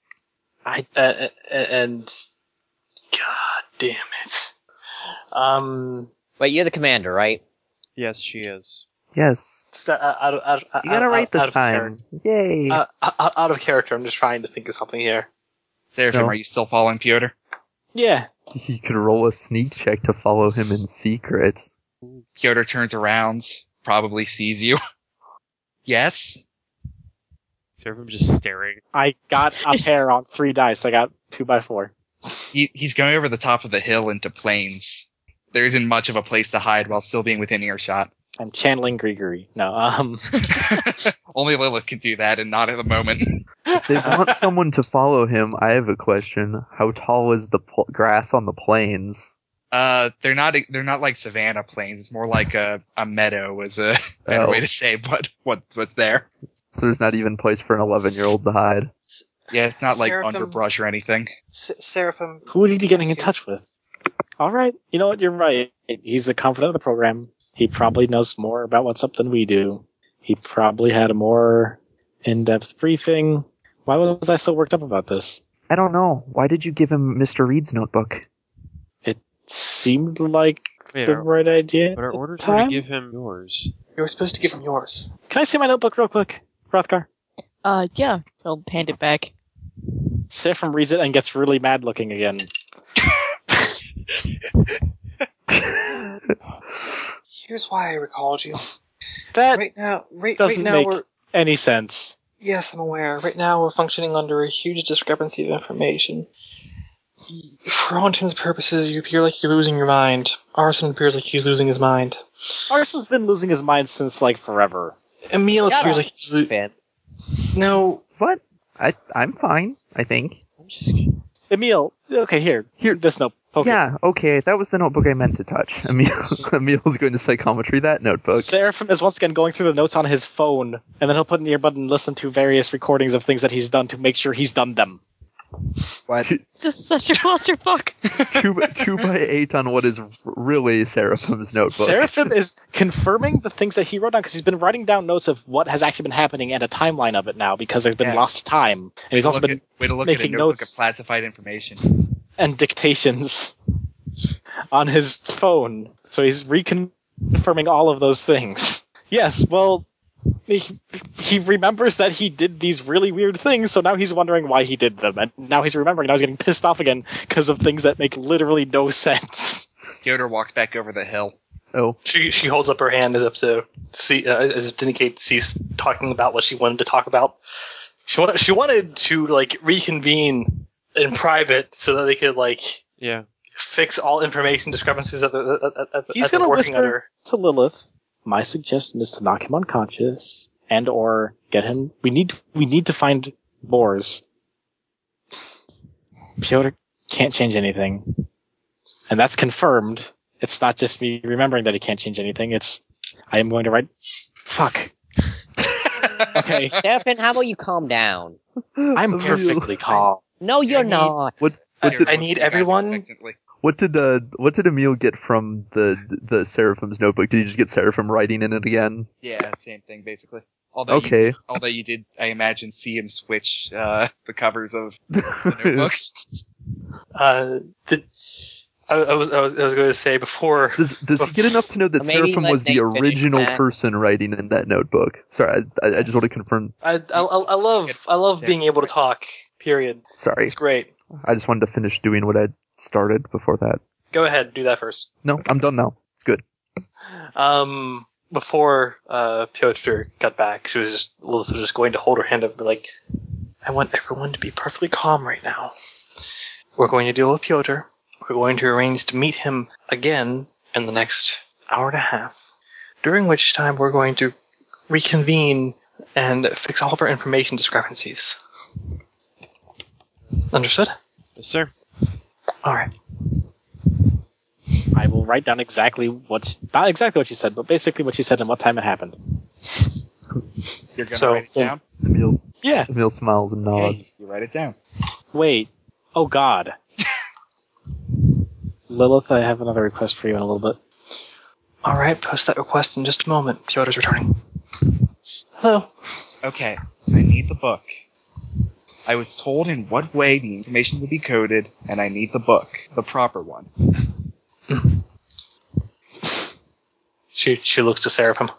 S1: uh, and God damn it. Um,
S3: Wait, you're the commander,
S4: *laughs*
S3: right?
S6: Yes, she is.
S8: Yes.
S1: so, uh, out, of- out, of-
S8: You got it
S1: out-
S8: right
S1: out
S8: this
S1: of
S8: time. Yay.
S1: character. Uh, out, out of character, I'm just trying to think of something here.
S2: Seraphim,
S4: No.
S2: are you still following Piotr?
S5: yeah.
S4: *laughs* He could roll a sneak check to follow him in secret.
S2: Piotr turns around, probably sees you. *laughs* yes?
S6: Seraphim just staring.
S5: I got a pair on three dice. I got two by four.
S2: He, he's going over the top of the hill into plains. There isn't much of a place to hide while still being within earshot.
S5: I'm channeling Grigory. No, um, *laughs*
S2: Only Lilith can do that, and not at the moment.
S4: If they want someone to follow him, I have a question. How tall is the pl- grass on the plains?
S2: Uh, they're not they're not like savannah plains. It's more like a, a meadow was a *laughs* better
S4: Oh,
S2: way to say what what what's there.
S4: so there's not even place for an 11 year old to hide.
S2: Yeah, it's not like
S1: Seraphim.
S2: underbrush or anything.
S1: S- Seraphim,
S5: who would he be getting in touch with? All right. You know what? You're right. He's a confidant of the program. He probably knows more about what's up than we do. He probably had a more in-depth briefing. Why was I so worked up about this?
S8: I don't know. Why did you give him Mr. Reed's notebook?
S5: Seemed like
S6: Wait,
S5: the
S6: our-
S5: right idea.
S6: but our
S5: at the
S6: orders were
S5: time?
S6: to give him yours.
S1: you were supposed to give him yours.
S5: Can I see my notebook real quick, Hrothgar?
S7: Uh, yeah. I'll hand it back.
S5: Seraphim reads it and gets really mad looking again.
S1: Here's why I recalled you.
S5: That
S1: Right now, right, right
S5: doesn't
S1: now
S5: make-
S1: we're.
S5: any sense.
S1: Yes, I'm aware. Right now, we're functioning under a huge discrepancy of information. For all intents and purposes, you appear like you're losing your mind. Arson appears like he's losing his mind.
S5: Arsen's been losing his mind since like forever.
S1: Emil
S3: Shut
S1: appears
S3: up.
S1: like he's lo-
S3: Fan.
S1: no.
S8: What? I I'm fine. I think.
S5: Emil, okay, here, here, this note. Poke it.
S8: Yeah. Okay. That was the notebook I meant to touch. I mean,
S4: Emil's going to psychometry that
S5: *laughs*
S4: notebook.
S5: Seraphim is once again going through the notes on his phone, and then he'll put an earbud and listen to various recordings of things that he's done to make sure he's done them.
S7: This is such a clusterfuck.
S4: two, two by eight on what is r- really Seraphim's notebook.
S5: Seraphim is confirming the things that he wrote down because he's been writing down notes of what has actually been happening and a timeline of it now because there's been
S2: Yeah.
S5: lost time, and he's also
S2: Look
S5: been
S2: at- way to look at a
S5: making
S2: notebook
S5: notes.
S2: of classified information.
S5: and dictations on his phone. So he's reconfirming all of those things. Yes, well, he, he remembers that he did these really weird things, so now he's wondering why he did them, and now he's remembering. Now he's getting pissed off again because of things that make literally no *laughs* sense.
S2: Yoder walks back over the hill.
S4: Oh,
S1: She she holds up her hand as if to see uh, as if to indicate cease talking about what she wanted to talk about. She wanted she wanted to like reconvene in private so that they could like
S6: Yeah.
S1: fix all information discrepancies that they're, that, that, that
S5: He's
S1: they're
S5: gonna
S1: working
S5: whisper-
S1: under.
S5: to Lilith, my suggestion is to knock him unconscious and or get him. We need we need to find Boars. Piotr can't change anything, and that's confirmed. It's not just me remembering that he can't change anything. It's I am going to write. Fuck. *laughs* okay,
S3: Seraphin, how about you calm down?
S5: I'm
S4: Emil-
S5: perfectly calm.
S3: No, you're
S2: I need-
S3: not.
S4: What
S1: I-
S4: what did
S1: I need everyone-
S4: what did uh, what did Emil get from the the Seraphim's notebook? Did you just get Seraphim writing in it again?
S2: Yeah, same thing basically. Although you,
S4: Okay.
S2: although you did, I imagine, see him switch uh, the covers of
S5: *laughs*
S2: the notebooks.
S1: Uh, did, I, I was I was I was going to say before
S4: Does does he get enough to know that
S3: Or maybe
S4: Seraphim
S3: let
S4: was the
S3: Nate finish
S4: original
S3: that.
S4: person writing in that notebook? Sorry, I, I, I just want to confirm.
S1: I I, I I love I love being able to talk. Period.
S4: Sorry,
S1: It's great.
S4: I just wanted to finish doing what I started before that.
S1: Go ahead, do that first.
S4: No, I'm done now. It's good.
S1: Um, before uh, Piotr got back, she was just Lilith was just going to hold her hand up and be like, "I want everyone to be perfectly calm right now. We're going to deal with Piotr. We're going to arrange to meet him again in the next hour and a half, during which time we're going to reconvene and fix all of our information discrepancies." Understood.
S6: Yes, sir.
S1: All right.
S5: I will write down exactly what she, not exactly what she said, but basically what she said and what time it happened.
S2: You're gonna
S1: So-
S2: write it down.
S4: Emil
S5: Yeah.
S4: Emil smiles and
S2: Okay,
S4: nods.
S2: you write it down.
S5: Wait. Oh God. *laughs* Lilith, I have another request for you in a little bit.
S1: All right. Post that request in just a moment. Piotr's returning. Hello.
S2: Okay, I need the book. I was told in what way the information would be coded, and I need the book, the proper one.
S1: She she looks to Seraphim.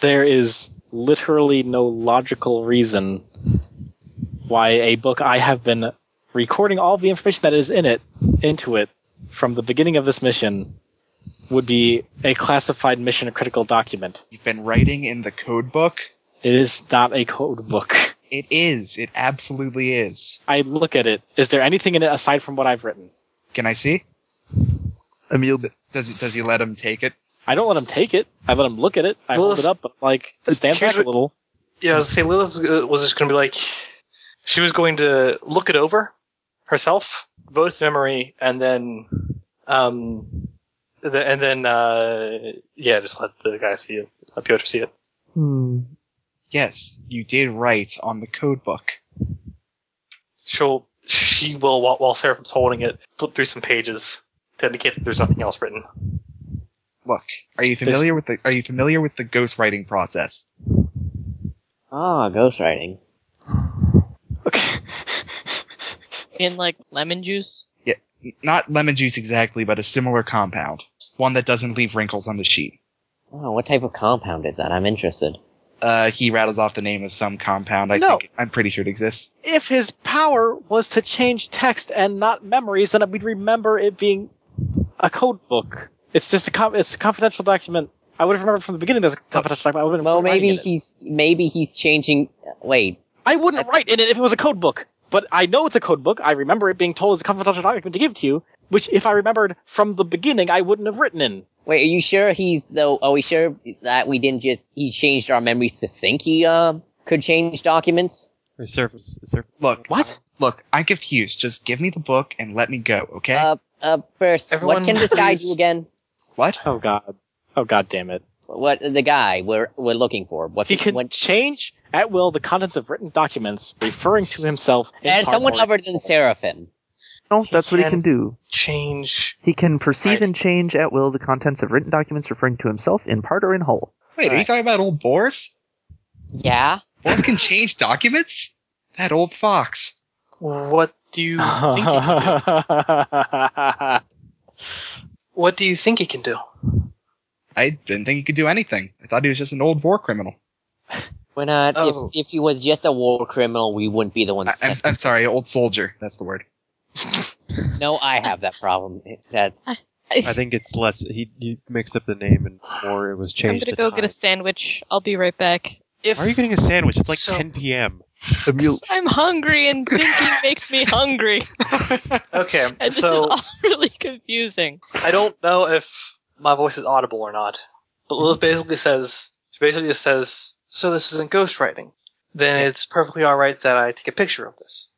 S5: There is literally no logical reason why a book I have been recording all the information that is in it into it from the beginning of this mission would be a classified mission critical document.
S2: You've been writing in the code book.
S5: It is not a code book.
S2: It is. It absolutely is.
S5: I look at it. Is there anything in it aside from what I've written?
S2: Can I see?
S4: Emil
S2: Does it? Does he let him take it?
S5: I don't let him take it. I let him look at it. I
S1: Well,
S5: hold
S1: if-
S5: it up, but like
S1: Uh,
S5: stand
S1: here's
S5: back a
S1: what-
S5: little.
S1: Yeah, I was gonna say Lilith was just going to be like, she was going to look it over herself, vote to memory, and then, um, the, and then, uh, yeah, just let the guy see it, let Piotr see it.
S4: Hmm.
S2: Yes, you did write on the code book.
S1: She'll, she will, while, while Seraphim's holding it, flip through some pages to indicate that there's nothing else written.
S2: Look, are you familiar with the? Are you familiar with the ghostwriting process?
S3: Ah, ghostwriting.
S5: Okay.
S7: in like lemon juice.
S2: N- Not lemon juice exactly, but a similar compound, one that doesn't leave wrinkles on the sheet.
S3: Oh, what type of compound is that? I'm interested.
S2: Uh, he rattles off the name of some compound. I
S5: No.
S2: think I'm pretty sure it exists.
S5: if his power was to change text and not memories, then we'd remember it being a code book. It's just a com- it's a confidential document. I would have remembered from the beginning there's a confidential document. I would have
S3: Well, maybe
S5: he-
S3: he's maybe he's changing. Wait,
S5: I wouldn't write in it if it was a code book. But I know it's a code book. I remember it being told as a confidential document to give to you, which if I remembered from the beginning, I wouldn't have written in.
S3: wait. Are you sure he's though? Are we sure that we didn't just he changed our memories to think he uh could change documents?
S6: The surface. The surface.
S2: Look,
S5: What?
S2: look, I'm confused. Just give me the book and let me go, okay?
S3: Uh, uh. First,
S1: Everyone,
S3: what can this guy
S1: please.
S3: do again?
S2: what?
S5: Oh god. Oh god damn it.
S3: What the guy we're we're looking for? What
S5: He can
S3: what-
S5: change at will the contents of written documents, referring to himself. in
S3: and
S5: part
S3: someone
S5: or-
S3: other than Seraphim.
S8: No, that's what he can
S1: can-
S8: do.
S1: Change.
S8: He can perceive
S1: Right.
S8: and change at will the contents of written documents referring to himself in part or in whole.
S2: Wait, are you
S3: Alright.
S2: talking about old Boris?
S3: Yeah.
S2: Boris can change documents? That old fox.
S1: What do you think? He can
S5: *laughs*
S1: do? What do you think he can do?
S2: I didn't think he could do anything. I thought he was just an old war criminal.
S3: We're not.
S1: Oh.
S3: If, if he was just a war criminal, we wouldn't be the ones.
S2: I, I'm,
S3: sentenced.
S2: I'm sorry, old soldier. That's the word.
S3: No, I have that problem. That's
S6: I think it's less. He, he mixed up the name, and before it was
S7: I'm
S6: changed.
S7: gonna
S6: to
S7: go
S6: time.
S7: get a sandwich. I'll be right back.
S1: If
S6: Why are you getting a sandwich? It's like
S1: So-
S6: 10 p.m.
S1: *laughs*
S4: Emil-
S7: I'm hungry, and thinking makes me
S5: *laughs*
S7: hungry,
S1: okay,
S7: and *laughs* this is
S1: so
S7: all really confusing.
S1: I don't know if my voice is audible or not, but Lilith basically says she basically just says, "So this isn't ghostwriting. Then it's perfectly all right that I take a picture of this."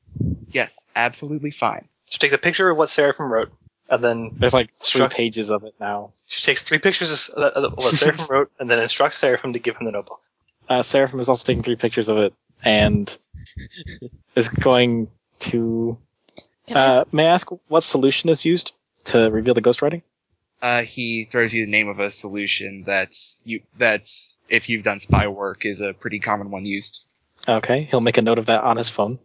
S2: Yes, absolutely fine.
S1: She takes a picture of what Seraphim wrote, and then
S5: There's like three
S1: Struck-
S5: pages of it now.
S1: She takes three pictures of uh, of what *laughs* Seraphim wrote and then instructs Seraphim to give him the notebook.
S5: Uh, Seraphim is also taking three pictures of it and *laughs* is going to.
S7: Can I
S5: Uh, may I ask what solution is used to reveal the ghostwriting?
S2: Uh, he throws you the name of a solution that's you that's if you've done spy work is a pretty common one used.
S5: Okay, he'll make a note of that on his phone.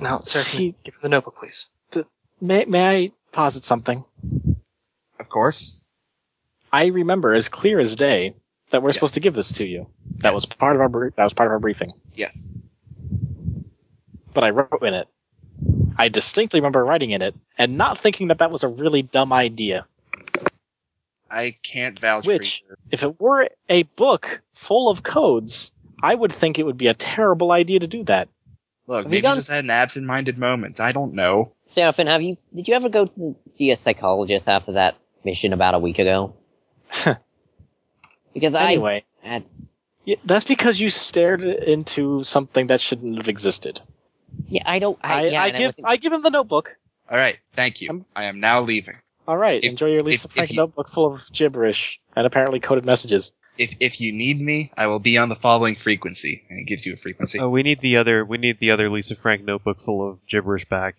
S1: Now, Seraphim,
S5: See-
S1: give him the notebook, please.
S5: May, may I posit something?
S2: Of course.
S5: I remember as clear as day that we're
S2: Yes.
S5: supposed to give this to you. That was part of our br- that was part of our briefing.
S2: Yes.
S5: But I wrote in it. I distinctly remember writing in it and not thinking that that was a really dumb idea.
S2: I can't vouch
S5: Which-
S2: for you.
S5: If it were a book full of codes, I would think it would be a terrible idea to do that.
S2: Look,
S3: we
S2: maybe you
S3: done-
S2: just had an absent minded moment. I don't know.
S3: Seraphin. Have you? Did you ever go to see a psychologist after that mission about a week
S6: *laughs*
S3: ago? because
S5: Anyway,
S3: I. That's,
S5: y that's because you stared into something that shouldn't have existed.
S3: yeah, I don't. I,
S5: I,
S3: yeah,
S5: I
S3: and I
S5: give
S3: wasn't-
S5: I give him the notebook.
S2: All right, thank you.
S5: I'm-
S2: I am now leaving.
S5: All right,
S2: If-
S5: enjoy your Lisa
S2: if- if
S5: Frank
S2: you-
S5: notebook full of gibberish and apparently coded messages.
S2: If if you need me, I will be on the following frequency, and it gives you a frequency.
S6: Oh, we need the other. We need the other Lisa Frank notebook full of gibberish back.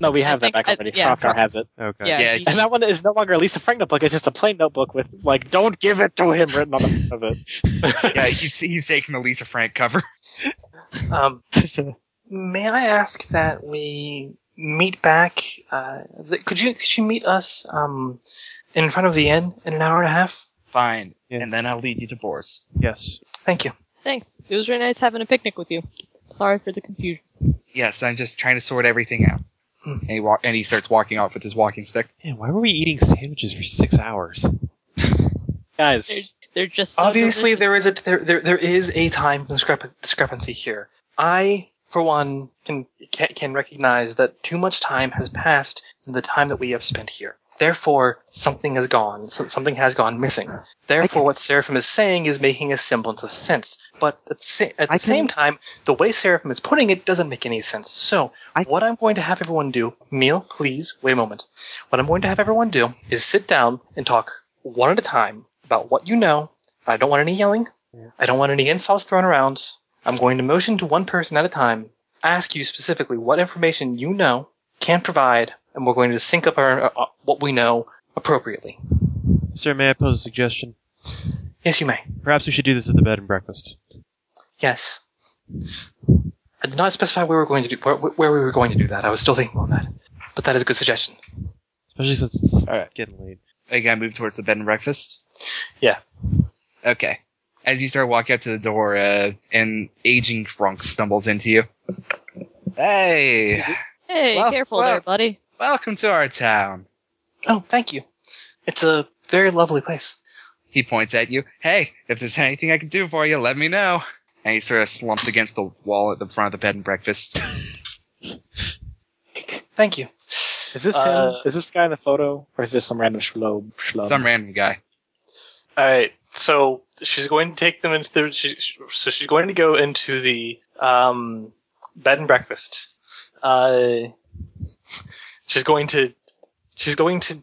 S5: No, we
S7: I
S5: have that
S7: think-
S5: back
S7: I-
S5: already.
S7: yeah.
S5: Hrothgar has it. *laughs*
S6: Okay.
S7: Yeah.
S2: yeah,
S7: he-
S5: And that one is no longer a Lisa Frank notebook. It's just a plain notebook with like "Don't give it to him" written on the front of it.
S2: yeah, he's he's taking the Lisa Frank cover. *laughs*
S1: Um, may I ask that we meet back? Uh, th- could you could you meet us um, in front of the inn in an hour and a half?
S2: Fine,
S6: Yeah.
S2: and then I'll lead you to Boris.
S6: Yes.
S1: Thank you.
S7: Thanks. It was really nice having a picnic with you. Sorry for the confusion.
S2: Yes, I'm just trying to sort everything out.
S1: Hmm.
S2: And he walk and he starts walking off with his walking stick.
S6: Man, why were we eating sandwiches for six hours?
S5: Guys,
S7: They're just so
S1: Obviously,
S7: delicious.
S1: there is a there, there there is a time discrepan- discrepancy here. I, for one, can can can recognize that too much time has passed since the time that we have spent here. Therefore, something has gone. So something has gone missing. Therefore, what Seraphim is saying is making a semblance of sense. But at the, sa- at
S8: I
S1: the same
S8: can-
S1: time, the way Seraphim is putting it doesn't make any sense. So,
S8: I-
S1: what I'm going to have everyone do, Neil, please wait a moment. What I'm going to have everyone do is sit down and talk one at a time about what you know. I don't want any yelling. I don't want any insults thrown around. I'm going to motion to one person at a time, ask you specifically what information you know, can provide, and we're going to sync up our, uh, what we know appropriately.
S6: Sir, may I pose a suggestion?
S1: Yes, you may.
S6: Perhaps we should do this at the bed and breakfast.
S1: Yes. I did not specify where we were going to do where, where we were going to do that. I was still thinking on that, but that is a good suggestion.
S6: Especially since it's
S2: All right.
S6: getting late.
S2: Are you gonna move towards the bed and breakfast?
S1: Yeah.
S2: Okay. As you start walking up to the door, uh, an aging drunk stumbles into you. Hey,
S7: Hey,
S2: Well,
S7: careful
S2: well.
S7: there, buddy.
S2: welcome to our town.
S1: Oh, thank you. It's a very lovely place.
S2: He points at you. Hey, if there's anything I can do for you, let me know. And he sort of slumps against the wall at the front of the bed and breakfast.
S1: Thank you.
S5: is this
S1: Uh,
S5: him? Is this guy in the photo, or is this some random schlob? schlob?
S2: Some random guy.
S1: All right. So she's going to take them into the. She, she- so she's going to go into the um, bed and breakfast. Uh, she's going to. She's going to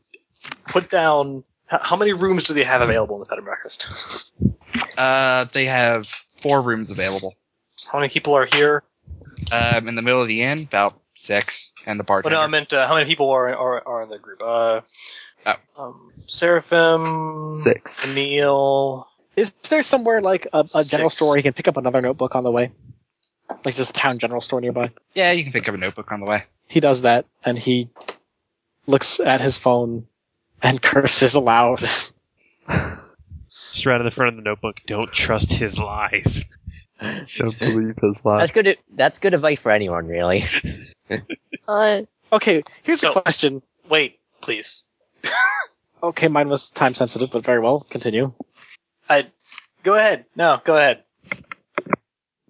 S1: put down. How, how many rooms do they have available in the bed and breakfast?
S2: Uh, they have four rooms available.
S1: How many people are here?
S2: Um, in the middle of the inn, about six, and the
S1: Well,
S2: bartender.
S5: um,
S1: no, I meant uh, how many people are, are are in the group. Uh,
S2: Oh.
S1: um, Seraphim,
S4: six.
S1: Neil.
S5: Is there somewhere like a, a general
S1: Six.
S5: store where you can pick up another notebook on the way? Like just a town general store nearby.
S2: yeah, you can pick up a notebook on the way.
S5: He does that, and he looks at his phone, and *laughs* curses aloud.
S6: Just right in the front of the notebook. Don't trust his lies.
S4: Don't believe his
S3: That's
S4: lies.
S3: good. That's good advice for anyone, really. *laughs*
S7: Uh,
S5: okay, here's
S1: So-
S5: a question.
S1: Wait, please.
S5: Okay, mine was time sensitive, but very well. Continue.
S1: Go ahead. No, go ahead.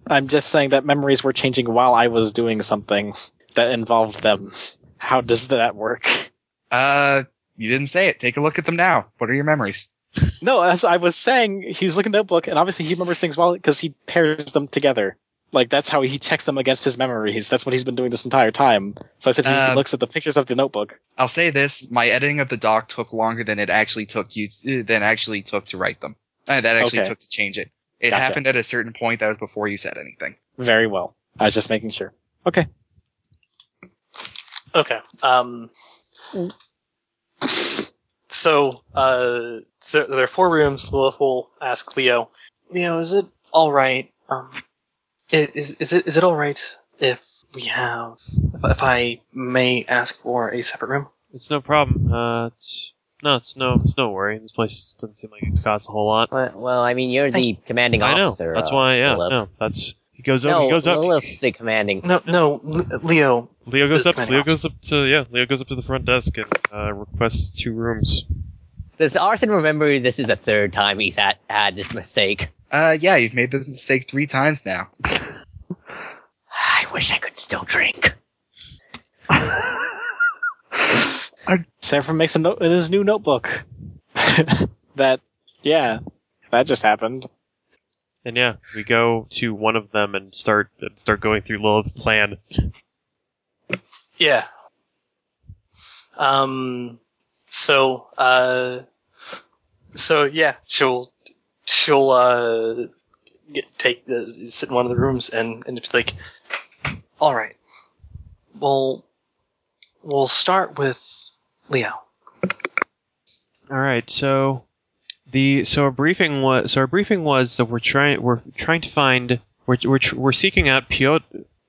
S5: I'm just saying that memories were changing while I was doing something that involved them. How does that work?
S2: Uh, you didn't say it. Take a look at them now. What are your memories?
S5: No, as I was saying, he was looking at the book, and obviously he remembers things well because he pairs them together. Like that's how he checks them against his memories. That's what he's been doing this entire time. So I said he
S2: Uh,
S5: looks at the pictures of the notebook.
S2: I'll say this: my editing of the doc took longer than it actually took you than actually took to write them. Uh, that actually
S5: Okay.
S2: took to change it. It
S5: Gotcha.
S2: happened at a certain point that was before you said anything.
S5: Very well. I was just making sure. Okay.
S1: Okay. Um. So, uh, so there are four rooms. Lilith will ask Leo. Leo, is it all right? Um, i- is is it is it all right if we have if, if I may ask for a separate room?
S6: It's no problem. Uh, it's, no, it's no, it's no worry. This place doesn't seem like it's cost a whole lot.
S3: Well, well, I mean, you're the commanding
S6: I know.
S3: officer.
S6: that's
S3: uh,
S6: why. Yeah.
S3: Lilith.
S6: No. That's he goes up.
S3: No,
S6: he goes up.
S3: Lilith's the commanding.
S1: No, no, L- Leo.
S6: Leo goes
S1: This
S6: up.
S1: kind of
S6: Leo
S1: officer.
S6: goes up to yeah. Leo goes up to the front desk and uh, requests two rooms.
S3: Does Arson remember this is the third time he's had, had this mistake?
S2: Uh, yeah, you've made this mistake three times now.
S3: I wish I could still drink.
S5: Sanford makes a note in his new notebook. *laughs* that yeah, that just happened.
S6: And yeah, we go to one of them and start and start going through Lilith's plan.
S1: Yeah. Um. So, uh, so yeah, she'll she'll uh get, take the, sit in one of the rooms and and it's like, all right, well, we'll start with Leo.
S6: All right. So the so our briefing was so our briefing was that we're trying we're trying to find we're we're, tr- we're seeking out Piotr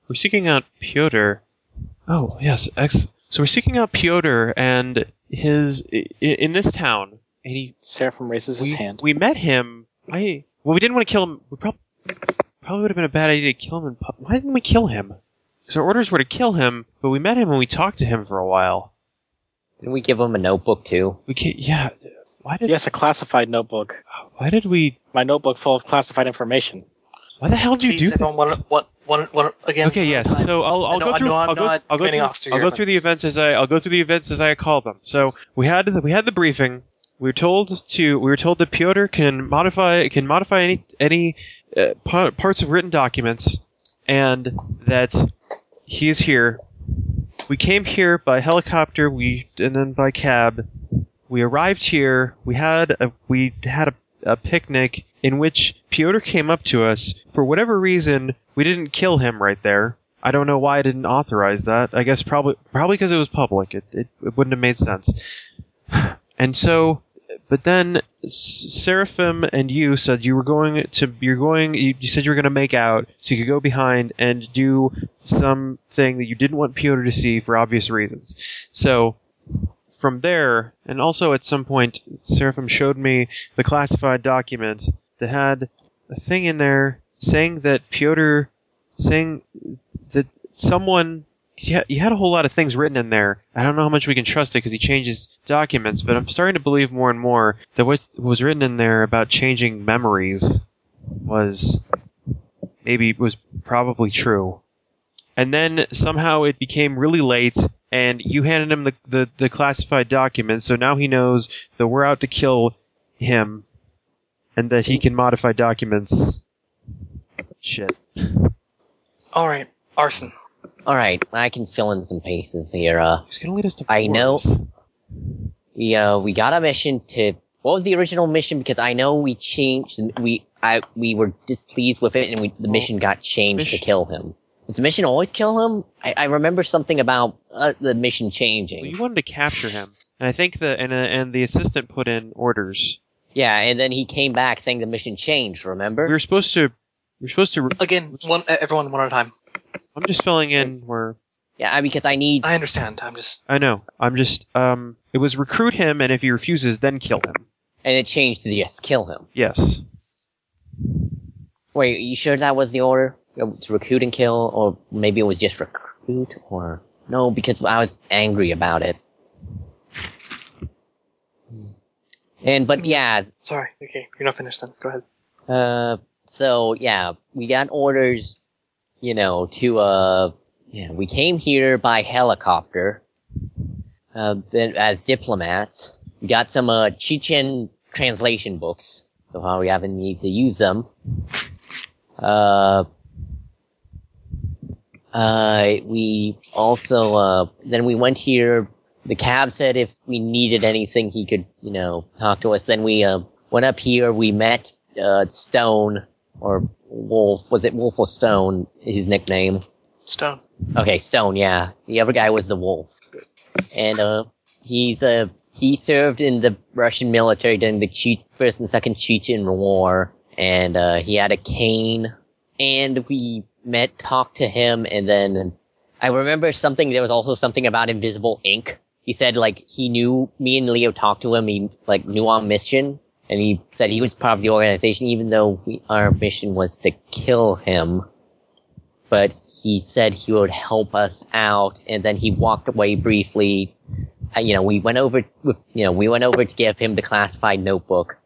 S6: we're seeking out Piotr. Oh yes, ex. So we're seeking out Piotr and his i- i- in this town, and he
S5: Seraphim raises his
S6: we,
S5: hand.
S6: we met him. Why? Well, we didn't want to kill him. We probably probably would have been a bad idea to kill him. In pub- Why didn't we kill him? Because our orders were to kill him, but we met him and we talked to him for a while.
S3: Didn't we give him a notebook too?
S6: We can't. Yeah. Why did?
S5: Yes, a classified notebook.
S6: Why did we?
S5: My notebook full of classified information.
S6: Why the hell did you
S1: Please,
S6: do that?
S1: everyone, one, one, one, one, again.
S6: Okay.
S1: one at a
S6: Yes.
S1: time.
S6: So I'll, I'll
S1: know-
S6: go
S1: I
S6: through.
S1: know I'm
S6: I'll go,
S1: not
S6: I'll go
S1: commanding
S6: through.
S1: officer
S6: I'll
S1: here,
S6: go
S1: but-
S6: through the events as I. I'll go through the events as I call them. So we had the, we had the briefing. We were told to. We were told that Piotr can modify can modify any any uh, pa- parts of written documents, and that he is here. We came here by helicopter. We and then by cab. We arrived here. We had a we had a, a picnic in which Piotr came up to us. For whatever reason, we didn't kill him right there. I don't know why I didn't authorize that. I guess probably probably because it was public. It, it it wouldn't have made sense. *sighs* And so, but then S- Seraphim and you said you were going to you're going you, you said you were going to make out so you could go behind and do something that you didn't want Piotr to see for obvious reasons. So from there, and also at some point, Seraphim showed me the classified document that had a thing in there saying that Piotr saying that someone he ha- he had a whole lot of things written in there. I don't know how much we can trust it because he changes documents, but I'm starting to believe more and more that what was written in there about changing memories was maybe was probably true. And then somehow it became really late, and you handed him the, the, the classified document, so now he knows that we're out to kill him, and that he can modify documents. Shit.
S1: all right, arson.
S3: All right, I can fill in some paces here. Uh,
S6: He's gonna lead us to.
S3: I know-
S6: wars.
S3: yeah, we got a mission to. What was the original mission? Because I know we changed. We I we were displeased with it, and we, the mission got changed
S6: mission-
S3: to kill him. Did the mission always kill him? I, I remember something about uh, the mission
S6: Well,
S3: changing.
S6: you wanted to capture him, and I think the and, uh, and the assistant put in orders.
S3: Yeah, and then he came back saying the mission changed. Remember?
S6: We were supposed to. We were supposed to.
S1: Again, one everyone, one at a time.
S6: I'm just filling in where
S3: Yeah, I- because I need.
S1: I understand. I'm just
S6: I know. I'm just. Um, it was recruit him, and if he refuses, then kill him.
S3: And it changed to just kill him.
S6: Yes.
S3: Wait, you sure that was the order? To recruit and kill? Or maybe it was just recruit? Or. No, because I was angry about it. And, but yeah,
S1: sorry. Okay, you're not finished then. Go ahead.
S3: Uh, so yeah, we got orders, you know, to uh, yeah, we came here by helicopter, uh, then- as diplomats. We got some uh Chechen translation books. So far, we haven't need to use them. Uh. Uh, we also, uh, then we went here. The cab said if we needed anything, he could, you know, talk to us. Then we, uh, went up here. We met, uh, Stone or Wolf. Was it Wolf or Stone? His nickname.
S1: Stone.
S3: Okay, Stone, yeah. The other guy was the wolf. And, uh, he's, uh, he served in the Russian military during the Che- First and Second Chechen War, and, uh, he had a cane, and we met, talked to him, and then I remember something, there was also something about invisible ink. He said, like, he knew, me and Leo talked to him, he, like, knew our mission, and he said he was part of the organization, even though we, our mission was to kill him but he said he would help us out and then he walked away briefly Uh, you know we went over you know we went over to give him the classified notebook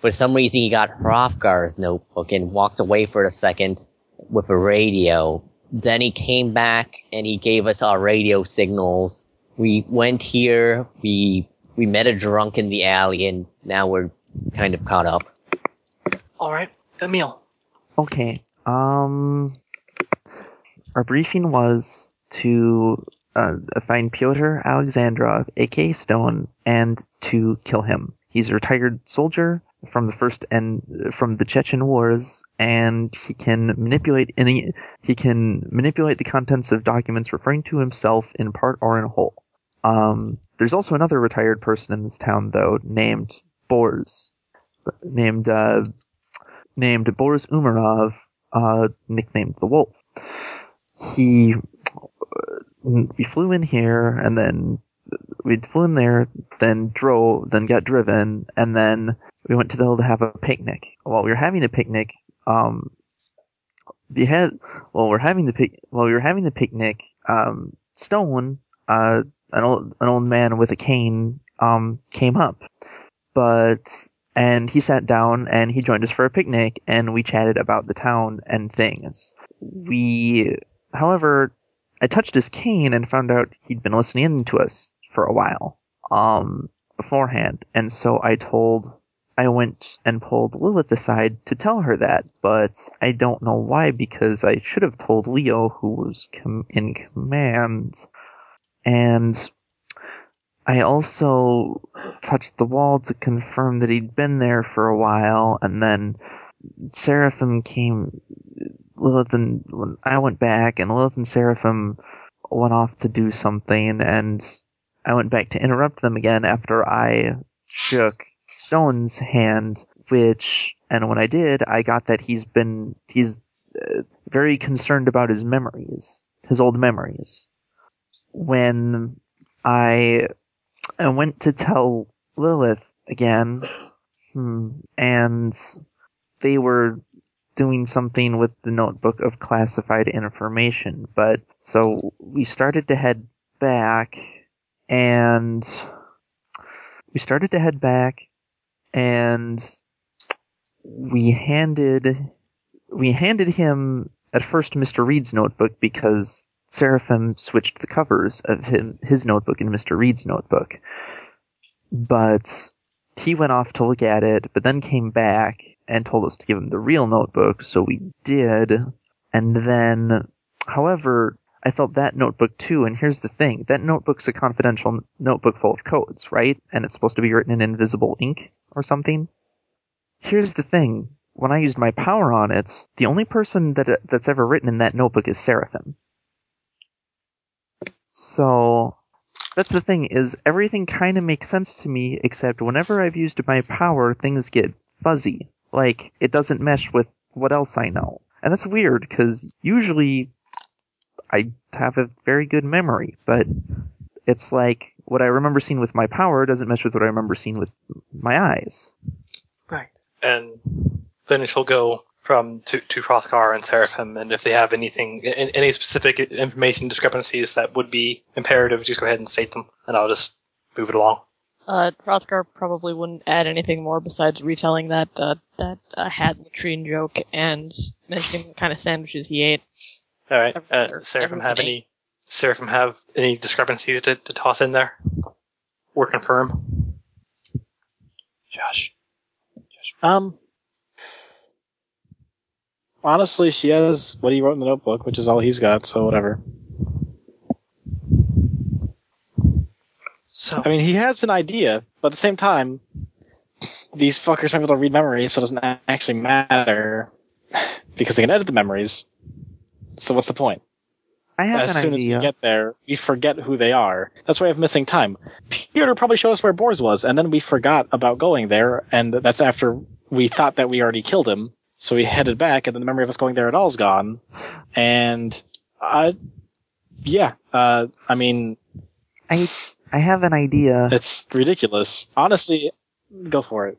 S3: for some reason he got Hrothgar's notebook and walked away for a second with a radio then he came back and he gave us our radio signals we went here we we met a drunk in the alley and now we're kind of caught up
S1: All right, Emil.
S4: Okay. Um, our briefing was to uh, find Pyotr Alexandrov, aka Stone, and to kill him. He's a retired soldier from the first and from the Chechen wars, and he can manipulate any. He can manipulate the contents of documents referring to himself in part or in whole. Um, there's also another retired person in this town, though, named Bors, named uh, named Boris Umarov, uh, nicknamed the Wolf. He, uh, we flew in here, and then we flew in there, then drove, then got driven, and then we went to the hill to have a picnic. While we were having the picnic, um, we had while we're having the pic while we were having the picnic, um, Stone, uh, an old an old man with a cane, um, came up, but and he sat down and he joined us for a picnic and we chatted about the town and things. We, however, I touched his cane and found out he'd been listening in to us for a while, um, beforehand. And so I told, I went and pulled Lilith aside to tell her that, but I don't know why because I should have told Leo who was com- in command. And I also touched the wall to confirm that he'd been there for a while, and then Seraphim came. Lilith and when I went back, and Lilith and Seraphim went off to do something, and I went back to interrupt them again after I shook Stone's hand, which, and when I did, I got that he's been he's uh, very concerned about his memories, his old memories. When I I went to tell Lilith again, hmm, and they were doing something with the notebook of classified information. But so we started to head back, and we started to head back, and we handed we handed him at first Mr. Reed's notebook because Seraphim switched the covers of him, his notebook and Mr. Reed's notebook. But he went off to look at it, but then came back and told us to give him the real notebook, so we did. And then, however, I felt that notebook too, and here's the thing that notebook's a confidential n- notebook full of codes, right? And it's supposed to be written in invisible ink or something. Here's the thing. When I used my power on it, the only person that that's ever written in that notebook is Seraphim. So that's the thing is everything kind of makes sense to me except whenever I've used my power things get fuzzy. Like it doesn't mesh with what else I know. And that's weird cuz usually I have a very good memory, but it's like what I remember seeing with my power doesn't mesh with what I remember seeing with my eyes.
S1: Right. And then she'll go from to to Hrothgar and Seraphim, and if they have anything, a- a- any specific information discrepancies that would be imperative, just go ahead and state them, and I'll just move it along.
S7: Uh, Hrothgar probably wouldn't add anything more besides retelling that uh, that uh, hat latrine joke and mentioning what kind of sandwiches he ate.
S1: All right. Uh,
S7: Everything.
S1: Seraphim have
S7: Everything.
S1: any Seraphim have any discrepancies to, to toss in there or confirm?
S6: Josh.
S5: Um, honestly, she has what he wrote in the notebook, which is all he's got. So whatever.
S1: So
S5: I mean, he has an idea, but at the same time, these fuckers might be able to read memories, so it doesn't a- actually matter *laughs* because they can edit the memories. So what's the point?
S4: I have
S5: as
S4: an
S5: soon
S4: idea.
S5: as we get there, we forget who they are. That's why I have missing time. Peter probably showed us where Boars was, and then we forgot about going there, and that's after we thought that we already killed him. So we headed back, and then the memory of us going there at all's gone. And I, yeah, uh, I mean,
S4: I I have an idea.
S5: it's ridiculous. Honestly, go for it.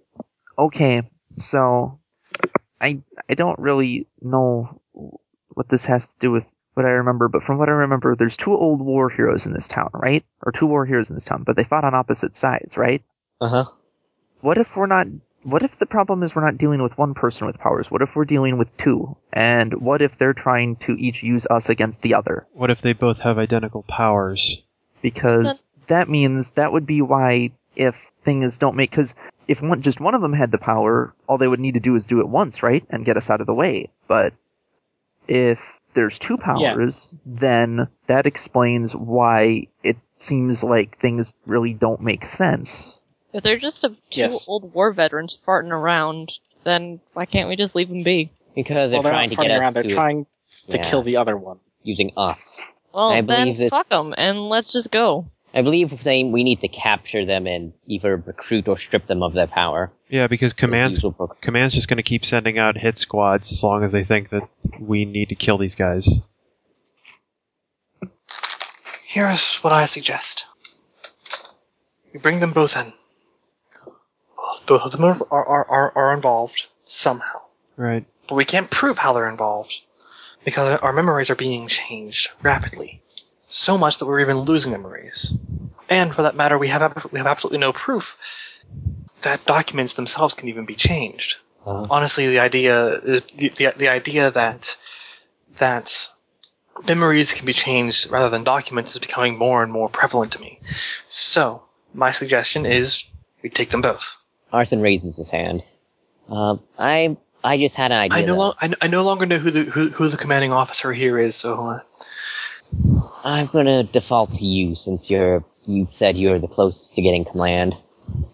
S4: okay, so I I don't really know what this has to do with what I remember, but from what I remember, there's two old war heroes in this town, right? Or two war heroes in this town, but they fought on opposite sides, right?
S3: Uh huh.
S4: What if we're not? What if the problem is we're not dealing with one person with powers? What if we're dealing with two? And what if they're trying to each use us against the other?
S6: What if they both have identical powers?
S4: Because that means that would be why if things don't make because if one just one of them had the power, all they would need to do is do it once, right, and get us out of the way. But if there's two powers, then that explains why it seems like things really don't make sense.
S7: If they're just a, two
S5: Yes.
S7: old war veterans farting around, then why can't we just leave them be?
S3: Because they're
S5: Well,
S3: trying to
S5: not
S3: get
S5: farting
S3: us
S5: around. They're
S3: to
S5: trying to
S3: yeah,
S5: kill the other one.
S3: using us.
S7: Well,
S3: I
S7: then
S3: believe that-
S7: fuck them and let's just go.
S3: I believe saying we need to capture them and either recruit or strip them of their power.
S6: Yeah, because commands
S3: These will proc-
S6: command's just going to keep sending out hit squads as long as they think that we need to kill these guys.
S1: here's what I suggest: you bring them both in. Both, both of them are, are, are, are involved somehow.
S6: Right.
S1: but we can't prove how they're involved because our memories are being changed rapidly, so much that we're even losing memories. And for that matter, we have ab- we have absolutely no proof that documents themselves can even be changed.
S3: Uh-huh.
S1: Honestly, the idea is the, the, the idea that that memories can be changed rather than documents is becoming more and more prevalent to me. So my suggestion is we take them both.
S3: Arson raises his hand. Uh, I I just had an idea.
S1: I no,
S3: though.
S1: lo- I, I no longer know who the who, who the commanding officer here is, so uh,
S3: I'm gonna default to you since you're you said you're the closest to getting command,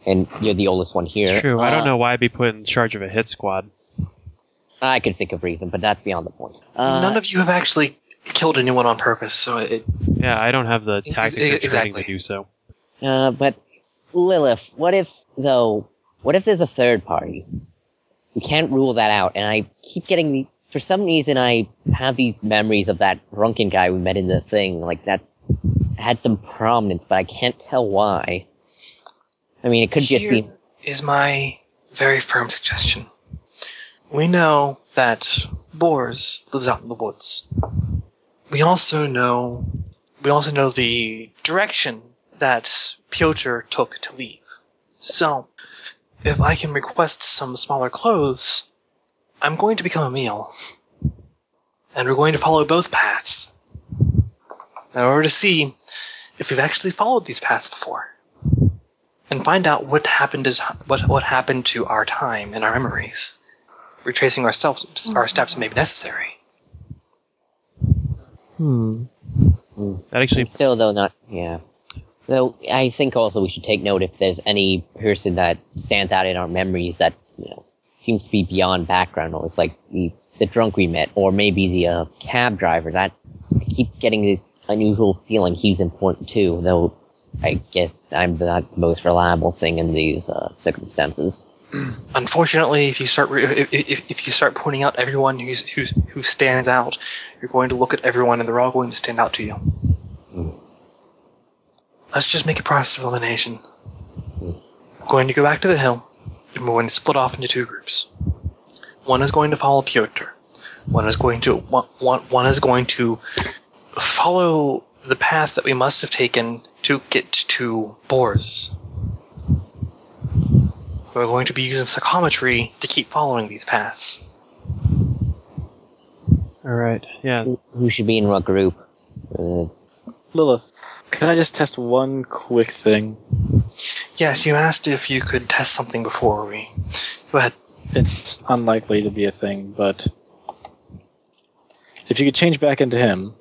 S3: and you're the oldest one here.
S6: It's true. I don't
S3: Uh,
S6: know why I'd be put in charge of a hit squad.
S3: I could think of reason, but that's beyond the point. Uh,
S1: None of you have actually killed anyone on purpose, so it.
S6: Yeah, I don't have the tactics or training
S1: exactly.
S6: to do so.
S3: uh, but Lilith, what if though? What if there's a third party? We can't rule that out, and I keep getting the. For some reason, I have these memories of that drunken guy we met in the thing. Like that's had some prominence, but I can't tell why. I mean, it could just be.
S1: Here is my very firm suggestion. We know that Boars lives out in the woods. We also know. We also know the direction that Piotr took to leave. So, if I can request some smaller clothes, I'm going to become a meal. And we're going to follow both paths. In order to see if we've actually followed these paths before. and find out what happened to ti- what what happened to our time and our memories. Retracing our steps, our steps may be necessary.
S4: Hmm.
S6: That actually
S3: I'm still though not yeah though i think also we should take note if there's any person that stands out in our memories that you know seems to be beyond background noise like the, the drunk we met or maybe the uh, cab driver that i keep getting this unusual feeling he's important too though i guess i'm not the most reliable thing in these uh, circumstances
S1: Unfortunately, if you start re- if, if, if you start pointing out everyone who's, who who stands out, you're going to look at everyone and they're all going to stand out to you. Let's just make a process of elimination. I'm going to go back to the hill, and we're going to split off into two groups. One is going to follow Pyotr. One is going to one, one, one is going to follow the path that we must have taken to get to Boris. We're going to be using psychometry to keep following these paths.
S6: All right. Yeah.
S3: Who, who should be in what group? Uh,
S5: Lilith, can I just test one quick thing?
S1: Yes, you asked if you could test something before we. Go ahead.
S5: It's unlikely to be a thing, but if you could change back into him,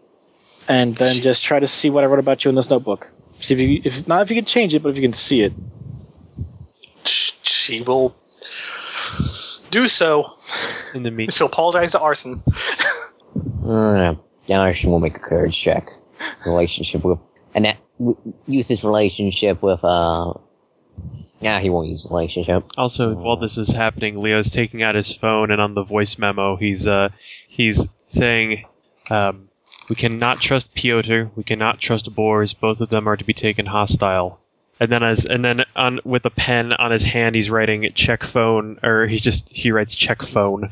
S5: and then just try to see what I wrote about you in this notebook. See if you, if not if you can change it, but if you can see it.
S1: Sh- She will do so.
S6: In the meet.
S1: She'll apologize to Arson.
S3: Uh, Darsh will make a courage check. Relationship with. And that, w- use his relationship with, uh. Nah, he won't use relationship.
S6: Also, while this is happening, Leo's taking out his phone, and on the voice memo, he's uh, he's saying, um, "We cannot trust Piotr. We cannot trust Boris. Both of them are to be taken hostile." And then, as and then on with a pen on his hand, he's writing "check phone," or he just he writes "check phone."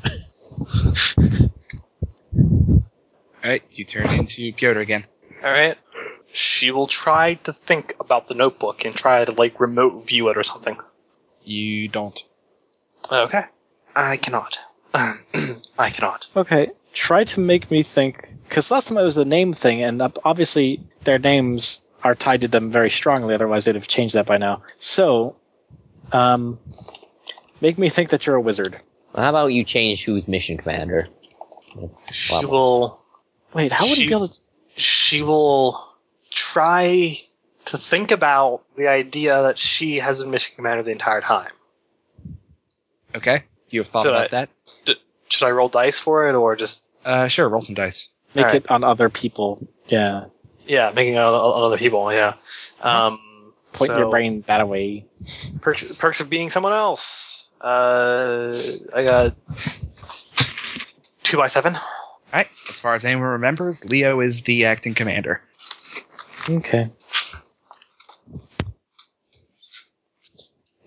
S6: *laughs*
S2: All right, you turn into Piotr again.
S1: All right. She will try to think about the notebook and try to like remote view it or something.
S2: You don't.
S1: Okay. I cannot. *clears throat* I cannot.
S5: Okay. Try to make me think, because last time it was the name thing, and ob- obviously their names are tied to them very strongly. Otherwise, they'd have changed that by now. So, um, make me think that you're a wizard.
S3: Well, how about you change who's mission commander?
S1: She
S3: Level.
S1: will.
S5: Wait, how would you
S1: She-
S5: be able to?
S1: She will try to think about the idea that she has been mission commander the entire time.
S2: Okay. You have thought
S1: Should
S2: about
S1: I-
S2: that?
S1: Should I roll dice for it or just
S2: Uh, sure. Roll some dice.
S5: Make
S1: Alright.
S5: it on other people. Yeah.
S1: yeah making it on, on other people? Yeah. Um.
S5: Point
S1: so-
S5: your brain that way.
S1: Perks, perks of being someone else. Uh, I got two by seven.
S2: All right. As far as anyone remembers, Leo is the acting commander.
S5: Okay.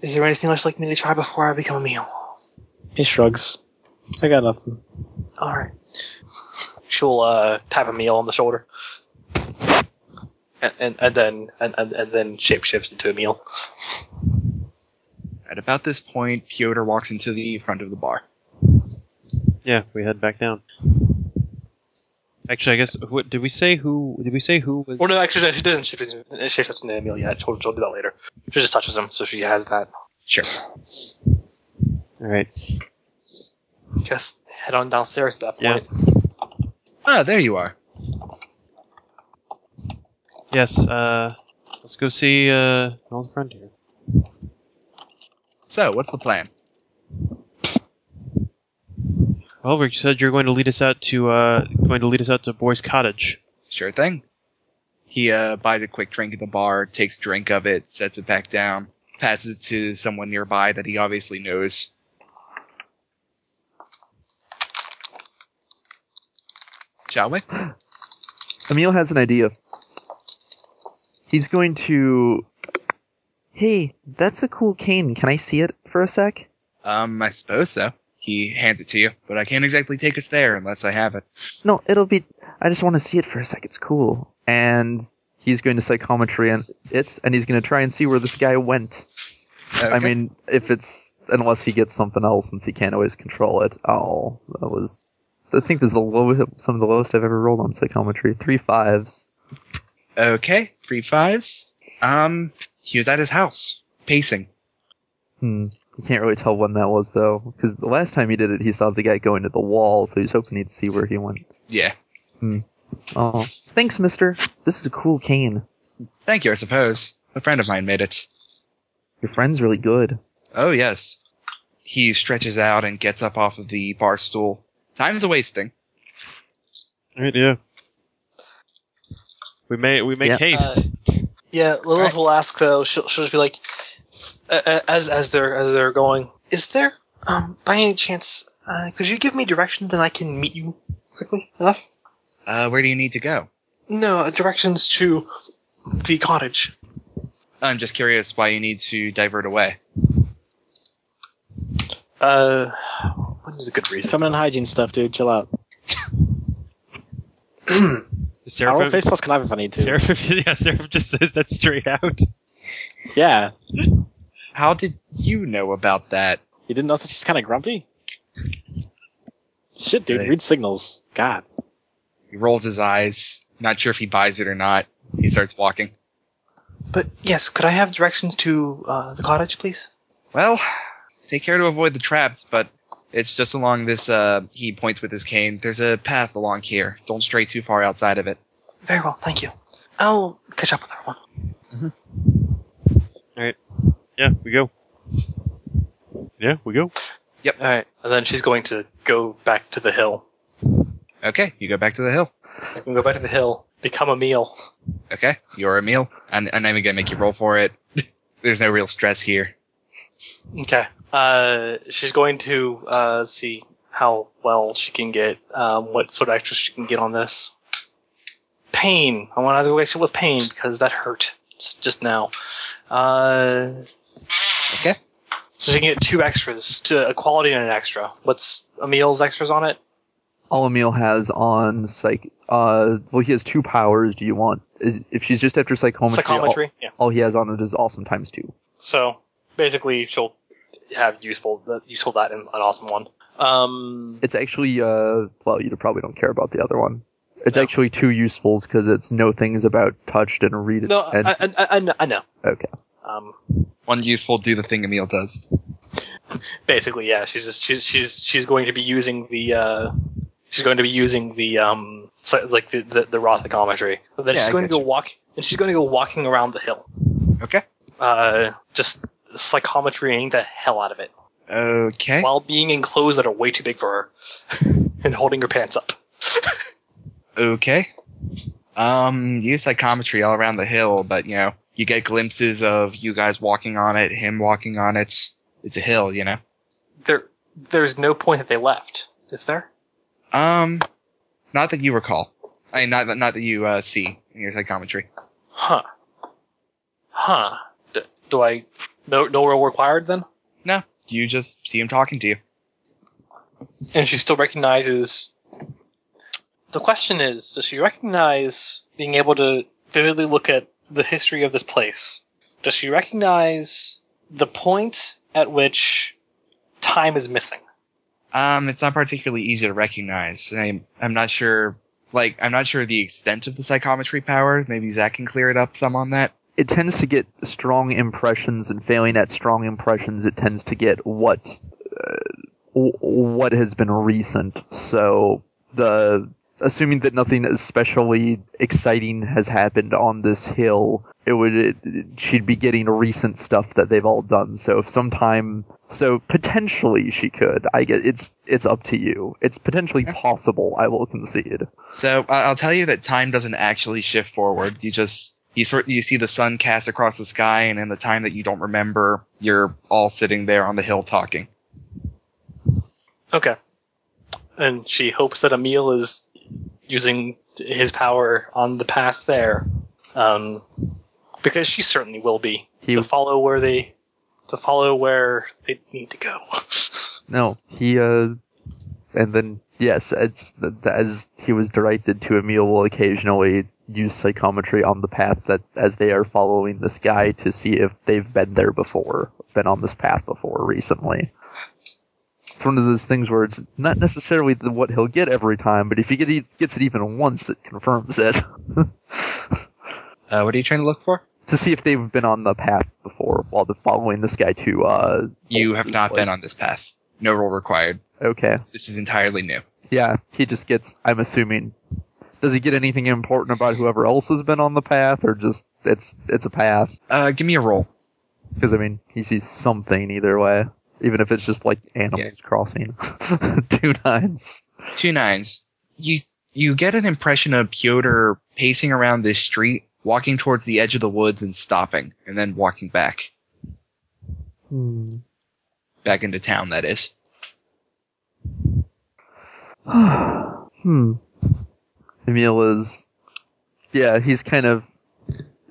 S1: Is there anything else you'd like me to try before I become a meal?
S5: He shrugs. I got nothing.
S1: All right. She'll uh, tap a meal on the shoulder, and and, and then and, and, and then shapeshifts into a meal.
S2: At about this point, Piotr walks into the front of the bar.
S6: yeah, we head back down. Actually, I guess what, did we say who did we say who was?
S1: Or no, actually, no, she doesn't shape shapeshift into a meal yet. She'll, she'll do that later. She just touches him, so she has that.
S2: Sure.
S6: All right.
S1: Just head on downstairs at that
S6: Yeah.
S1: point.
S2: Ah, there you are.
S6: Yes. Uh, let's go see uh, an old friend here.
S2: So, what's the plan?
S6: Well, Rick, you said you're going to lead us out to uh, going to lead us out to Boy's cottage.
S2: Sure thing. He uh, buys a quick drink at the bar, takes a drink of it, sets it back down, passes it to someone nearby that he obviously knows. Shall we?
S4: Emil has an idea. He's going to. Hey, that's a cool cane. Can I see it for a sec?
S2: Um, I suppose so. He hands it to you, but I can't exactly take us there unless I have it.
S4: No, it'll be. I just want to see it for a sec. It's cool. And he's going to psychometry and it, and he's going to try and see where this guy went. I
S2: Okay.
S4: mean, if it's unless he gets something else, since he can't always control it. Oh, that was. I think this is the lowest, some of the lowest I've ever rolled on psychometry. Three fives.
S2: okay, three fives. Um, he was at his house, pacing.
S4: Hmm. You can't really tell when that was though, because the last time he did it, he saw the guy going to the wall, so he's hoping he'd see where he went.
S2: Yeah.
S4: Oh, thanks, Mister. This is a cool cane.
S2: Thank you, I suppose. A friend of mine made it.
S4: Your friend's really good.
S2: Oh, yes. He stretches out and gets up off of the bar stool. Time's a wasting.
S6: All right. Yeah. We may we make
S4: Yeah.
S6: haste.
S1: Yeah, Lilith
S6: Uh,
S2: Alright.
S1: will ask though. She'll, she'll just be like, uh, as as they're as they're going, is there um by any chance uh, could you give me directions and I can meet you quickly enough?
S2: Uh, where do you need to go?
S1: No, uh, directions to the cottage.
S2: I'm just curious why you need to divert away.
S1: Uh, what is a good reason?
S5: Feminine hygiene stuff, dude. Chill out. I roll
S6: Seraph,
S5: face plus connivance. I need to.
S6: Seraph, *laughs* yeah, Seraph just says that straight out.
S5: Yeah.
S2: How did you know about that?
S5: You didn't notice that she's kind of grumpy? Shit, dude.
S2: Right.
S5: Read signals. God.
S2: He rolls his eyes, not sure if he buys it or not. He starts walking.
S1: But yes, could I have directions to uh, the cottage, please?
S2: Well, take care to avoid the traps, but it's just along this, uh, he points with his cane. There's a path along here. Don't stray too far outside of it.
S1: Very well, thank you. I'll catch up with everyone.
S6: Yeah, we go. Yeah, we go.
S1: All right, and then she's going to go back to the hill.
S2: Okay, you go back to the hill.
S1: You can go back to the hill, become a meal.
S2: Okay, you're a meal. I'm, I'm not even gonna make you roll for it. *laughs* There's no real stress here.
S1: Okay. Uh, she's going to uh, see how well she can get, um, what sort of extra she can get on this. Pain. I want to replace it with pain because that hurt s- just now. Uh,
S2: Okay.
S1: So she can get two extras, to a quality and an extra. What's Emil's extras on it?
S4: All Emil has on psych. Uh, well, he has two powers. Do you want? Is if she's just after psychometry? all-
S1: Psychometry. Yeah.
S4: All, he has on it is awesome times two.
S1: So basically, she'll have useful, the, useful that and an awesome one. Um,
S4: It's actually uh, well, you probably don't care about the other one. It's
S1: No.
S4: actually two usefuls because it's no things about touched and read.
S1: no,
S4: and,
S1: I, I, I, I know. I know.
S4: okay.
S1: Um,
S2: One useful, do the thing a meal does.
S1: basically yeah she's just she's she's she's going to be using the uh she's going to be using the um so- like the the, the raw psychometry but then
S2: Yeah,
S1: she's
S2: I
S1: going to go
S2: gotcha.
S1: walk and she's going to go walking around the hill
S2: Okay.
S1: uh just psychometrying the hell out of it
S2: Okay.
S1: while being in clothes that are way too big for her *laughs* and holding her pants up
S2: Okay. Um, use psychometry all around the hill, but you know, you get glimpses of you guys walking on it, him walking on it. It's a hill, you know.
S1: there there's no point that they left is there
S2: Um, not that you recall. I mean, not that not that you uh, see in your psychometry.
S1: huh huh D- do i no no role required then
S2: No, you just see him talking to you.
S1: and she still recognizes. The question is, does she recognize being able to vividly look at the history of this place? Does she recognize the point at which time is missing?
S2: Um, it's not particularly easy to recognize. I'm, I'm not sure, like, I'm not sure the extent of the psychometry power. Maybe Zach can clear it up some on that.
S4: it tends to get strong impressions and failing at strong impressions it tends to get what uh, w- what has been recent so the assuming that nothing especially exciting has happened on this hill it would it, she'd be getting recent stuff that they've all done so if sometime so potentially she could i get it's it's up to you it's potentially possible i will concede
S2: So I I'll tell you that time doesn't actually shift forward. You just you sort you see the sun cast across the sky, and in the time that you don't remember, you're all sitting there on the hill talking.
S1: Okay. And she hopes that Emil is using his power on the path there, um, because she certainly will be
S4: He-
S1: to follow where they to follow where they need to go. *laughs*
S4: No, he uh, and then yes, it's th- th- as he was directed to Emil will occasionally use psychometry on the path that as they are following this guy to see if they've been there before, been on this path before recently. It's one of those things where it's not necessarily the, what he'll get every time, but if he get, he gets it even once, it confirms it *laughs*
S2: Uh, what are you trying to look for?
S4: to see if they've been on the path before while they're following this guy to. Uh,
S2: You have not been on this path. No role required.
S4: okay.
S2: This is entirely new.
S4: Yeah, he just gets. I'm assuming. Does he get anything important about whoever else has been on the path, or just it's it's a path?
S2: Uh, give me a roll.
S4: Because I mean, he sees something either way, even if it's just like animals crossing. *laughs* Two nines.
S2: two nines. You you get an impression of Piotr pacing around this street, walking towards the edge of the woods and stopping, and then walking back.
S4: Hmm. *sighs*
S2: back into town. That is.
S4: hmm. Emil is, yeah, he's kind of,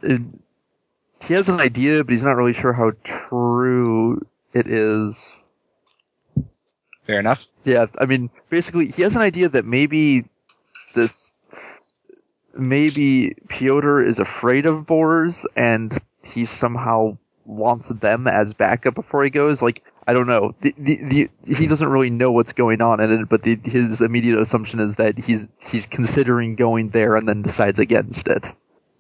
S4: he has an idea, but he's not really sure how true it is.
S2: Fair enough.
S4: Yeah, I mean, basically, he has an idea that maybe this, maybe Piotr is afraid of boars, and he somehow wants them as backup before he goes. Like, I don't know. The, the, the, he doesn't really know what's going on in it, but the, his immediate assumption is that he's he's considering going there and then decides against it.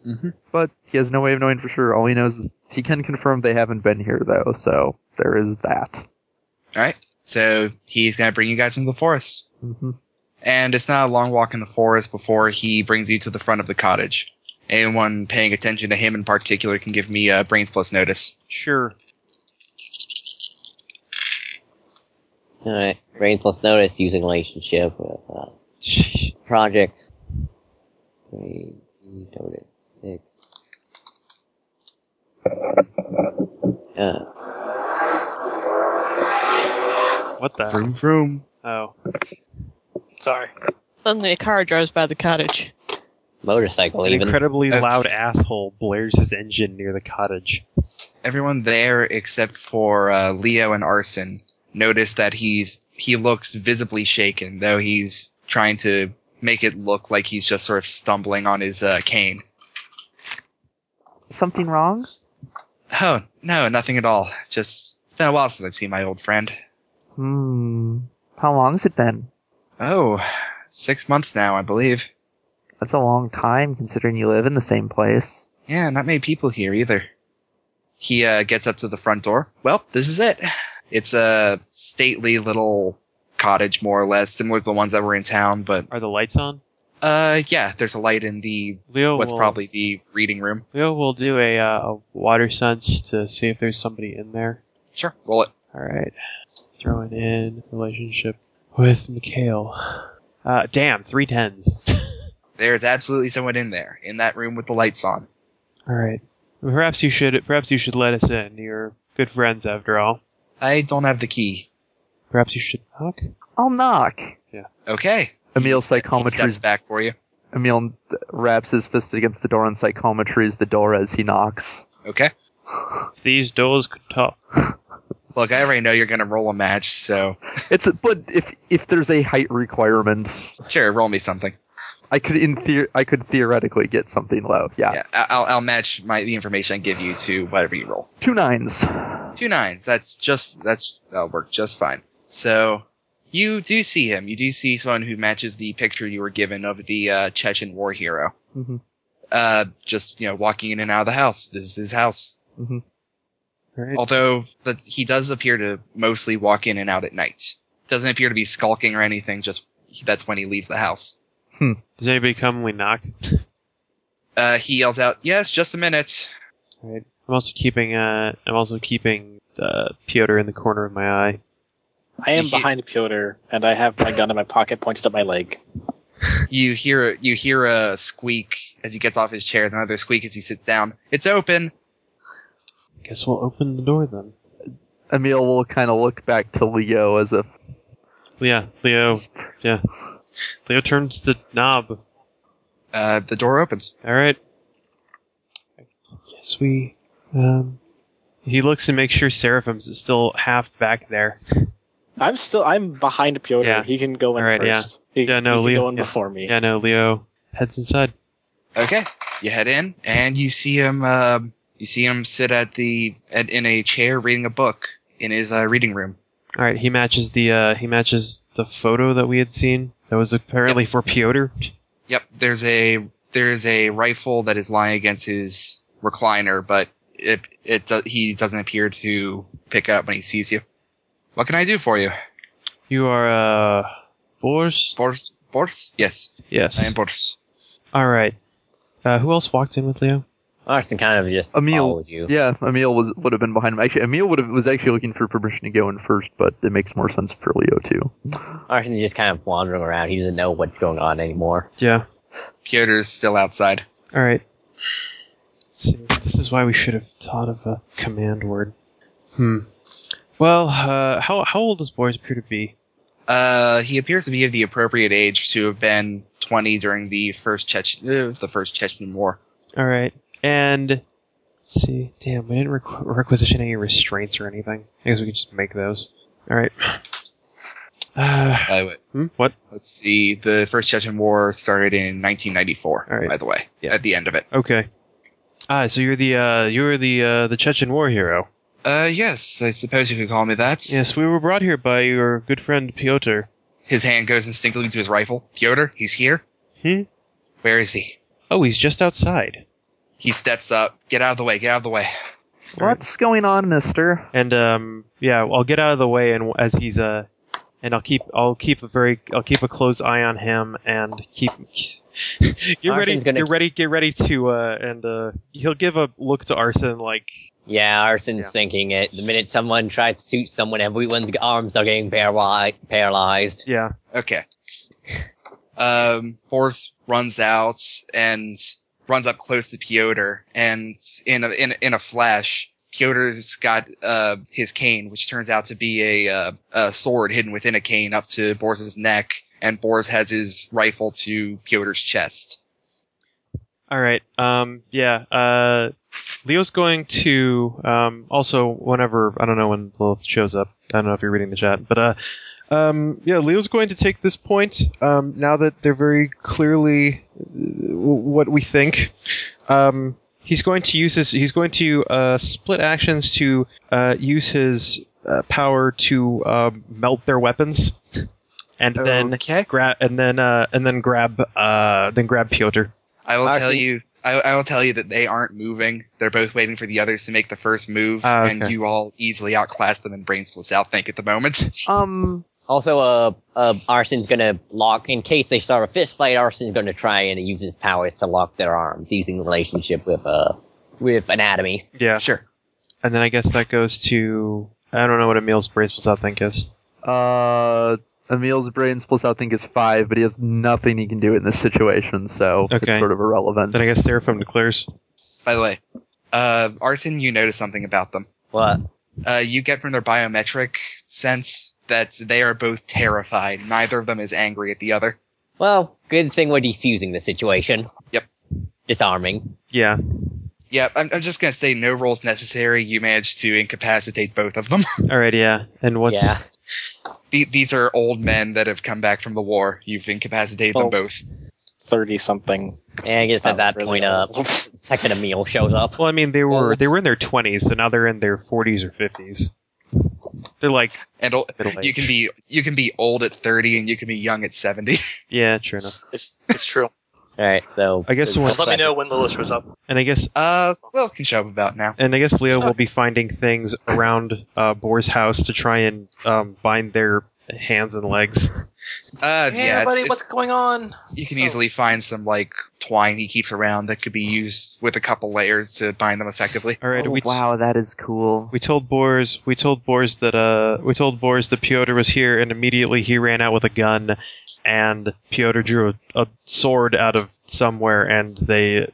S2: Mhm.
S4: But he has no way of knowing for sure. All he knows is he can confirm they haven't been here though, so there is that.
S2: All right. So he's gonna bring you guys into the forest,
S4: hmm
S2: and it's not a long walk in the forest before he brings you to the front of the cottage. Anyone paying attention to him in particular can give me a brains plus notice.
S6: Sure.
S3: Alright. Brains plus notice using relationship with uh, project. Three, notice, six. Uh,
S6: What the?
S2: Vroom vroom.
S6: Oh.
S1: Sorry.
S7: Suddenly a car drives by the cottage.
S3: motorcycle
S6: An
S3: even.
S6: incredibly
S2: Okay.
S6: loud asshole blares his engine near the cottage.
S2: Everyone there except for uh, Leo and Arson notice that he's he looks visibly shaken, though he's trying to make it look like he's just sort of stumbling on his uh, cane.
S8: Something wrong?
S2: Oh no, nothing at all. Just it's been a while since I've seen my old friend.
S8: Hmm. How long's it been?
S2: Oh, six months now, I believe.
S8: That's a long time considering you live in the same place.
S2: Yeah, not many people here either. He uh, gets up to the front door. Well, this is it. It's a stately little cottage, more or less, similar to the ones that were in town. But
S6: Are the lights on?
S2: uh, yeah, there's a light in the
S6: Leo
S2: what's
S6: will,
S2: probably the reading room.
S6: Leo will do a, uh, a water sense to see if there's somebody in there.
S2: Sure, roll it.
S6: Alright. Throwing in relationship with Mikhail. Uh, damn, three tens.
S2: There's absolutely someone in there in that room with the lights on.
S6: Alright. Perhaps you should perhaps you should let us in. You're good friends after all.
S2: I don't have the key.
S6: Perhaps you should knock?
S8: I'll knock.
S2: Okay,
S4: Emil's
S2: he steps
S4: psychometries.
S2: back for you.
S4: Emil wraps his fist against the door and psychometries the door as he knocks.
S2: Okay.
S6: If these doors could talk.
S2: Look, I already know you're gonna roll a match, so
S4: It's but if if there's a height requirement,
S2: sure, roll me something.
S4: I could in theor I could theoretically get something low. Yeah.
S2: Yeah, I- I'll, I'll match my the information I give you to whatever you roll.
S4: two nines.
S2: Two nines. That's just that's that'll work just fine. So you do see him. You do see someone who matches the picture you were given of the uh, Chechen war hero.
S4: Mhm.
S2: Uh, just you know, walking in and out of the house. This is his house.
S6: Alright.
S2: Although but he does appear to mostly walk in and out at night. Doesn't appear to be skulking or anything. Just that's when he leaves the house.
S6: Does anybody come when we knock?
S2: Uh, he yells out, "Yes, just a minute."
S6: Alright. I'm also keeping uh I'm also keeping uh Piotr in the corner of my eye.
S5: I am
S2: You-
S5: behind Piotr, and I have my gun in my pocket pointed at my leg.
S2: You hear you hear a squeak as he gets off his chair, and another squeak as he sits down. It's open.
S6: Guess we'll open the door then.
S4: Emil will kind of look back to Leo as if
S6: Yeah, Leo yeah. Leo turns the knob.
S2: Uh, the door opens.
S6: All right. Yes, we. Um, he looks and makes sure Seraphim's is still half back there.
S5: I'm still I'm behind Piotr.
S6: Yeah.
S5: He can go in
S6: Alright, yeah.
S5: first. He,
S6: Yeah, no,
S5: he can
S6: Leo-
S5: go in
S6: yeah.
S5: before me.
S6: Yeah, no, Leo heads inside.
S2: Okay, you head in, and you see him. um you see him sit at the at, in a chair reading a book in his uh, reading room.
S6: All right, he matches the uh, he matches the photo that we had seen. That was apparently for Piotr.
S2: Yep, there's a there's a rifle that is lying against his recliner, but it it do- he doesn't appear to pick up when he sees you. What can I do for you,
S6: You are uh, Boris.
S2: Boris? Boris? Yes, I
S6: Yes.
S2: am Boris.
S6: All right. Uh, who else walked in with Leo?
S3: Arson kind of just
S4: Emil.
S3: followed you.
S4: yeah, Emil was would have been behind him. Actually, Emil would have was actually looking for permission to go in first, but it makes more sense for Leo too.
S3: Arson is just kind of wandering around. He doesn't know what's going on anymore.
S6: Yeah.
S2: Piotr's still outside.
S6: All right. See, this is why we should have thought of a command word. Hmm. Well, uh, how how old does Boris appear to be?
S2: Uh, he appears to be of the appropriate age to have been 20 during the first Chechen uh, the first Chechen War.
S6: All right, and let's see. Damn, we didn't requ- requisition any restraints or anything. I guess we could just make those. All right. *sighs* Uh,
S2: By the way,
S6: hmm, what?
S2: let's see. The first Chechen War started in 1994.
S6: All right.
S2: By the way,
S6: Yeah.
S2: at the end of it.
S6: Okay. Ah, so you're the uh, you're the uh, the Chechen war hero.
S2: Uh, yes, I suppose you could call me that.
S6: Yes, we were brought here by your good friend Pyotr.
S2: His hand goes instinctively to his rifle. Piotr, he's here.
S6: Hmm?
S2: Where is he?
S6: Oh, he's just outside.
S2: He steps up. Get out of the way. Get out of the way.
S8: What's going on, mister?
S6: And um, yeah, I'll get out of the way, and as he's uh, and I'll keep I'll keep a very I'll keep a close eye on him, and keep. *laughs* get ready,
S3: Arsen's gonna-
S6: get ready, get ready to, uh, and uh, he'll give a look to Arson like,
S3: Yeah, Arson's
S6: Yeah.
S3: thinking it. The minute someone tries to shoot someone, everyone's arms are getting paraly- paralyzed.
S6: yeah,
S2: Okay. Um, Boris runs out and runs up close to Piotr, and in a, in a, in a flash, Piotr's got uh, his cane, which turns out to be a, uh, a sword hidden within a cane, up to Boris's neck, and Boris has his rifle to Piotr's chest.
S6: All right. Um, yeah. Uh, Leo's going to um, also whenever I don't know when Lilith shows up. I don't know if you're reading the chat, but uh, um, yeah, Leo's going to take this point um, now that they're very clearly uh, what we think. Um, he's going to use his. He's going to uh, split actions to uh, use his uh, power to uh, melt their weapons, and then
S2: okay.
S6: grab and then uh, and then grab uh, then grab Piotr.
S2: I
S6: Ah,
S2: will tell
S3: Arson-
S2: you. I, I will tell you that they aren't moving. They're both waiting for the others to make the first move,
S6: Ah,
S2: and
S6: okay.
S2: you all easily outclass them in brain splits outthink at the moment.
S8: Um,
S3: Also, uh, uh, Arson's gonna lock, in case they start a fist fight, Arson's gonna try and use his powers to lock their arms, using the relationship with, uh, with anatomy.
S6: Yeah.
S2: Sure.
S6: And then I guess that goes to I don't know what Emil's bracelets I think is.
S4: Uh,
S8: Emil's brain splits out think is five, but he has nothing he can do in this situation, so
S6: Okay.
S8: it's sort of irrelevant.
S6: Then I guess Seraphim declares.
S2: By the way, uh, Arson, you notice something about them.
S3: What?
S2: Uh, you get from their biometric sense that they are both terrified. Neither of them is angry at the other.
S3: Well, good thing we're defusing the situation.
S2: Yep.
S3: Disarming.
S6: Yeah.
S2: Yeah, I'm, I'm just gonna say no rolls necessary. You managed to incapacitate both of them. *laughs*
S6: All right. Yeah. And what's
S3: yeah.
S2: The- These are old men that have come back from the war. You've incapacitated
S5: Oh.
S2: them both.
S5: thirty something.
S3: And I guess
S5: Oh,
S3: at that point, uh,
S5: *laughs*
S3: second Emil shows up.
S6: well? I mean, they were
S2: Old.
S6: they were in their twenties, so now they're in their forties or fifties. They're like
S2: And o-
S6: middle age.
S2: you can be you can be old at 30 and you can be young at 70.
S6: Yeah, true enough.
S1: It's it's true.
S3: Alright, so.
S6: I guess the one-
S1: Just let me know when Lilith shows up.
S6: And I guess
S2: *laughs* Uh, well, it can show up about now.
S6: and I guess Leo will be finding things around uh, Boar's house to try and um, bind their hands and legs.
S2: Uh,
S1: Hey,
S2: yeah, it's-
S1: everybody,
S2: it's-
S1: what's going on?
S2: you can easily find some like twine he keeps around that could be used with a couple layers to bind them effectively.
S6: All right.
S8: Oh,
S6: we
S8: wow, that is cool.
S6: We told Boers we told Boers that uh we told Boers that Piotr was here and immediately he ran out with a gun and Piotr drew a, a sword out of somewhere and they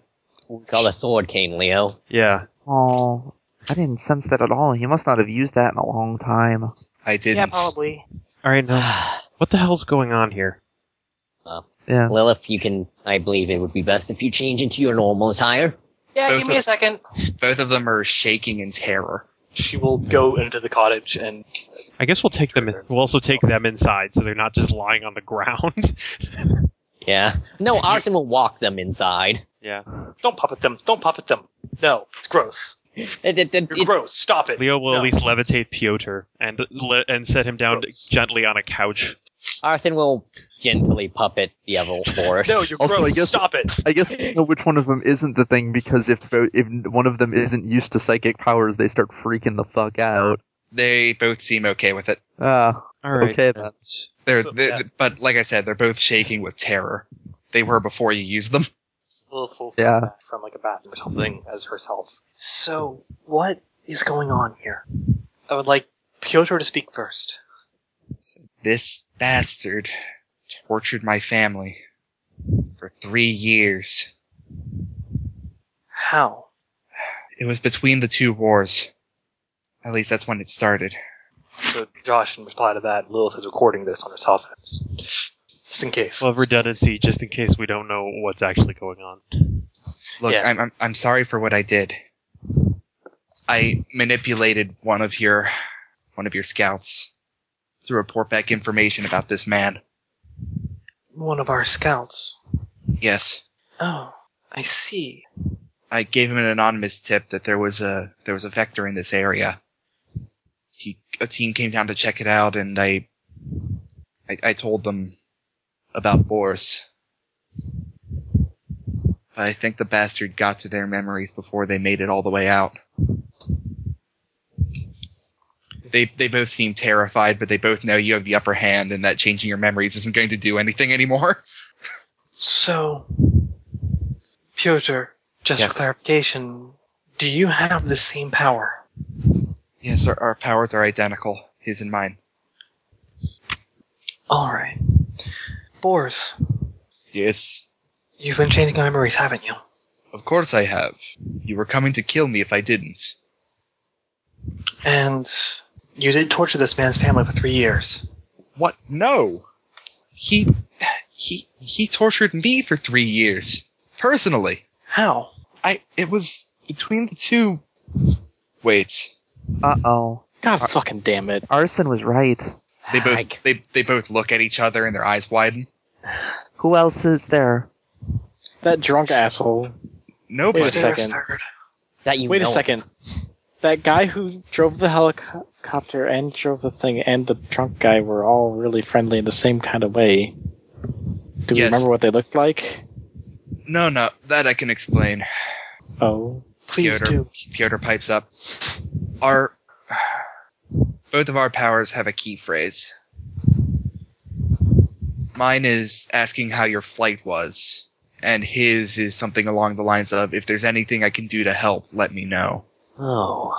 S3: It's called a sword cane, Leo.
S6: yeah.
S8: Oh, I didn't sense that at all. He must not have used that in a long time.
S2: I didn't.
S1: Yeah, probably.
S6: All right, now
S8: *sighs*
S6: what the hell's going on here?
S8: Yeah.
S3: Lilith, you can. I believe it would be best if you change into your normal attire.
S1: Yeah,
S2: Both
S1: give me
S2: of-
S1: a second.
S2: Both of them are shaking in terror.
S1: She will go into the cottage and
S6: I guess we'll take them in, we'll also take them inside so they're not just lying on the ground. *laughs*
S3: Yeah.
S5: *laughs*
S3: No, Arson will walk them inside.
S6: yeah.
S1: don't puppet them. Don't puppet them. No, it's gross.
S3: It- it- it-
S1: You're gross. Stop it.
S6: Leo will
S1: No.
S6: at least levitate Piotr and le- and set him down
S1: Gross.
S6: gently on a couch.
S3: Arson will gently puppet the other Boris.
S1: No, you're
S8: Also, I
S1: gross.
S8: guess-
S1: Stop it.
S8: I guess I don't know which one of them isn't the thing because if both, if one of them isn't used to psychic powers, they start freaking the fuck out.
S2: They both seem okay with it.
S8: Ah,
S6: All right.
S8: Okay, then.
S2: They're,
S1: So,
S2: they-
S1: yeah.
S2: but like I said, they're both shaking with terror. They were before you used them.
S1: Lilith will come
S8: Yeah.
S1: back from like a bathroom or something as herself. So, what is going on here? I would like Piotr to speak first.
S2: This bastard tortured my family for three years.
S1: How?
S2: It was between the two wars. At least that's when it started.
S1: So Josh, in reply to that, Lilith is recording this on her cell phone, just in case.
S6: Well, redundancy, just in case we don't know what's actually going on.
S2: Look,
S1: Yeah.
S2: I'm, I'm I'm sorry for what I did. I manipulated one of your one of your scouts to report back information about this man.
S1: One of our scouts.
S2: Yes,
S1: Oh, I see.
S2: I gave him an anonymous tip that there was a there was a vector in this area. He, a team came down to check it out, and I I, I told them about Boris. But I think the bastard got to their memories before they made it all the way out. They they both seem terrified, but they both know you have the upper hand, and that changing your memories isn't going to do anything anymore. *laughs*
S1: So, Piotr, just
S2: Yes.
S1: for clarification, do you have the same power?
S2: Yes, our, our powers are identical, his and mine.
S1: All right, Boris,
S2: Yes,
S1: you've been changing our memories, haven't you?
S2: Of course I have. You were coming to kill me if I didn't.
S1: And you did torture this man's family for three years.
S2: What? No. He he he tortured me for 3 years personally.
S1: How?
S2: I it was between the two Wait.
S8: Uh oh.
S5: God fucking damn it.
S8: Arson was right.
S2: They both
S1: Ag.
S2: they they both look at each other and their eyes widen.
S8: Who else is there?
S5: That drunk asshole.
S2: Nobody.
S5: Wait a
S1: Is there
S5: second.
S1: third?
S3: That you
S5: Wait a
S3: know of.
S5: second. That guy who drove the helicopter and drove the thing and the drunk guy were all really friendly in the same kind of way. Do we
S2: Yes.
S5: remember what they looked like?
S2: No, no, that I can explain.
S5: Oh.
S1: Please
S2: Piotr,
S1: do.
S2: Piotr pipes up. Our both of our powers have a key phrase. Mine is asking how your flight was, and his is something along the lines of if there's anything I can do to help, let me know.
S1: Oh.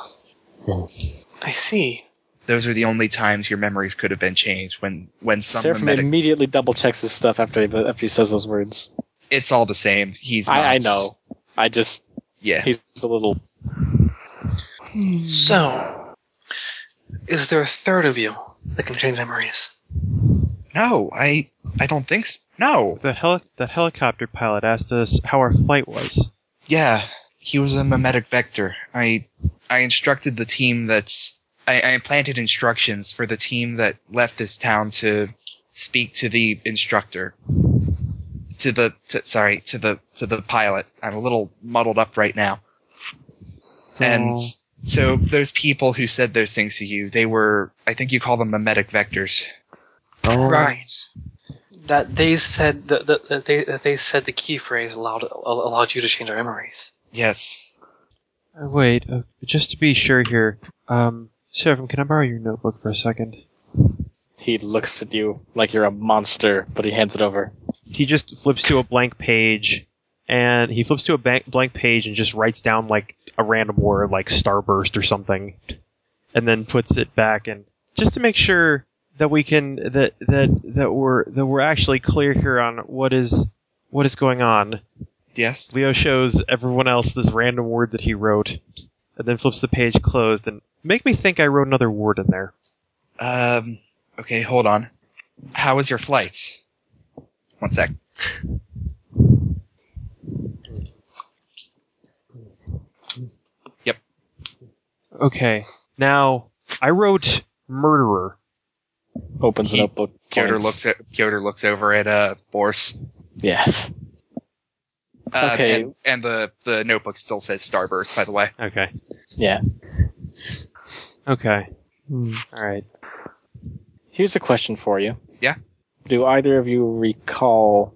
S1: I see.
S2: Those are the only times your memories could have been changed when when some
S5: Seraphim
S2: medic
S5: immediately double checks his stuff after he, after he says those words.
S2: it's all the same. He's
S5: I, I
S2: not-
S5: know. I just
S2: Yeah.
S5: he's a little
S1: So, is there a third of you that can change memories?
S2: No, I I don't think so. No.
S6: The heli- that helicopter pilot asked us how our flight was.
S2: Yeah, he was a mimetic vector. I I instructed the team that I, I implanted instructions for the team that left this town to speak to the instructor. To the to, sorry to the to the pilot. I'm a little muddled up right now.
S8: So,
S2: And so those people who said those things to you, they were I think you call them mimetic vectors.
S8: oh,
S1: Right. That they said that, that, that they that they said the key phrase allowed allowed you to change our memories.
S2: Yes.
S6: Uh, wait, uh, just to be sure here, um, Seraphim, can I borrow your notebook for a second?
S5: he looks at you like you're a monster, but he hands it over.
S6: He just flips to a blank page, and he flips to a blank, blank page and just writes down like a random word, like starburst or something, and then puts it back and just to make sure that we can that that that we're that we're actually clear here on what is what is going on.
S2: Yes.
S6: Leo shows everyone else this random word that he wrote, and then flips the page closed and make me think I wrote another word in there.
S2: Um okay, hold on. How was your flight? One sec.
S6: Okay, now I wrote murderer.
S5: Opens the
S2: He-
S5: notebook.
S2: Piotr
S5: points.
S2: looks at Piotr looks over at uh Boris.
S5: Yeah.
S2: Uh,
S5: Okay.
S2: And, and the the notebook still says Starburst, by the way.
S6: Okay.
S5: Yeah.
S6: Okay.
S8: hmm.
S6: All right.
S5: Here's a question for you.
S2: Yeah.
S5: Do either of you recall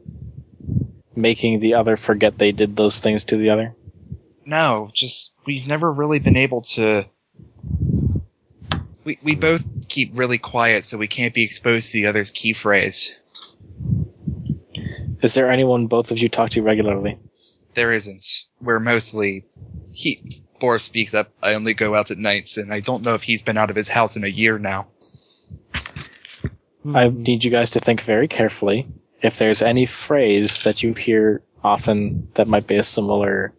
S5: making the other forget they did those things to the other?
S2: No, just we've never really been able to. We we both keep really quiet, so we can't be exposed to the other's key phrase.
S5: Is there anyone both of you talk to regularly?
S2: There isn't. We're mostly he. Boris speaks up. I only go out at nights, and I don't know if he's been out of his house in a year now.
S5: I need you guys to think very carefully if there's any phrase that you hear often that might be a similar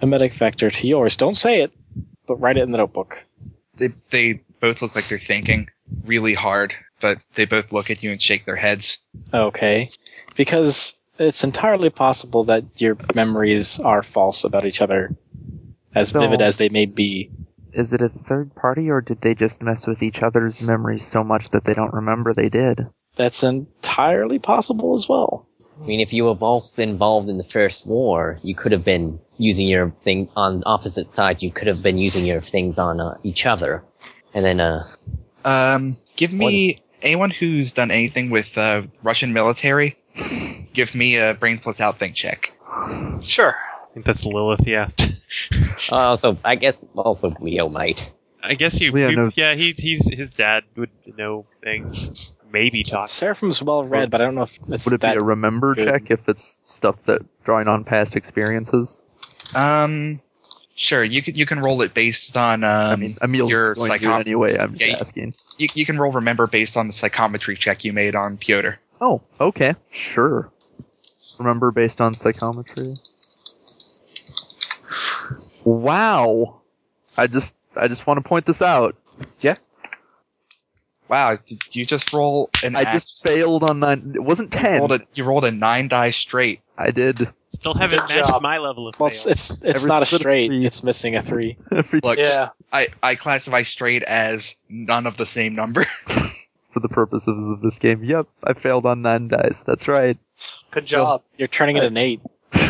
S5: mimetic vector to yours. Don't say it, but write it in the notebook.
S2: They they Both look like they're thinking really hard, but they both look at you and shake their heads.
S5: Okay. Because it's entirely possible that your memories are false about each other, as
S8: No.
S5: vivid as they may be.
S8: Is it a third party, or did they just mess with each other's memories so much that they don't remember they did?
S5: That's entirely possible as well.
S3: I mean, if you were both involved in the first war, you could have been using your thing on opposite sides. You could have been using your things on uh, each other, and then uh,
S2: Um, give me anyone who's done anything with uh, Russian military. Give me a brains plus out think check.
S1: Sure.
S6: I think that's Lilith. Yeah, *laughs*
S3: uh, also I guess also Leo might.
S6: I guess you.
S4: Leon
S6: you-
S4: knows-
S6: yeah, he, he's his dad would know things. Maybe talk.
S5: Seraphim's well read, but I don't know if it's
S4: Would it be
S5: that.
S4: a remember
S5: good.
S4: check if it's stuff that drawing on past experiences?
S2: Um, sure. You can you can roll it based on. Um,
S4: I mean, Emil,
S2: your
S4: going to do
S2: psychop-
S4: it anyway. I'm just
S2: Yeah, you-
S4: asking.
S2: you, you can roll remember based on the psychometry check you made on Piotr.
S4: Oh, okay, sure. Remember based on psychometry. Wow, I just I just want to point this out.
S2: Wow, did you just roll an?
S4: I
S2: act-
S4: just failed on nine. It wasn't
S2: you
S4: ten.
S2: rolled a you rolled a nine die straight.
S4: I did *laughs*
S6: Still haven't
S1: Good
S6: matched
S1: job.
S6: my level of fail.
S5: well, it's it's, it's
S4: Every
S5: not a
S4: split of
S5: straight.
S4: three.
S5: It's missing a three.
S4: every
S2: Look,
S1: Yeah.
S2: I I classify straight as none of the same number.
S4: for the purposes of this game. Yep, I failed on nine dice. That's right.
S1: Good job.
S5: You're turning it an eight.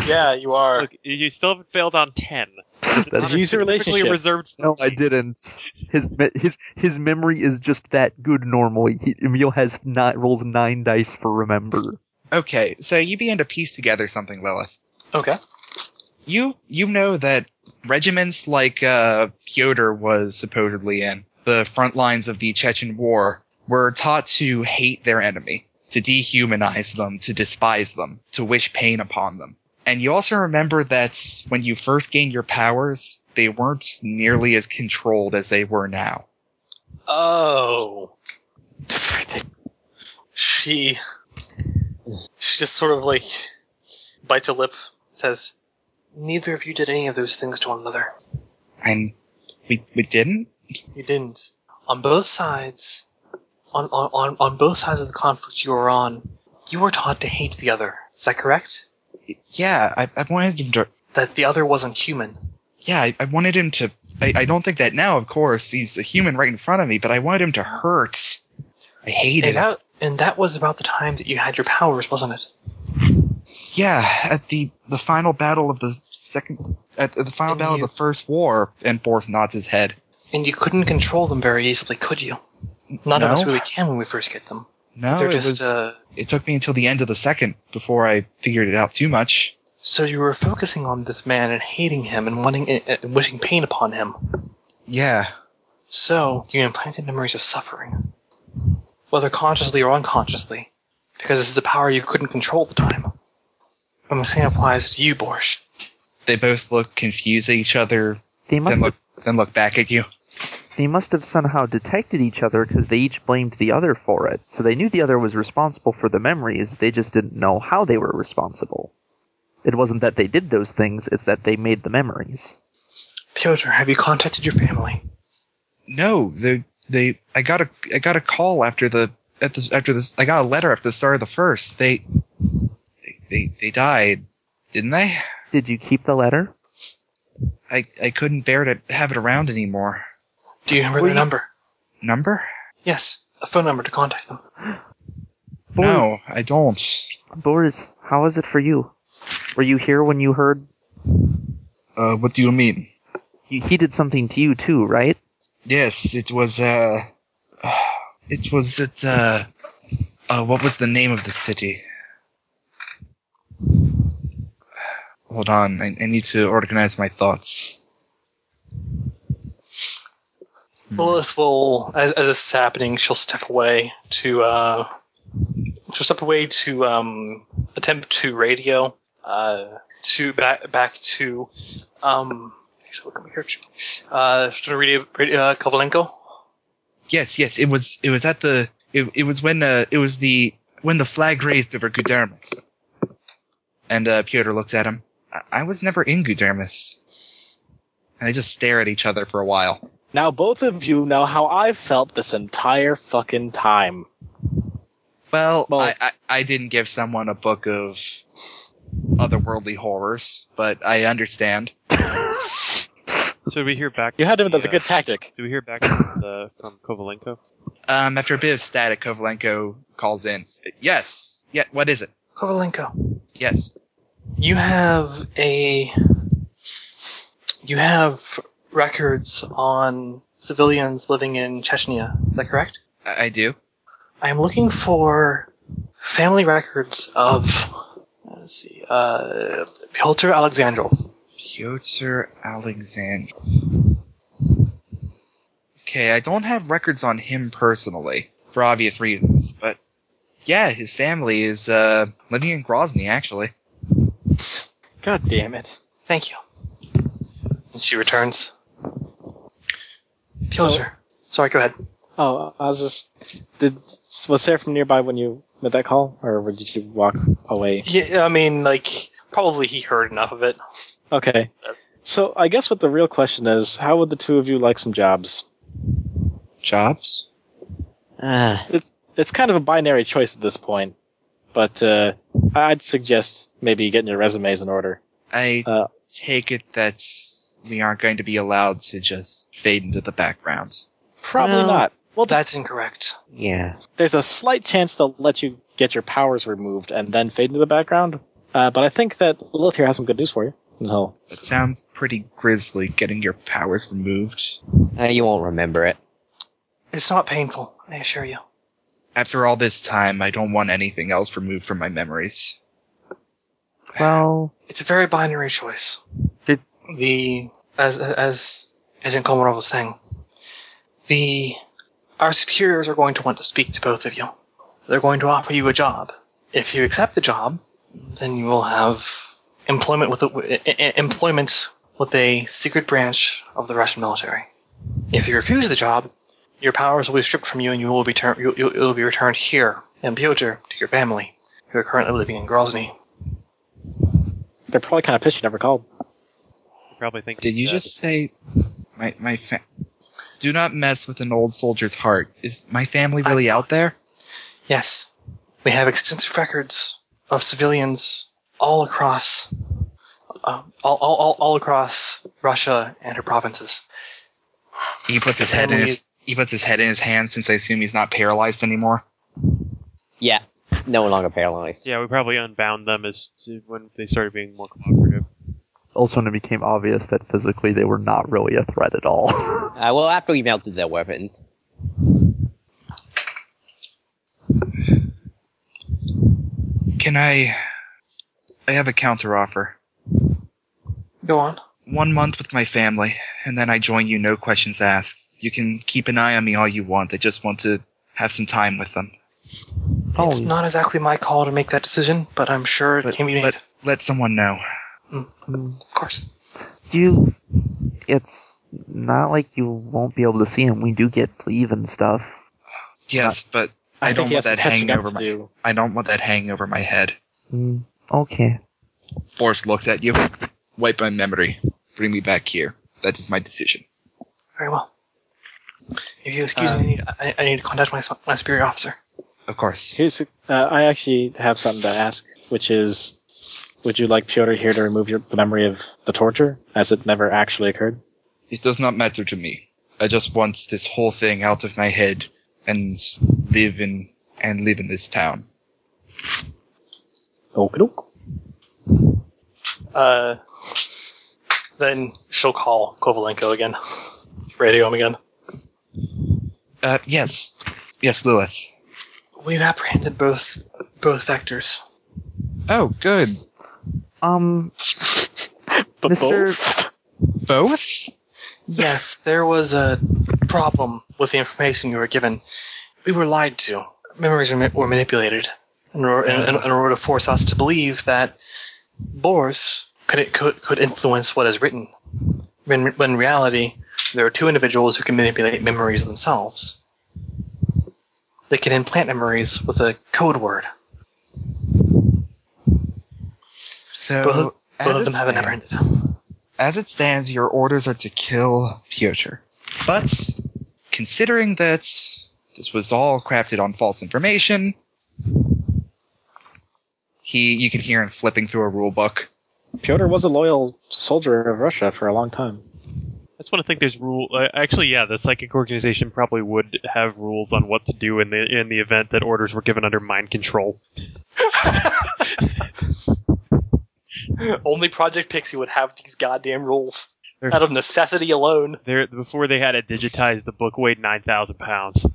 S1: Yeah, you are.
S6: Look, you still haven't failed on ten.
S8: *laughs*
S6: It's
S4: That's-
S6: not
S5: Use your
S6: specifically
S5: relationship.
S6: reserved. for
S4: No, I
S6: me.
S4: didn't. His me- his his memory is just that good normally. He, Emil has not rolls nine dice for remember.
S2: okay, so you begin to piece together something, Lilith.
S1: Okay.
S2: You you know that regiments like uh, Piotr was supposedly in the front lines of the Chechen War were taught to hate their enemy, to dehumanize them, to despise them, to wish pain upon them. And you also remember that when you first gained your powers, they weren't nearly as controlled as they were now.
S1: Oh. She. She just sort of like bites her lip, says, Neither of you did any of those things to one another.
S2: And we we didn't.
S1: You didn't. On both sides, on, on, on, on both sides of the conflict you were on, you were taught to hate the other. Is that correct?
S2: Yeah, I, I wanted him to.
S1: That the other wasn't human.
S2: Yeah, I, I wanted him to. I, I don't think that now. Of course, he's a human right in front of me, but I wanted him to hurt. I hated
S1: And
S2: it.
S1: that, and that was about the time that you had your powers, wasn't it?
S2: Yeah, at the the final battle of the second, at the final
S1: And
S2: battle
S1: you-
S2: of the first war, and Boris nods his head.
S1: And you couldn't control them very easily, could you? None of
S2: No.
S1: us really can when we first get them.
S2: No,
S1: They're
S2: it
S1: just,
S2: was.
S1: uh.
S2: it took me until the end of the second before I figured it out too much.
S1: So you were focusing on this man and hating him and wanting and wishing pain upon him.
S2: Yeah,
S1: So you implanted memories of suffering, whether consciously or unconsciously, because this is a power you couldn't control at the time. And the same applies to you, Borsch.
S2: they both look confused at each other,
S8: They must
S2: then
S8: have,
S2: look then look back at you.
S8: they must have somehow detected each other because they each blamed the other for it. So they knew the other was responsible for the memories. They just didn't know how they were responsible. It wasn't that they did those things; it's that they made the memories.
S1: Piotr, have you contacted your family?
S2: No, they they. I got a I got a call after the at the after this. I got a letter after the start of the first. They they they, they died, didn't they?
S8: Did you keep the letter?
S2: I I couldn't bear to have it around anymore.
S1: Do you remember
S8: Were
S1: their
S8: you-
S1: number?
S2: Number.
S1: Yes, a phone number to contact them.
S2: No, I don't.
S8: Boris, how is it for you? Were you here when you heard
S2: Uh, what do you mean?
S8: you, he did something to you too, right?
S2: Yes, it was, uh. It was at, uh. Uh, what was the name of the city? Hold on, I, I need to organize my thoughts.
S1: Lilith will, as, as this is happening, she'll step away to, uh, she'll step away to um, attempt to radio uh, to back back to, um, she'll come here. Uh, she's gonna radio, radio uh, Kovalenko.
S2: Yes, yes, it was, it was at the, it, it was when, uh, it was the, when the flag raised over Gudermis. And, uh, Piotr looks at him. I, I was never in Gudermis. And they just stare at each other for a while.
S5: Now both of you know how I've felt this entire fucking time.
S2: Well,
S5: Well-
S2: I, I, I didn't give someone a book of otherworldly horrors, but I understand.
S6: So do we hear back?
S5: You had to.
S6: from
S5: That's a
S6: the,
S5: good
S6: uh,
S5: tactic.
S6: Do we hear
S2: *laughs*
S6: back from, the, from Kovalenko?
S2: Um, after a bit of static, Kovalenko calls in. Yes. Yeah. What is it?
S1: Kovalenko,
S2: Yes.
S1: you have a you have records on civilians living in Chechnya. Is that correct?
S2: I, I do.
S1: I'm looking for family records of let's see, uh, Piotr Alexandrov.
S2: Piotr Alexander. Okay, I don't have records on him personally, for obvious reasons, but yeah, his family is uh, living in Grozny, actually.
S5: God damn it.
S1: Thank you. And she returns. Piotr. Sorry, go ahead.
S5: Oh, I was just. Did was Sarah from nearby when you made that call, or did you walk away?
S1: Yeah, I mean, like, probably he heard enough of it.
S5: Okay.
S1: That's-
S5: So I guess what the real question is, how would the two of you like some jobs?
S2: Jobs?
S3: Ah,
S5: It's it's kind of a binary choice at this point, but uh, I'd suggest maybe getting your resumes in order.
S2: I
S5: Uh,
S2: take it that we aren't going to be allowed to just fade into the background.
S5: Probably
S3: Well-
S5: not. Well, th-
S1: That's incorrect.
S3: yeah.
S5: there's a slight chance they'll let you get your powers removed and then fade into the background. Uh, but I think that Lilith here has some good news for you. No.
S2: That sounds pretty grisly, getting your powers removed.
S3: Uh, you won't remember it.
S1: It's not painful, I assure you.
S2: After all this time, I don't want anything else removed from my memories.
S8: Well,
S1: It's a very binary choice.
S8: It-
S1: the as as Agent Komarov was saying, the our superiors are going to want to speak to both of you. They're going to offer you a job. If you accept the job, then you will have employment with a, e- e- employment with a secret branch of the Russian military. If you refuse the job, your powers will be stripped from you, and you will be turn, you, you, will be returned here in Pyotr to your family, who are currently living in Grozny.
S5: They're probably kind of pissed you never called.
S6: You probably think.
S2: Did you
S6: that-
S2: just say my my fa- Do not mess with an old soldier's heart. Is my family really out there?
S1: Yes, we have extensive records of civilians all across, um, all, all, all, all across Russia and her provinces.
S2: He puts his
S1: The
S2: head in
S1: family
S2: his he puts his head in his hand since I assume he's not paralyzed anymore.
S3: Yeah. No longer paralyzed.
S6: Yeah, we probably unbound them as to when they started being more cooperative.
S8: also when it became obvious that physically they were not really a threat at *laughs* all.
S3: Uh, well, after we melted their weapons.
S2: Can I? I have a counter offer.
S1: Go on.
S2: One month with my family, and then I join you, no questions asked. You can keep an eye on me all you want. I just want to have some time with them.
S8: Oh,
S1: It's not exactly my call to make that decision, but I'm sure it
S2: But-
S1: can be made.
S2: but- Let someone know.
S1: of course.
S8: you it's not like you won't be able to see him. We do get to leave and stuff.
S2: Yes, but I
S5: think
S2: don't want
S5: he has some
S2: that
S5: catching
S2: hanging
S5: up
S2: over
S5: to
S2: my-
S5: do.
S2: I don't want that hanging over my head.
S8: Mm, okay.
S2: Force looks at you. Wipe my memory. Bring me back here. That is my decision.
S1: Very well. If you excuse
S5: Um,
S1: me, I need, I, I need to contact my, my superior officer.
S2: Of course.
S5: Here's, uh, I actually have something to ask, which is, would you like Piotr here to remove your, the memory of the torture, as it never actually occurred?
S2: It does not matter to me. I just want this whole thing out of my head and live in and live in this town.
S5: Okey-doke.
S1: Uh, then she'll call Kovalenko again. Radio him again.
S2: Uh, yes. Yes, Lilith.
S1: We've apprehended both both vectors.
S2: Oh, good.
S8: Um
S5: But
S8: Mr.
S5: both?
S2: Both?
S1: Yes, there was a problem with the information you were given. We were lied to. Memories were, ma- were manipulated in, or- in, in, in order to force us to believe that Boris could, it, could, could influence what is written. When, when in reality, there are two individuals who can manipulate memories themselves. They can implant memories with a code word.
S2: So,
S1: Both of-
S2: as
S1: both of
S2: it
S1: them have an
S2: stands- As it stands, your orders are to kill Piotr. But considering that this was all crafted on false information, he you can hear him flipping through a rule book.
S5: Pyotr was a loyal soldier of Russia for a long time.
S6: I just want to think there's rule. Uh, actually, yeah, the psychic organization probably would have rules on what to do in the in the event that orders were given under mind control.
S1: Only Project Pixie would have these goddamn rules
S6: They're-
S1: out of necessity alone.
S6: There, before they had it digitized, the book weighed nine thousand pounds.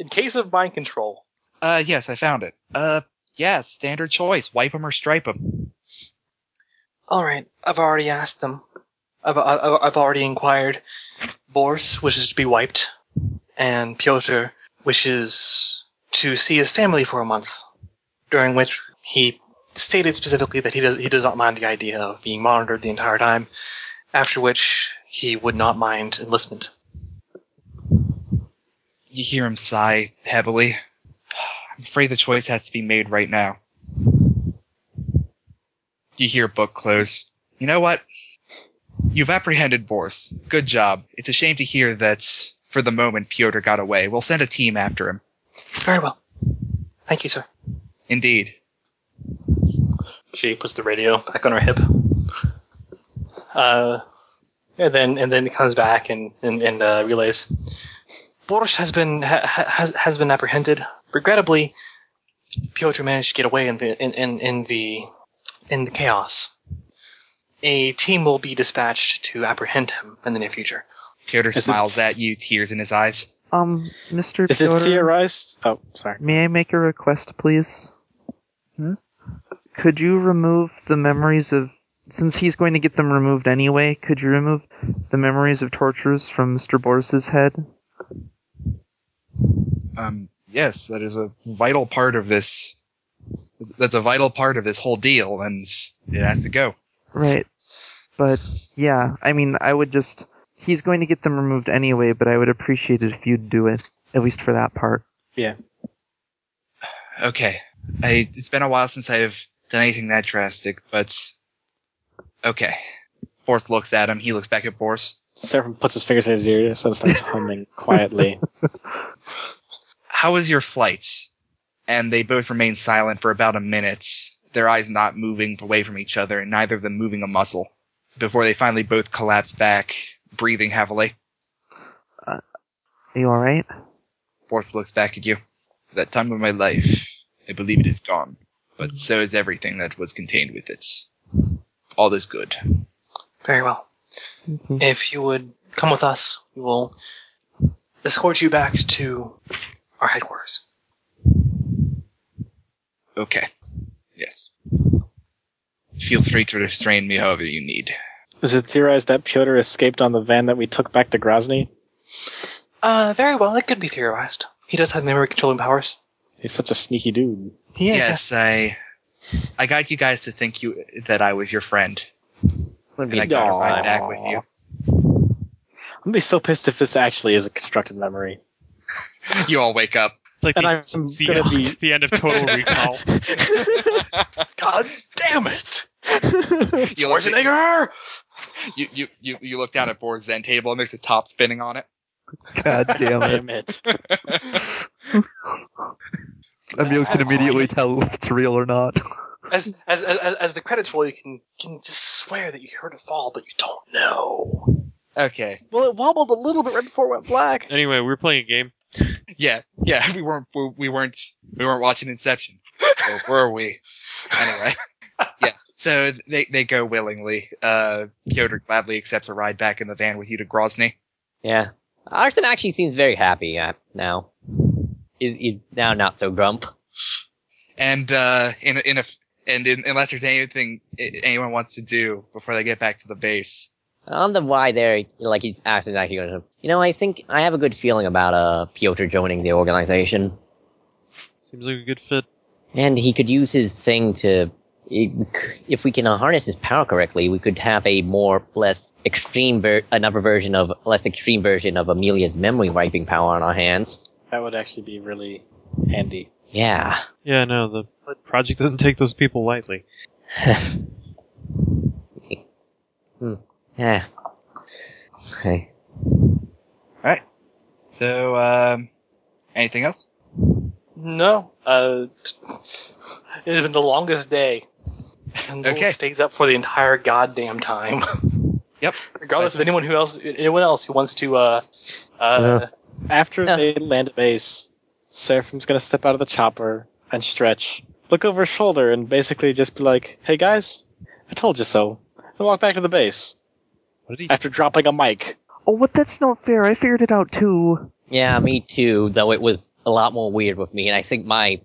S1: In case of mind control,
S2: Uh, yes, I found it. Uh, yeah, standard choice: wipe him or stripe him.
S1: All right, I've already asked them. I've, I've, I've already inquired. Boris wishes to be wiped, and Pyotr wishes to see his family for a month, during which he stated specifically that he does, he does not mind the idea of being monitored the entire time, after which he would not mind enlistment.
S2: You hear him sigh heavily. I'm afraid the choice has to be made right now. You hear book close. You know what? You've apprehended Boris. Good job. It's a shame to hear that for the moment Pyotr got away. We'll send a team after him.
S1: Very well. Thank you, sir.
S2: Indeed.
S1: She puts the radio back on her hip. Uh, and then and then comes back and and, and uh, relays. Boris has been ha, ha- has has been apprehended. Regrettably, Pyotr managed to get away in the in, in, in the in the chaos. A team will be dispatched to apprehend him in the near future.
S2: Pyotr
S5: Is it-
S2: smiles at you, tears in his eyes.
S8: Um, Mr.
S5: Is it
S8: Piotr,
S5: theorized? Oh, sorry.
S8: may I make a request, please?
S2: Hmm?
S8: Could you remove the memories of. Since he's going to get them removed anyway, could you remove the memories of tortures from Mr. Boris's head?
S2: Um, yes, that is a vital part of this. That's a vital part of this whole deal, and it has to go.
S8: Right. But yeah, I mean, I would just. He's going to get them removed anyway, but I would appreciate it if you'd do it, at least for that part.
S2: Okay. I, it's been a while since I've done anything that drastic, but okay. Boris looks at him. He looks back at Boris.
S5: Seraphim puts his fingers in his ears and starts humming quietly.
S2: How was your flight? And they both remain silent for about a minute, their eyes not moving away from each other, and neither of them moving a muscle, before they finally both collapse back, breathing heavily.
S8: Are you alright?
S2: Boris looks back at you. That time of my life, I believe it is gone, but so is everything that was contained with it. All is good.
S1: Very well. If you would come with us, we will escort you back to our headquarters.
S2: Okay. Yes. Feel free to restrain me however you need.
S5: Is it theorized that Pyotr escaped on the van that we took back to Grozny?
S1: Uh, very well. That could be theorized. He does have memory controlling powers.
S5: He's such a sneaky dude.
S1: He is. Yes.
S2: yes, I I got you guys to think you that I was your friend.
S3: Would
S2: And I
S3: be
S2: got to
S5: Aw.
S2: ride back with you.
S5: I'm gonna be so pissed if this actually is a constructed memory.
S2: *laughs* You all wake up.
S6: It's like
S5: And
S6: the,
S5: I'm
S6: the-
S5: gonna *laughs* be
S6: *laughs* the end of Total Recall.
S1: God damn it!
S2: You look,
S1: Schwarzenegger!
S2: you, you, you, you look down at Board's end table and there's a top spinning on it.
S4: *laughs* God damn it.
S5: damn it.
S4: Emil can
S1: That's
S4: immediately tell if it's real or not.
S1: As, as, as, as the credits roll, you can, can just swear that you heard it fall, but you don't know.
S2: Okay.
S5: Well, it wobbled a little bit right before it went black.
S6: anyway, we we're playing a game.
S2: Yeah, yeah. *laughs* We weren't we, we weren't we weren't watching Inception, or were we? *laughs* Anyway, yeah. So they they go willingly. Uh, Pyotr gladly accepts a ride back in the van with you to Grozny.
S3: Yeah. Arson actually seems very happy uh, now. He's, he's now not so grump.
S2: and uh, in in a and in, unless there's anything i- anyone wants to do before they get back to the base,
S3: On the why there, like he's Arson's actually going to, you know, I think I have a good feeling about uh Piotr joining the organization,
S6: Seems like a good fit.
S3: and he could use his thing to, if we can harness his power correctly, we could have a more less extreme, ver- another version of less extreme version of Amelia's memory wiping power on our hands.
S5: That would actually be really handy.
S3: Yeah.
S6: Yeah, no, the project doesn't take those people lightly.
S3: Eh. Hmm. Yeah. Okay.
S2: So, um, anything else?
S1: No. Uh, it's been the longest day. And Lilith
S2: Okay.
S1: stays up for the entire goddamn time.
S2: *laughs* Yep.
S1: Regardless of anyone who else, anyone else who wants to, uh, uh,
S5: After
S7: Yeah.
S5: they land at base, Seraphim's gonna step out of the chopper and stretch, look over her shoulder, and basically just be like, "Hey guys, I told you so," and walk back to the base
S6: What did he?
S5: after dropping a mic.
S8: Oh, what? That's not fair. I figured it out too.
S3: Yeah, me too. Though it was a lot more weird with me, and I think my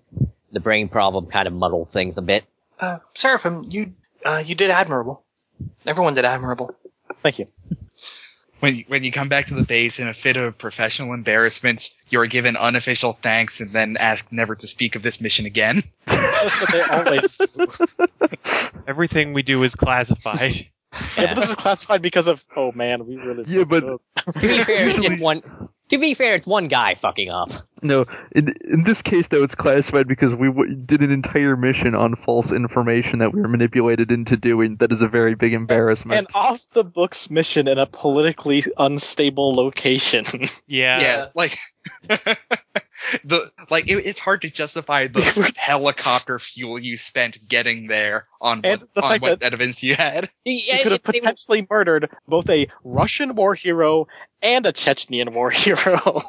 S3: the brain problem kind of muddled things a bit.
S1: uh, Seraphim, you, uh, you did admirable. Everyone did admirable.
S5: Thank *laughs* you.
S2: When when you come back to the base in a fit of professional embarrassment, you are given unofficial thanks and then asked never to speak of this mission again.
S5: That's what they always. *laughs* do.
S6: Everything we do is classified. *laughs*
S5: Yeah, but this is classified because of. Oh man, we really.
S4: Yeah, but-
S3: to be fair, it's just one. To be fair, it's one guy fucking up.
S4: No, in, in this case, though, it's classified because we w- did an entire mission on false information that we were manipulated into doing. That is a very big embarrassment.
S5: an off the books mission in a politically unstable location. *laughs*
S6: Yeah.
S2: yeah, like *laughs* the like it, it's hard to justify
S5: *laughs*
S2: the helicopter fuel you spent getting there on
S5: And
S2: what,
S5: the
S2: on
S5: fact
S2: what events you had.
S5: He
S3: Yeah,
S5: could have
S3: it- it-
S5: potentially murdered both a Russian war hero and a Chechnyan war *laughs* hero.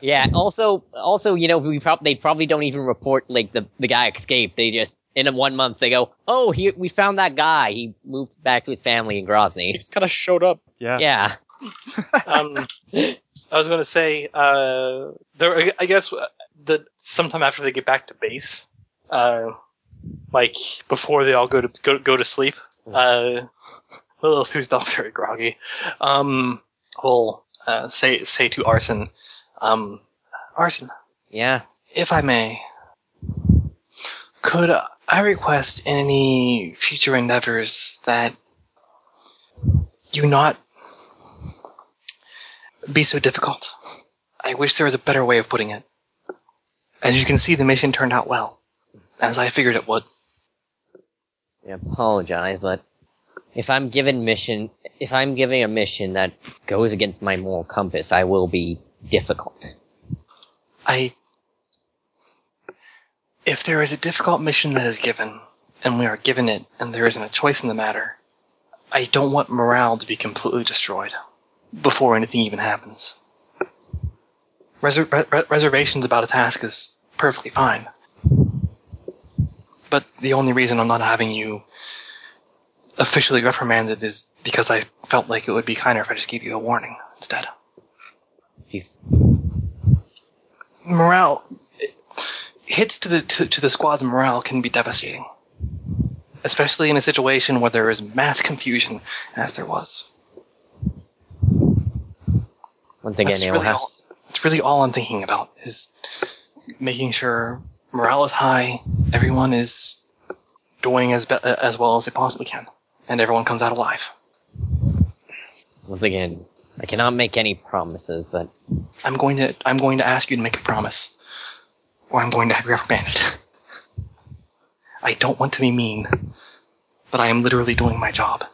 S3: yeah. Also, also, you know, we prob- they probably don't even report like the the guy escaped. They just in a one month they go, oh, he, we found that guy. He moved back to his family in
S5: he
S3: Grozny.
S5: just kind of showed up.
S6: Yeah.
S3: Yeah,
S2: Uh-huh. *laughs*
S1: um, I was going to say, uh, there, I guess uh, the sometime after they get back to base, uh, like before they all go to go, go to sleep,
S2: Hmm.
S1: uh, Lilith, *laughs* who's not very groggy, um, will uh, say say to Arson, um, Arson,
S3: yeah.
S1: if I may, could I request in any future endeavors that you not be so difficult? I wish there was a better way of putting it. As you can see, the mission turned out well, as I figured it would.
S3: I apologize, but if I'm given mission, if I'm giving a mission that goes against my moral compass, I will be difficult.
S1: I. If there is a difficult mission that is given, and we are given it, and there isn't a choice in the matter, I don't want morale to be completely destroyed before anything even happens. Reser- re- re- reservations about a task is perfectly fine. But the only reason I'm not having you officially reprimanded is because I felt like it would be kinder if I just gave you a warning instead
S3: Jeez.
S1: morale hits to the to, to the squad's morale can be devastating, especially in a situation where there is mass confusion, as there was.
S3: Once again,
S1: that's
S3: they will
S1: really
S3: have.
S1: all. That's really all I'm thinking about is making sure morale is high, everyone is doing as be- as well as they possibly can, and everyone comes out alive.
S3: Once again, I cannot make any promises, but
S1: I'm going to I'm going to ask you to make a promise, or I'm going to have you reprimanded. *laughs* I don't want to be mean, but I am literally doing my job.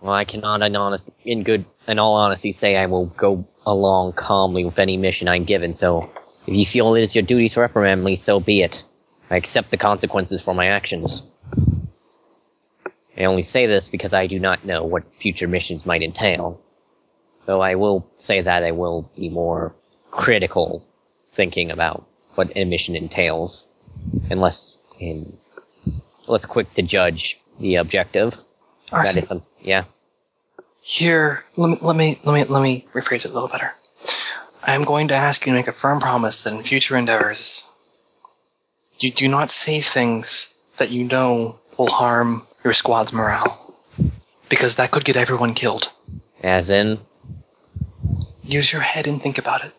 S3: well, I cannot, in honest, in good, in all honesty, say I will go along calmly with any mission I'm given. So, if you feel it is your duty to reprimand me, so be it. I accept the consequences for my actions. I only say this because I do not know what future missions might entail. Though I will say that I will be more critical thinking about what a mission entails, and less in less quick to judge the objective. That
S1: Arson,
S3: is some yeah.
S1: here, let me, let me let me let me rephrase it a little better. I am going to ask you to make a firm promise that in future endeavors, you do not say things that you know will harm your squad's morale, because that could get everyone killed.
S3: As in,
S1: use your head and think about it.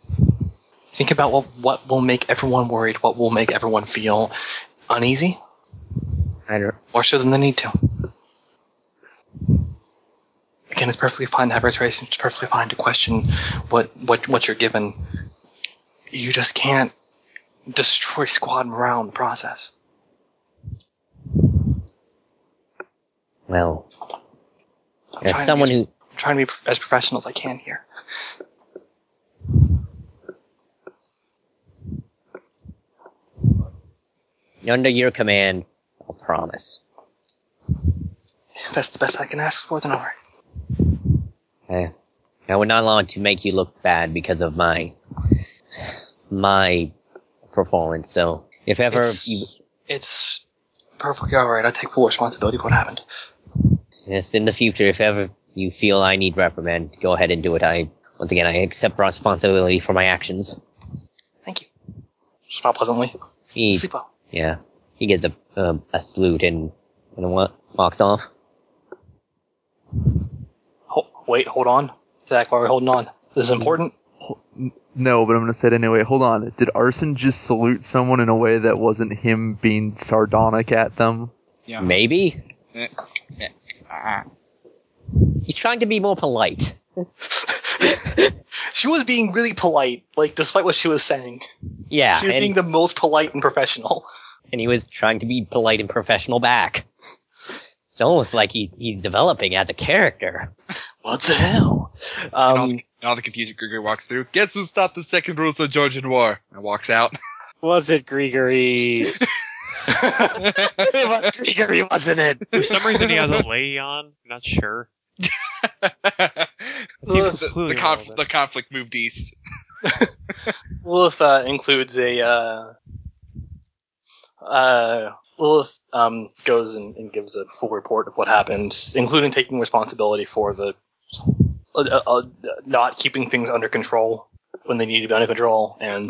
S1: Think about what, what will make everyone worried, what will make everyone feel uneasy,
S3: I don't,
S1: more so than they need to. Again, it's perfectly fine to have reservations, it's perfectly fine to question what, what, what you're given. You just can't destroy squad morale in the process.
S3: well,
S1: I'm
S3: as
S1: trying to
S3: someone
S1: use-
S3: who
S1: I'm trying to be as professional as I can here.
S3: Under your command, I'll promise.
S1: If that's the best I can ask for, then all right.
S3: Eh, I would not want to make you look bad because of my my performance. So if ever
S1: It's,
S3: you,
S1: it's perfectly all right. I take full responsibility for what happened. *laughs*
S3: Yes, in the future, if ever you feel I need reprimand, go ahead and do it. I, once again, I accept responsibility for my actions.
S1: Thank you. Smile pleasantly.
S3: He,
S1: Sleep well.
S3: yeah, he gets a, a, a salute and, and wa- walks off.
S1: Uh-huh. Ho- wait, hold on. Zach, why are we holding on? This is important. *laughs*
S4: No, but I'm gonna say it anyway. Hold on. Did Arson just salute someone in a way that wasn't him being sardonic at them?
S2: Yeah.
S3: Maybe?
S2: Ah.
S3: He's trying to be more polite.
S1: she was being really polite, like despite what she was saying.
S3: Yeah,
S1: she was being
S3: and,
S1: the most polite and professional.
S3: and he was trying to be polite and professional back. It's almost like he's, he's developing as a character.
S1: What the hell?
S2: And all,
S1: Um,
S2: the, and all the confused Gregory walks through. Guess who stopped the second rules of Georgian War? And walks out. *laughs*
S5: Was it Grigory? it was Grigory, wasn't it?
S6: For some reason, he has a lay on. I'm not sure.
S2: the,
S1: Lilith,
S2: the,
S6: Completely
S2: conf-
S6: irrelevant.
S2: the conflict moved east.
S1: Lilith uh, includes a. Uh, uh, Lilith um, goes and, and gives a full report of what happened, including taking responsibility for the uh, uh, uh, not keeping things under control when they need to be under control, and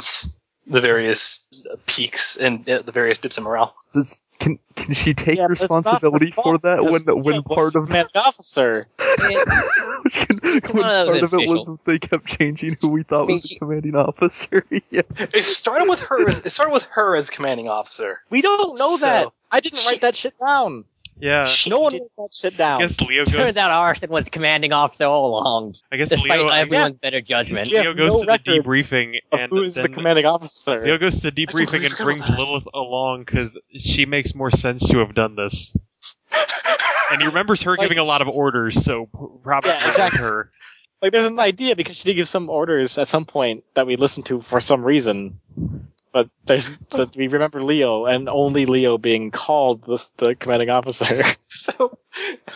S1: the various peaks and uh, the various dips in morale.
S4: Does can can she take
S5: Yeah, but it's not her
S4: responsibility for
S5: fault,
S4: that when
S5: because
S4: when
S5: it
S4: part
S5: was the
S4: of *laughs*
S5: commanding officer.
S3: It's-
S4: which can, when
S3: one of
S4: part
S3: those
S4: of it
S3: official-
S4: was they kept changing who we thought
S3: I mean,
S4: was the
S3: she-
S4: commanding officer? *laughs* yeah.
S1: It started with her. As, it started with her as commanding officer.
S5: We don't know
S1: So-
S5: that. I didn't write that shit down.
S6: Yeah.
S1: She
S5: Uh, No one
S1: did-
S5: wrote that shit down.
S6: I guess Leo goes.
S3: turns out Arson was the commanding officer all along,
S6: I guess
S3: despite
S6: Leo. I guess
S3: everyone's better judgment.
S5: Yeah. We
S6: Leo
S5: have
S6: goes
S5: no
S6: to the
S5: records
S6: debriefing
S5: Of
S6: and
S5: who is the
S6: then
S5: commanding officer?
S6: Leo goes to the
S1: completely
S6: debriefing and
S1: forgot
S6: brings
S1: about that.
S6: Lilith along because she makes more sense to have done *laughs* this. and he remembers her giving a lot of orders, so p- probably
S5: Yeah, exactly.
S6: her.
S5: Like, there's an idea because she did give some orders at some point that we listened to for some reason. But there's, but we remember Leo and only Leo being called the, the commanding officer. *laughs*
S1: *laughs* So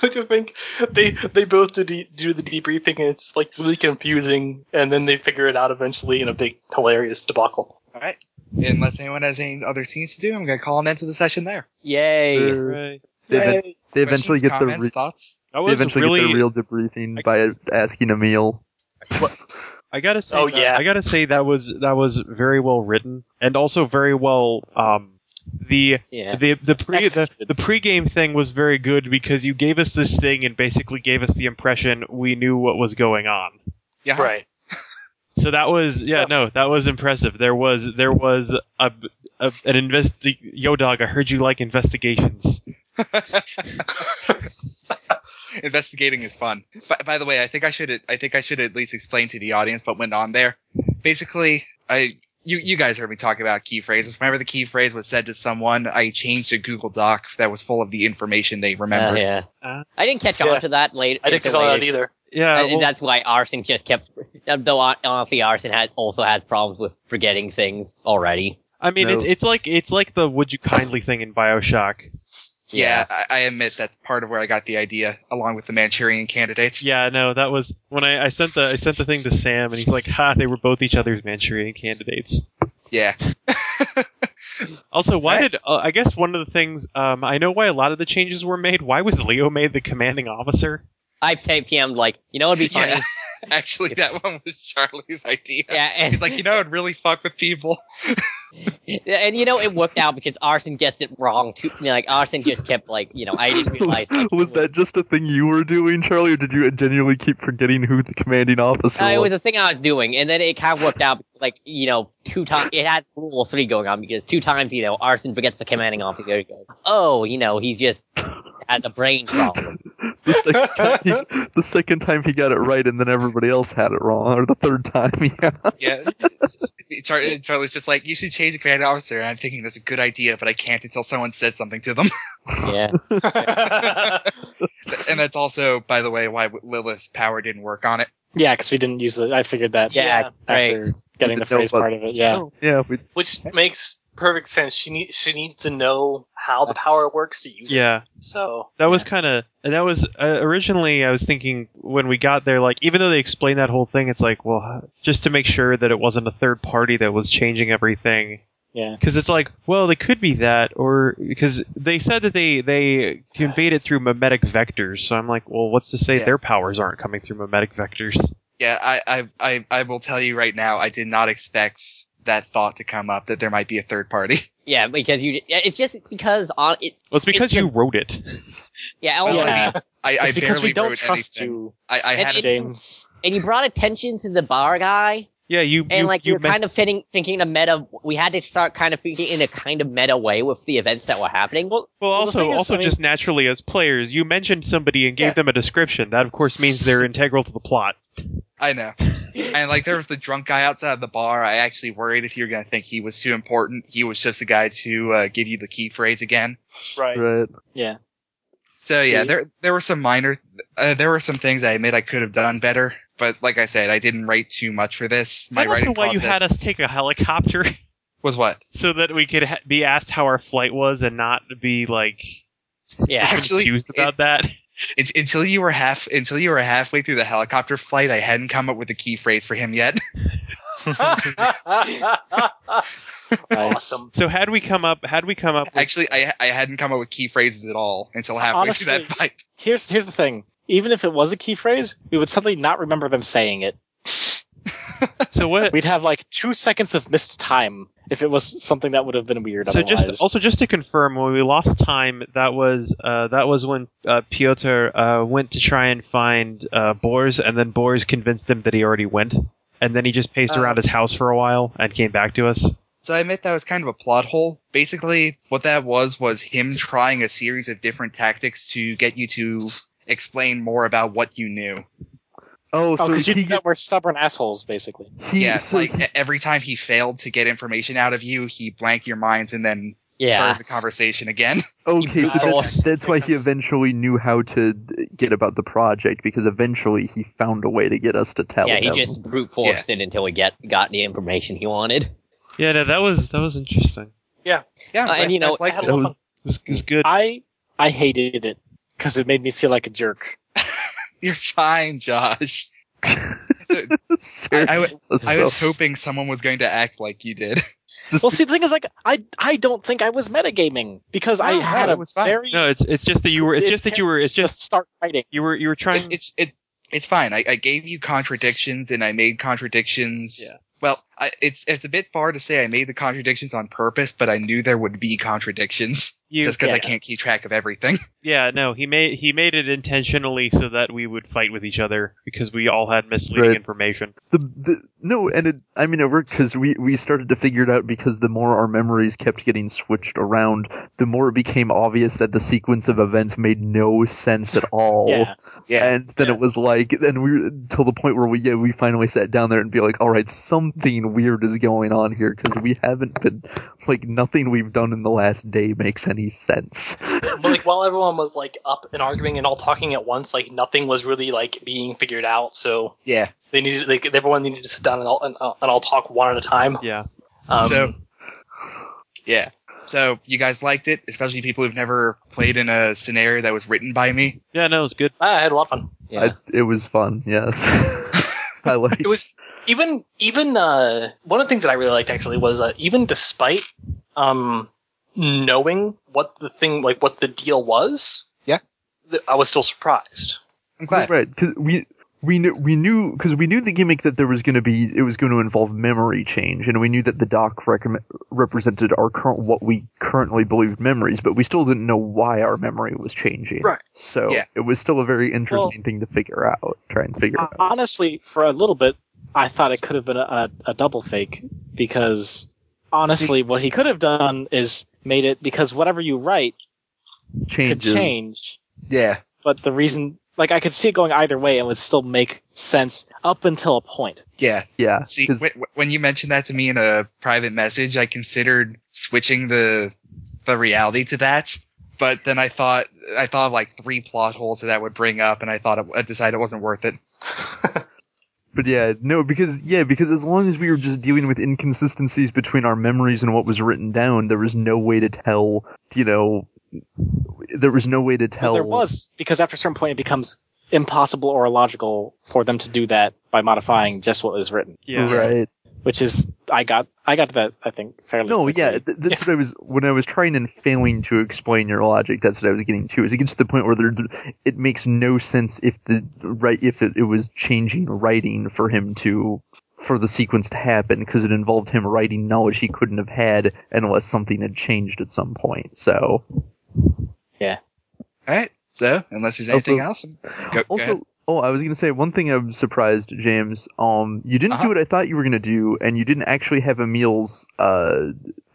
S1: I just think they they both do, de- do the debriefing, and it's just, like really confusing, and then they figure it out eventually in a big hilarious debacle.
S2: All right. Unless anyone has any other scenes to do, I'm going to call an end to the session there.
S3: Yay!
S4: Uh,
S6: Right.
S4: They, ev-
S1: Yay.
S4: they eventually
S2: Questions,
S4: get the
S2: comments,
S4: re-
S2: thoughts.
S6: That
S4: they
S6: was
S4: eventually get
S6: really.
S4: the real debriefing by asking Emil.
S6: I gotta say.
S1: Oh,
S6: that-
S1: yeah.
S6: I gotta say that was that was very well written and also very well. Um, the
S3: Yeah.
S6: the the pre the,
S5: Executed.
S6: the pregame thing was very good because you gave us this thing and basically gave us the impression we knew what was going on.
S2: Yeah.
S1: Right.
S6: So that was yeah, no that was impressive. There was there was a, a an investi yo dog. I heard you like investigations.
S2: Investigating is fun. But by the way, I think I should I think I should at least explain to the audience what went on there. Basically, I you you guys heard me talk about key phrases. Whenever the key phrase was said to someone, I changed a Google Doc that was full of the information they
S3: Uh,
S2: remembered.
S3: yeah.
S6: Uh,
S3: I didn't catch
S1: yeah.
S3: on to that later.
S1: I didn't
S3: until
S1: call that out
S3: later.
S1: either. Uh,
S6: Yeah,
S3: I-
S6: well,
S3: that's why Arson just kept. Though hon- honestly, Arson has also has problems with forgetting things already.
S6: I mean
S4: No.
S6: it's it's like it's like the would you kindly thing in Bioshock.
S2: Yeah, I, I admit that's part of where I got the idea, along with the Manchurian candidates.
S6: Yeah, no, that was when I, I sent the I sent the thing to Sam and he's like, ha, they were both each other's Manchurian candidates.
S2: Yeah, *laughs*
S6: Also, why
S2: Right.
S6: did uh, I guess one of the things um, I know why a lot of the changes were made. Why was Leo made the commanding officer?
S3: I PM'd like, you know, it'd be funny.
S2: *laughs* Yeah. actually, that one was Charlie's idea.
S3: Yeah, and
S2: He's like, you know, it'd really fuck with *laughs* people.
S3: and you know, it worked out because Arson gets it wrong too. you know, like Arson just kept like, you know, I
S4: *laughs*
S3: didn't realize. Like,
S4: was that just a thing you were doing, Charlie, or did you genuinely keep forgetting who the commanding officer
S3: Uh, it was
S4: was?
S3: a thing I was doing, and then it kind of worked out. Like you know, two times it had rule three going on because two times you know Arson forgets the commanding officer. He goes, Oh, you know, he's just had the brain problem.
S4: The second, time he, the second time he got it right, and then everybody else had it wrong, or the third time. *laughs* Yeah.
S2: Yeah. Char- Charlie's just like, you should change the commanding officer. And I'm thinking that's a good idea, but I can't until someone says something to them. *laughs*
S3: Yeah.
S2: and that's also, by the way, why Lilith's power didn't work on it.
S5: Yeah, because we didn't use it. I figured that.
S3: Yeah,
S5: after
S3: right.
S5: getting
S4: We
S5: the
S4: didn't know
S5: phrase
S4: what-
S5: part of it. Yeah.
S4: Yeah, we,
S1: Which makes perfect sense. She needs she needs to know how the power works to use
S6: Yeah.
S1: it. So
S6: That was kind of, and that was uh, originally. I was thinking when we got there, like even though they explained that whole thing, it's like, well, just to make sure that it wasn't a third party that was changing everything,
S5: Yeah.
S6: because it's like, well, they could be that, or because they said that they they conveyed it through mimetic vectors. So I'm like, well, what's to say
S2: Yeah.
S6: their powers aren't coming through mimetic vectors?
S2: Yeah, I, I, I, I will tell you right now, I did not expect that thought to come up that there might be a third party.
S3: Yeah, because you. yeah, It's just because on it.
S6: Well, it's
S3: It's
S6: because
S3: a-
S6: you wrote it.
S3: Yeah,
S2: *laughs* Well,
S3: also-
S2: I mean,
S5: yeah.
S2: I, I
S5: It's because
S2: barely
S5: we don't
S2: wrote
S5: trust
S2: anything.
S5: you,
S2: I, I
S3: And
S2: had a
S3: it's-
S5: James.
S3: and you brought attention to the bar guy,
S6: Yeah, you
S3: and
S6: you,
S3: like
S6: you
S3: we were
S6: mess-
S3: kind of fitting, thinking a meta. We had to start kind of thinking in a kind of meta way with the events that were happening. Well,
S6: Well,
S5: Well, the
S6: also,
S5: thing is,
S6: also
S5: I mean-
S6: just naturally as players, you mentioned somebody and gave
S2: Yeah.
S6: them a description. That, of course, means *laughs* they're integral to the plot.
S2: I know. And like there was the drunk guy outside the bar. I actually worried if you were gonna think he was too important. He was just the guy to uh, give you the key phrase again.
S1: right.
S4: right.
S2: So yeah,
S5: See?
S2: there there were some minor, uh, there were some things I admit I could have done better. But like I said, I didn't write too much for this.
S6: Is that also
S2: writing
S6: why you had
S2: process
S6: us take a helicopter *laughs*
S2: was what
S6: so that we could ha- be asked how our flight was and not be like
S3: yeah,
S2: actually
S6: confused about that. *laughs*
S2: it's, until you were half until you were halfway through the helicopter flight. I hadn't come up with a key phrase for him yet. *laughs*
S3: *laughs*
S1: awesome.
S6: So had we come up, had we come up, with,
S2: actually, I I hadn't come up with key phrases at all until halfway through that
S5: Honestly-
S2: fight.
S5: Here's here's the thing. Even if it was a key phrase, we would suddenly not remember them saying it.
S6: so what?
S5: We'd have like two seconds of missed time if it was something that would have been weird.
S6: So
S5: otherwise.
S6: just also just to confirm, when we lost time, that was uh, that was when uh, Piotr uh, went to try and find uh, Boris, and then Boris convinced him that he already went, and then he just paced
S2: Uh,
S6: around his house for a while and came back to us.
S2: So I admit that was kind of a plot hole. Basically, what that was was him trying a series of different tactics to get you to explain more about what you knew.
S4: Oh,
S5: oh,
S4: so
S5: because
S4: he,
S5: you knew
S4: get-
S5: that we're stubborn assholes, basically.
S4: he
S2: yeah,
S4: so
S2: like
S4: he-
S2: e- every time he failed to get information out of you, he blanked your minds and then
S3: yeah.
S2: started the conversation again. *laughs*
S4: okay, so that's,
S1: brutalized.
S4: that's why he eventually knew how to d- get about the project because eventually he found a way to get us to tell
S3: Yeah, he
S4: him. *laughs*
S3: just brute forced it until we get got the information he wanted. *laughs*
S6: Yeah, no, that was that was interesting.
S2: Yeah,
S3: Uh, and you know,
S2: that's like
S1: I had a
S4: that
S1: lot of
S4: was-
S6: It was, it was good.
S5: I I hated it because it made me feel like a jerk.
S2: you're fine, Josh. I,
S4: Seriously,
S2: I w- I was
S4: so-
S2: hoping someone was going to act like you did.
S4: just
S5: *laughs* Well, see, the thing is, like, I I don't think I was metagaming because I
S2: No,
S5: had
S2: no,
S5: a
S2: it was fine.
S5: very
S6: No, it's it's just that you were. It's just that you were. It's
S5: to
S6: just
S5: start fighting.
S6: you were. You were trying.
S2: It's it's it's, it's fine. I, I gave you contradictions and I made contradictions.
S6: Yeah.
S2: Well, I, it's it's a bit far to say I made the contradictions on purpose, but I knew there would be contradictions
S6: *laughs* you,
S2: just because I
S5: yeah.
S2: can't keep track of everything.
S6: yeah, no, he made he made it intentionally so that we would fight with each other because we all had misleading
S4: Right.
S6: information.
S4: the, the no, and it, I mean it worked because we we started to figure it out because the more our memories kept getting switched around, the more it became obvious that the sequence of events made no sense at all.
S5: Yeah.
S4: And then it was like, then we till the point where we yeah, we finally sat down there and be like, all right, something weird is going on here because we haven't been like nothing we've done in the last day makes any sense.
S1: but like while everyone was like up and arguing and all talking at once, like nothing was really like being figured out. So
S2: Yeah.
S1: they needed like everyone needed to sit down and all and, all- and all talk one at a time.
S6: Yeah,
S1: Um,
S2: So- Yeah. So you guys liked it, especially people who've never played in a scenario that was written by me.
S6: yeah, no, it was good.
S1: I had a lot of fun.
S3: Yeah.
S4: I- it was fun. Yes. *laughs* I like.
S1: It was even even uh, one of the things that I really liked actually was uh, even despite um, knowing what the thing like what the deal was.
S2: Yeah.
S1: th- I was still surprised.
S2: I'm
S4: Right,
S2: glad.
S4: 'cause Right, because we we knew we knew because we knew the gimmick that there was going to be it was going to involve memory change, and we knew that the doc recomm represented our current what we currently believed memories, but we still didn't know why our memory was changing.
S1: Right.
S4: So
S2: Yeah.
S4: it was still a very interesting thing to figure out. Try and
S5: uh,
S4: figure out.
S5: Honestly, for a little bit, I thought it could have been a, a, a double fake because honestly, what he could have done is made it because whatever you write could
S4: changes.
S5: change,
S2: Yeah.
S5: but the reason, like, I could see it going either way and would still make sense up until a point.
S2: Yeah.
S4: Yeah.
S2: See,
S4: 'cause-
S2: w- when you mentioned that to me in a private message, I considered switching the the reality to that, but then I thought I thought of like three plot holes that that would bring up, and I thought it, I decided it wasn't worth it.
S4: But yeah, no, because yeah, because as long as we were just dealing with inconsistencies between our memories and what was written down, there was no way to tell. You know, there was no way to
S5: Well,
S4: tell.
S5: there was because after a certain point, it becomes impossible or illogical for them to do that by modifying just what was written.
S6: Yeah.
S4: right.
S5: Which is, I got, I got to that. I think fairly.
S4: No,
S5: quickly.
S4: yeah, th- that's what I was when I was trying and failing to explain your logic. That's what I was getting to. Is it gets to the point where there, it makes no sense if the right if it, it was changing writing for him to for the sequence to happen because it involved him writing knowledge he couldn't have had unless something had changed at some point. So
S2: All right. So unless there's anything else, go, go ahead.
S4: also. Oh, I was going to say one thing. I'm surprised, James. Um, you didn't
S2: Uh-huh.
S4: do what I thought you were going to do, and you didn't actually have Emil's uh,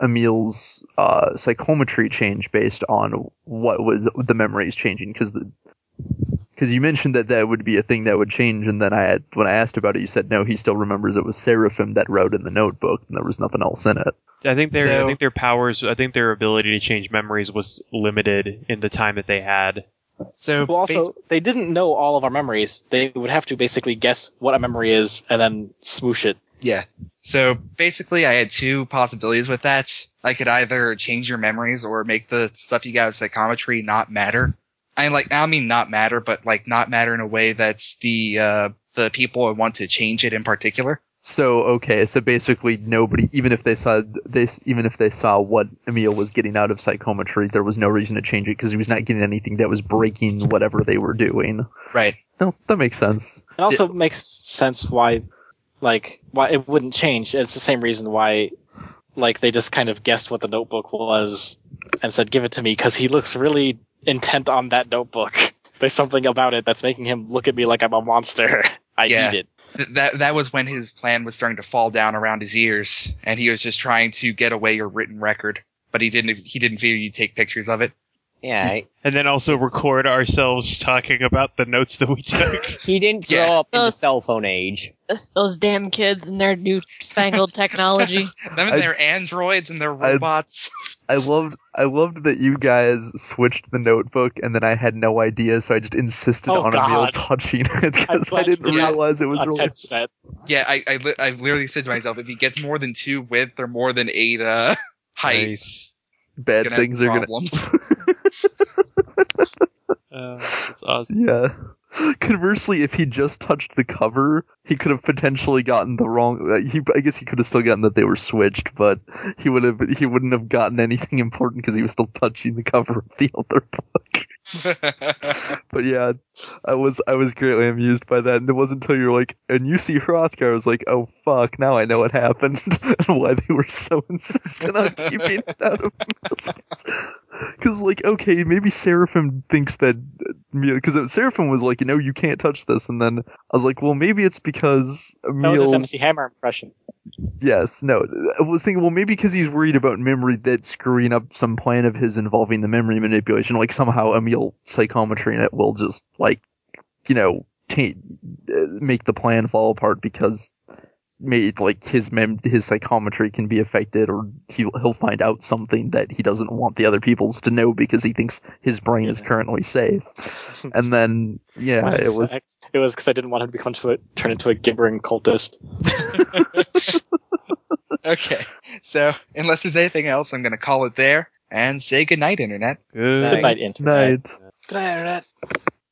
S4: Emil's uh, psychometry change based on what was the memories changing because the. Because you mentioned that that would be a thing that would change, and then I, had, when I asked about it, you said no. He still remembers it was Seraphim that wrote in the notebook, and there was nothing else in it.
S6: I think their
S2: So-
S6: I think their powers I think their ability to change memories was limited in the time that they had.
S2: So
S5: Well,
S2: bas-
S5: also, they didn't know all of our memories. They would have to basically guess what a memory is and then smoosh it.
S2: Yeah. So basically, I had two possibilities with that. I could either change your memories or make the stuff you got with psychometry not matter. I mean, like, I mean not matter, but like not matter in a way that's the uh, the people who want to change it in particular.
S4: So okay, so basically nobody, even if they saw this, even if they saw what Emil was getting out of psychometry, there was no reason to change it because he was not getting anything that was breaking whatever they were doing.
S2: Right.
S4: No, that makes sense.
S5: It also makes sense why, like, why it wouldn't change. It's the same reason why, like, they just kind of guessed what the notebook was and said, "Give it to me," because he looks really intent on that notebook. *laughs* There's something about it that's making him look at me like I'm a monster. *laughs* I
S2: Yeah.
S5: need it.
S2: Th- that that was when his plan was starting to fall down around his ears, and he was just trying to get away your written record. But he didn't. He didn't figure you'd take pictures of it.
S3: Yeah, I-
S6: And then also record ourselves talking about the notes that we took.
S3: he didn't grow
S2: Yeah.
S3: up in the
S7: Those-
S3: cell phone age.
S7: Those damn kids and their newfangled technology.
S2: Them and
S4: I-
S2: their androids and their
S4: I-
S2: robots.
S4: I loved, I loved that you guys switched the notebook, and then I had no idea, so I just insisted
S5: Oh,
S4: on Emil
S5: God.
S4: touching it because I
S5: glad you
S4: didn't
S5: did.
S4: realize it was
S5: A
S4: really.
S5: tet set.
S2: Yeah, I, I, li- I literally said to myself, if he gets more than two width or more than eight uh, *laughs* height,
S6: Nice.
S4: Bad
S2: gonna have
S4: things are gonna.
S2: problems.
S6: Uh, that's awesome.
S4: Yeah. *laughs* Conversely, if he just touched the cover, he could have potentially gotten the wrong. uh, He, I guess, he could have still gotten that they were switched, but he would have. He wouldn't have gotten anything *laughs* important because he was still touching the cover of the *laughs* other book. *laughs* But yeah, I was I was greatly amused by that, and it wasn't until you were like, and you see Hrothgar, I was like, oh fuck, now I know what happened *laughs* and why they were so *laughs* insistent on keeping
S5: *laughs*
S4: it out of Because like, okay, maybe Seraphim thinks that uh, because Seraphim was like, you know, you can't touch this, and then I was like, well, maybe it's because
S5: That was his
S4: Emil.
S5: MC Hammer impression.
S4: Yes, no. I was thinking, well, maybe because he's worried about memory that's screwing up some plan of his involving the memory manipulation. Like somehow Emil psychometry and it will just like, you know, ta- uh, make the plan fall apart because made like his mem his psychometry can be affected or he he'll find out something that he doesn't want the other people's to know because he thinks his brain is
S5: Yeah.
S4: currently safe. *laughs* And then yeah,
S5: What
S4: it was
S5: effect? It was because I didn't want him to become to a, turn into a gibbering cultist.
S2: *laughs* okay, so unless there's anything else, I'm going to call it there and say goodnight, Internet.
S6: Good.
S5: Good night, internet.
S4: night.
S1: Good night, Internet.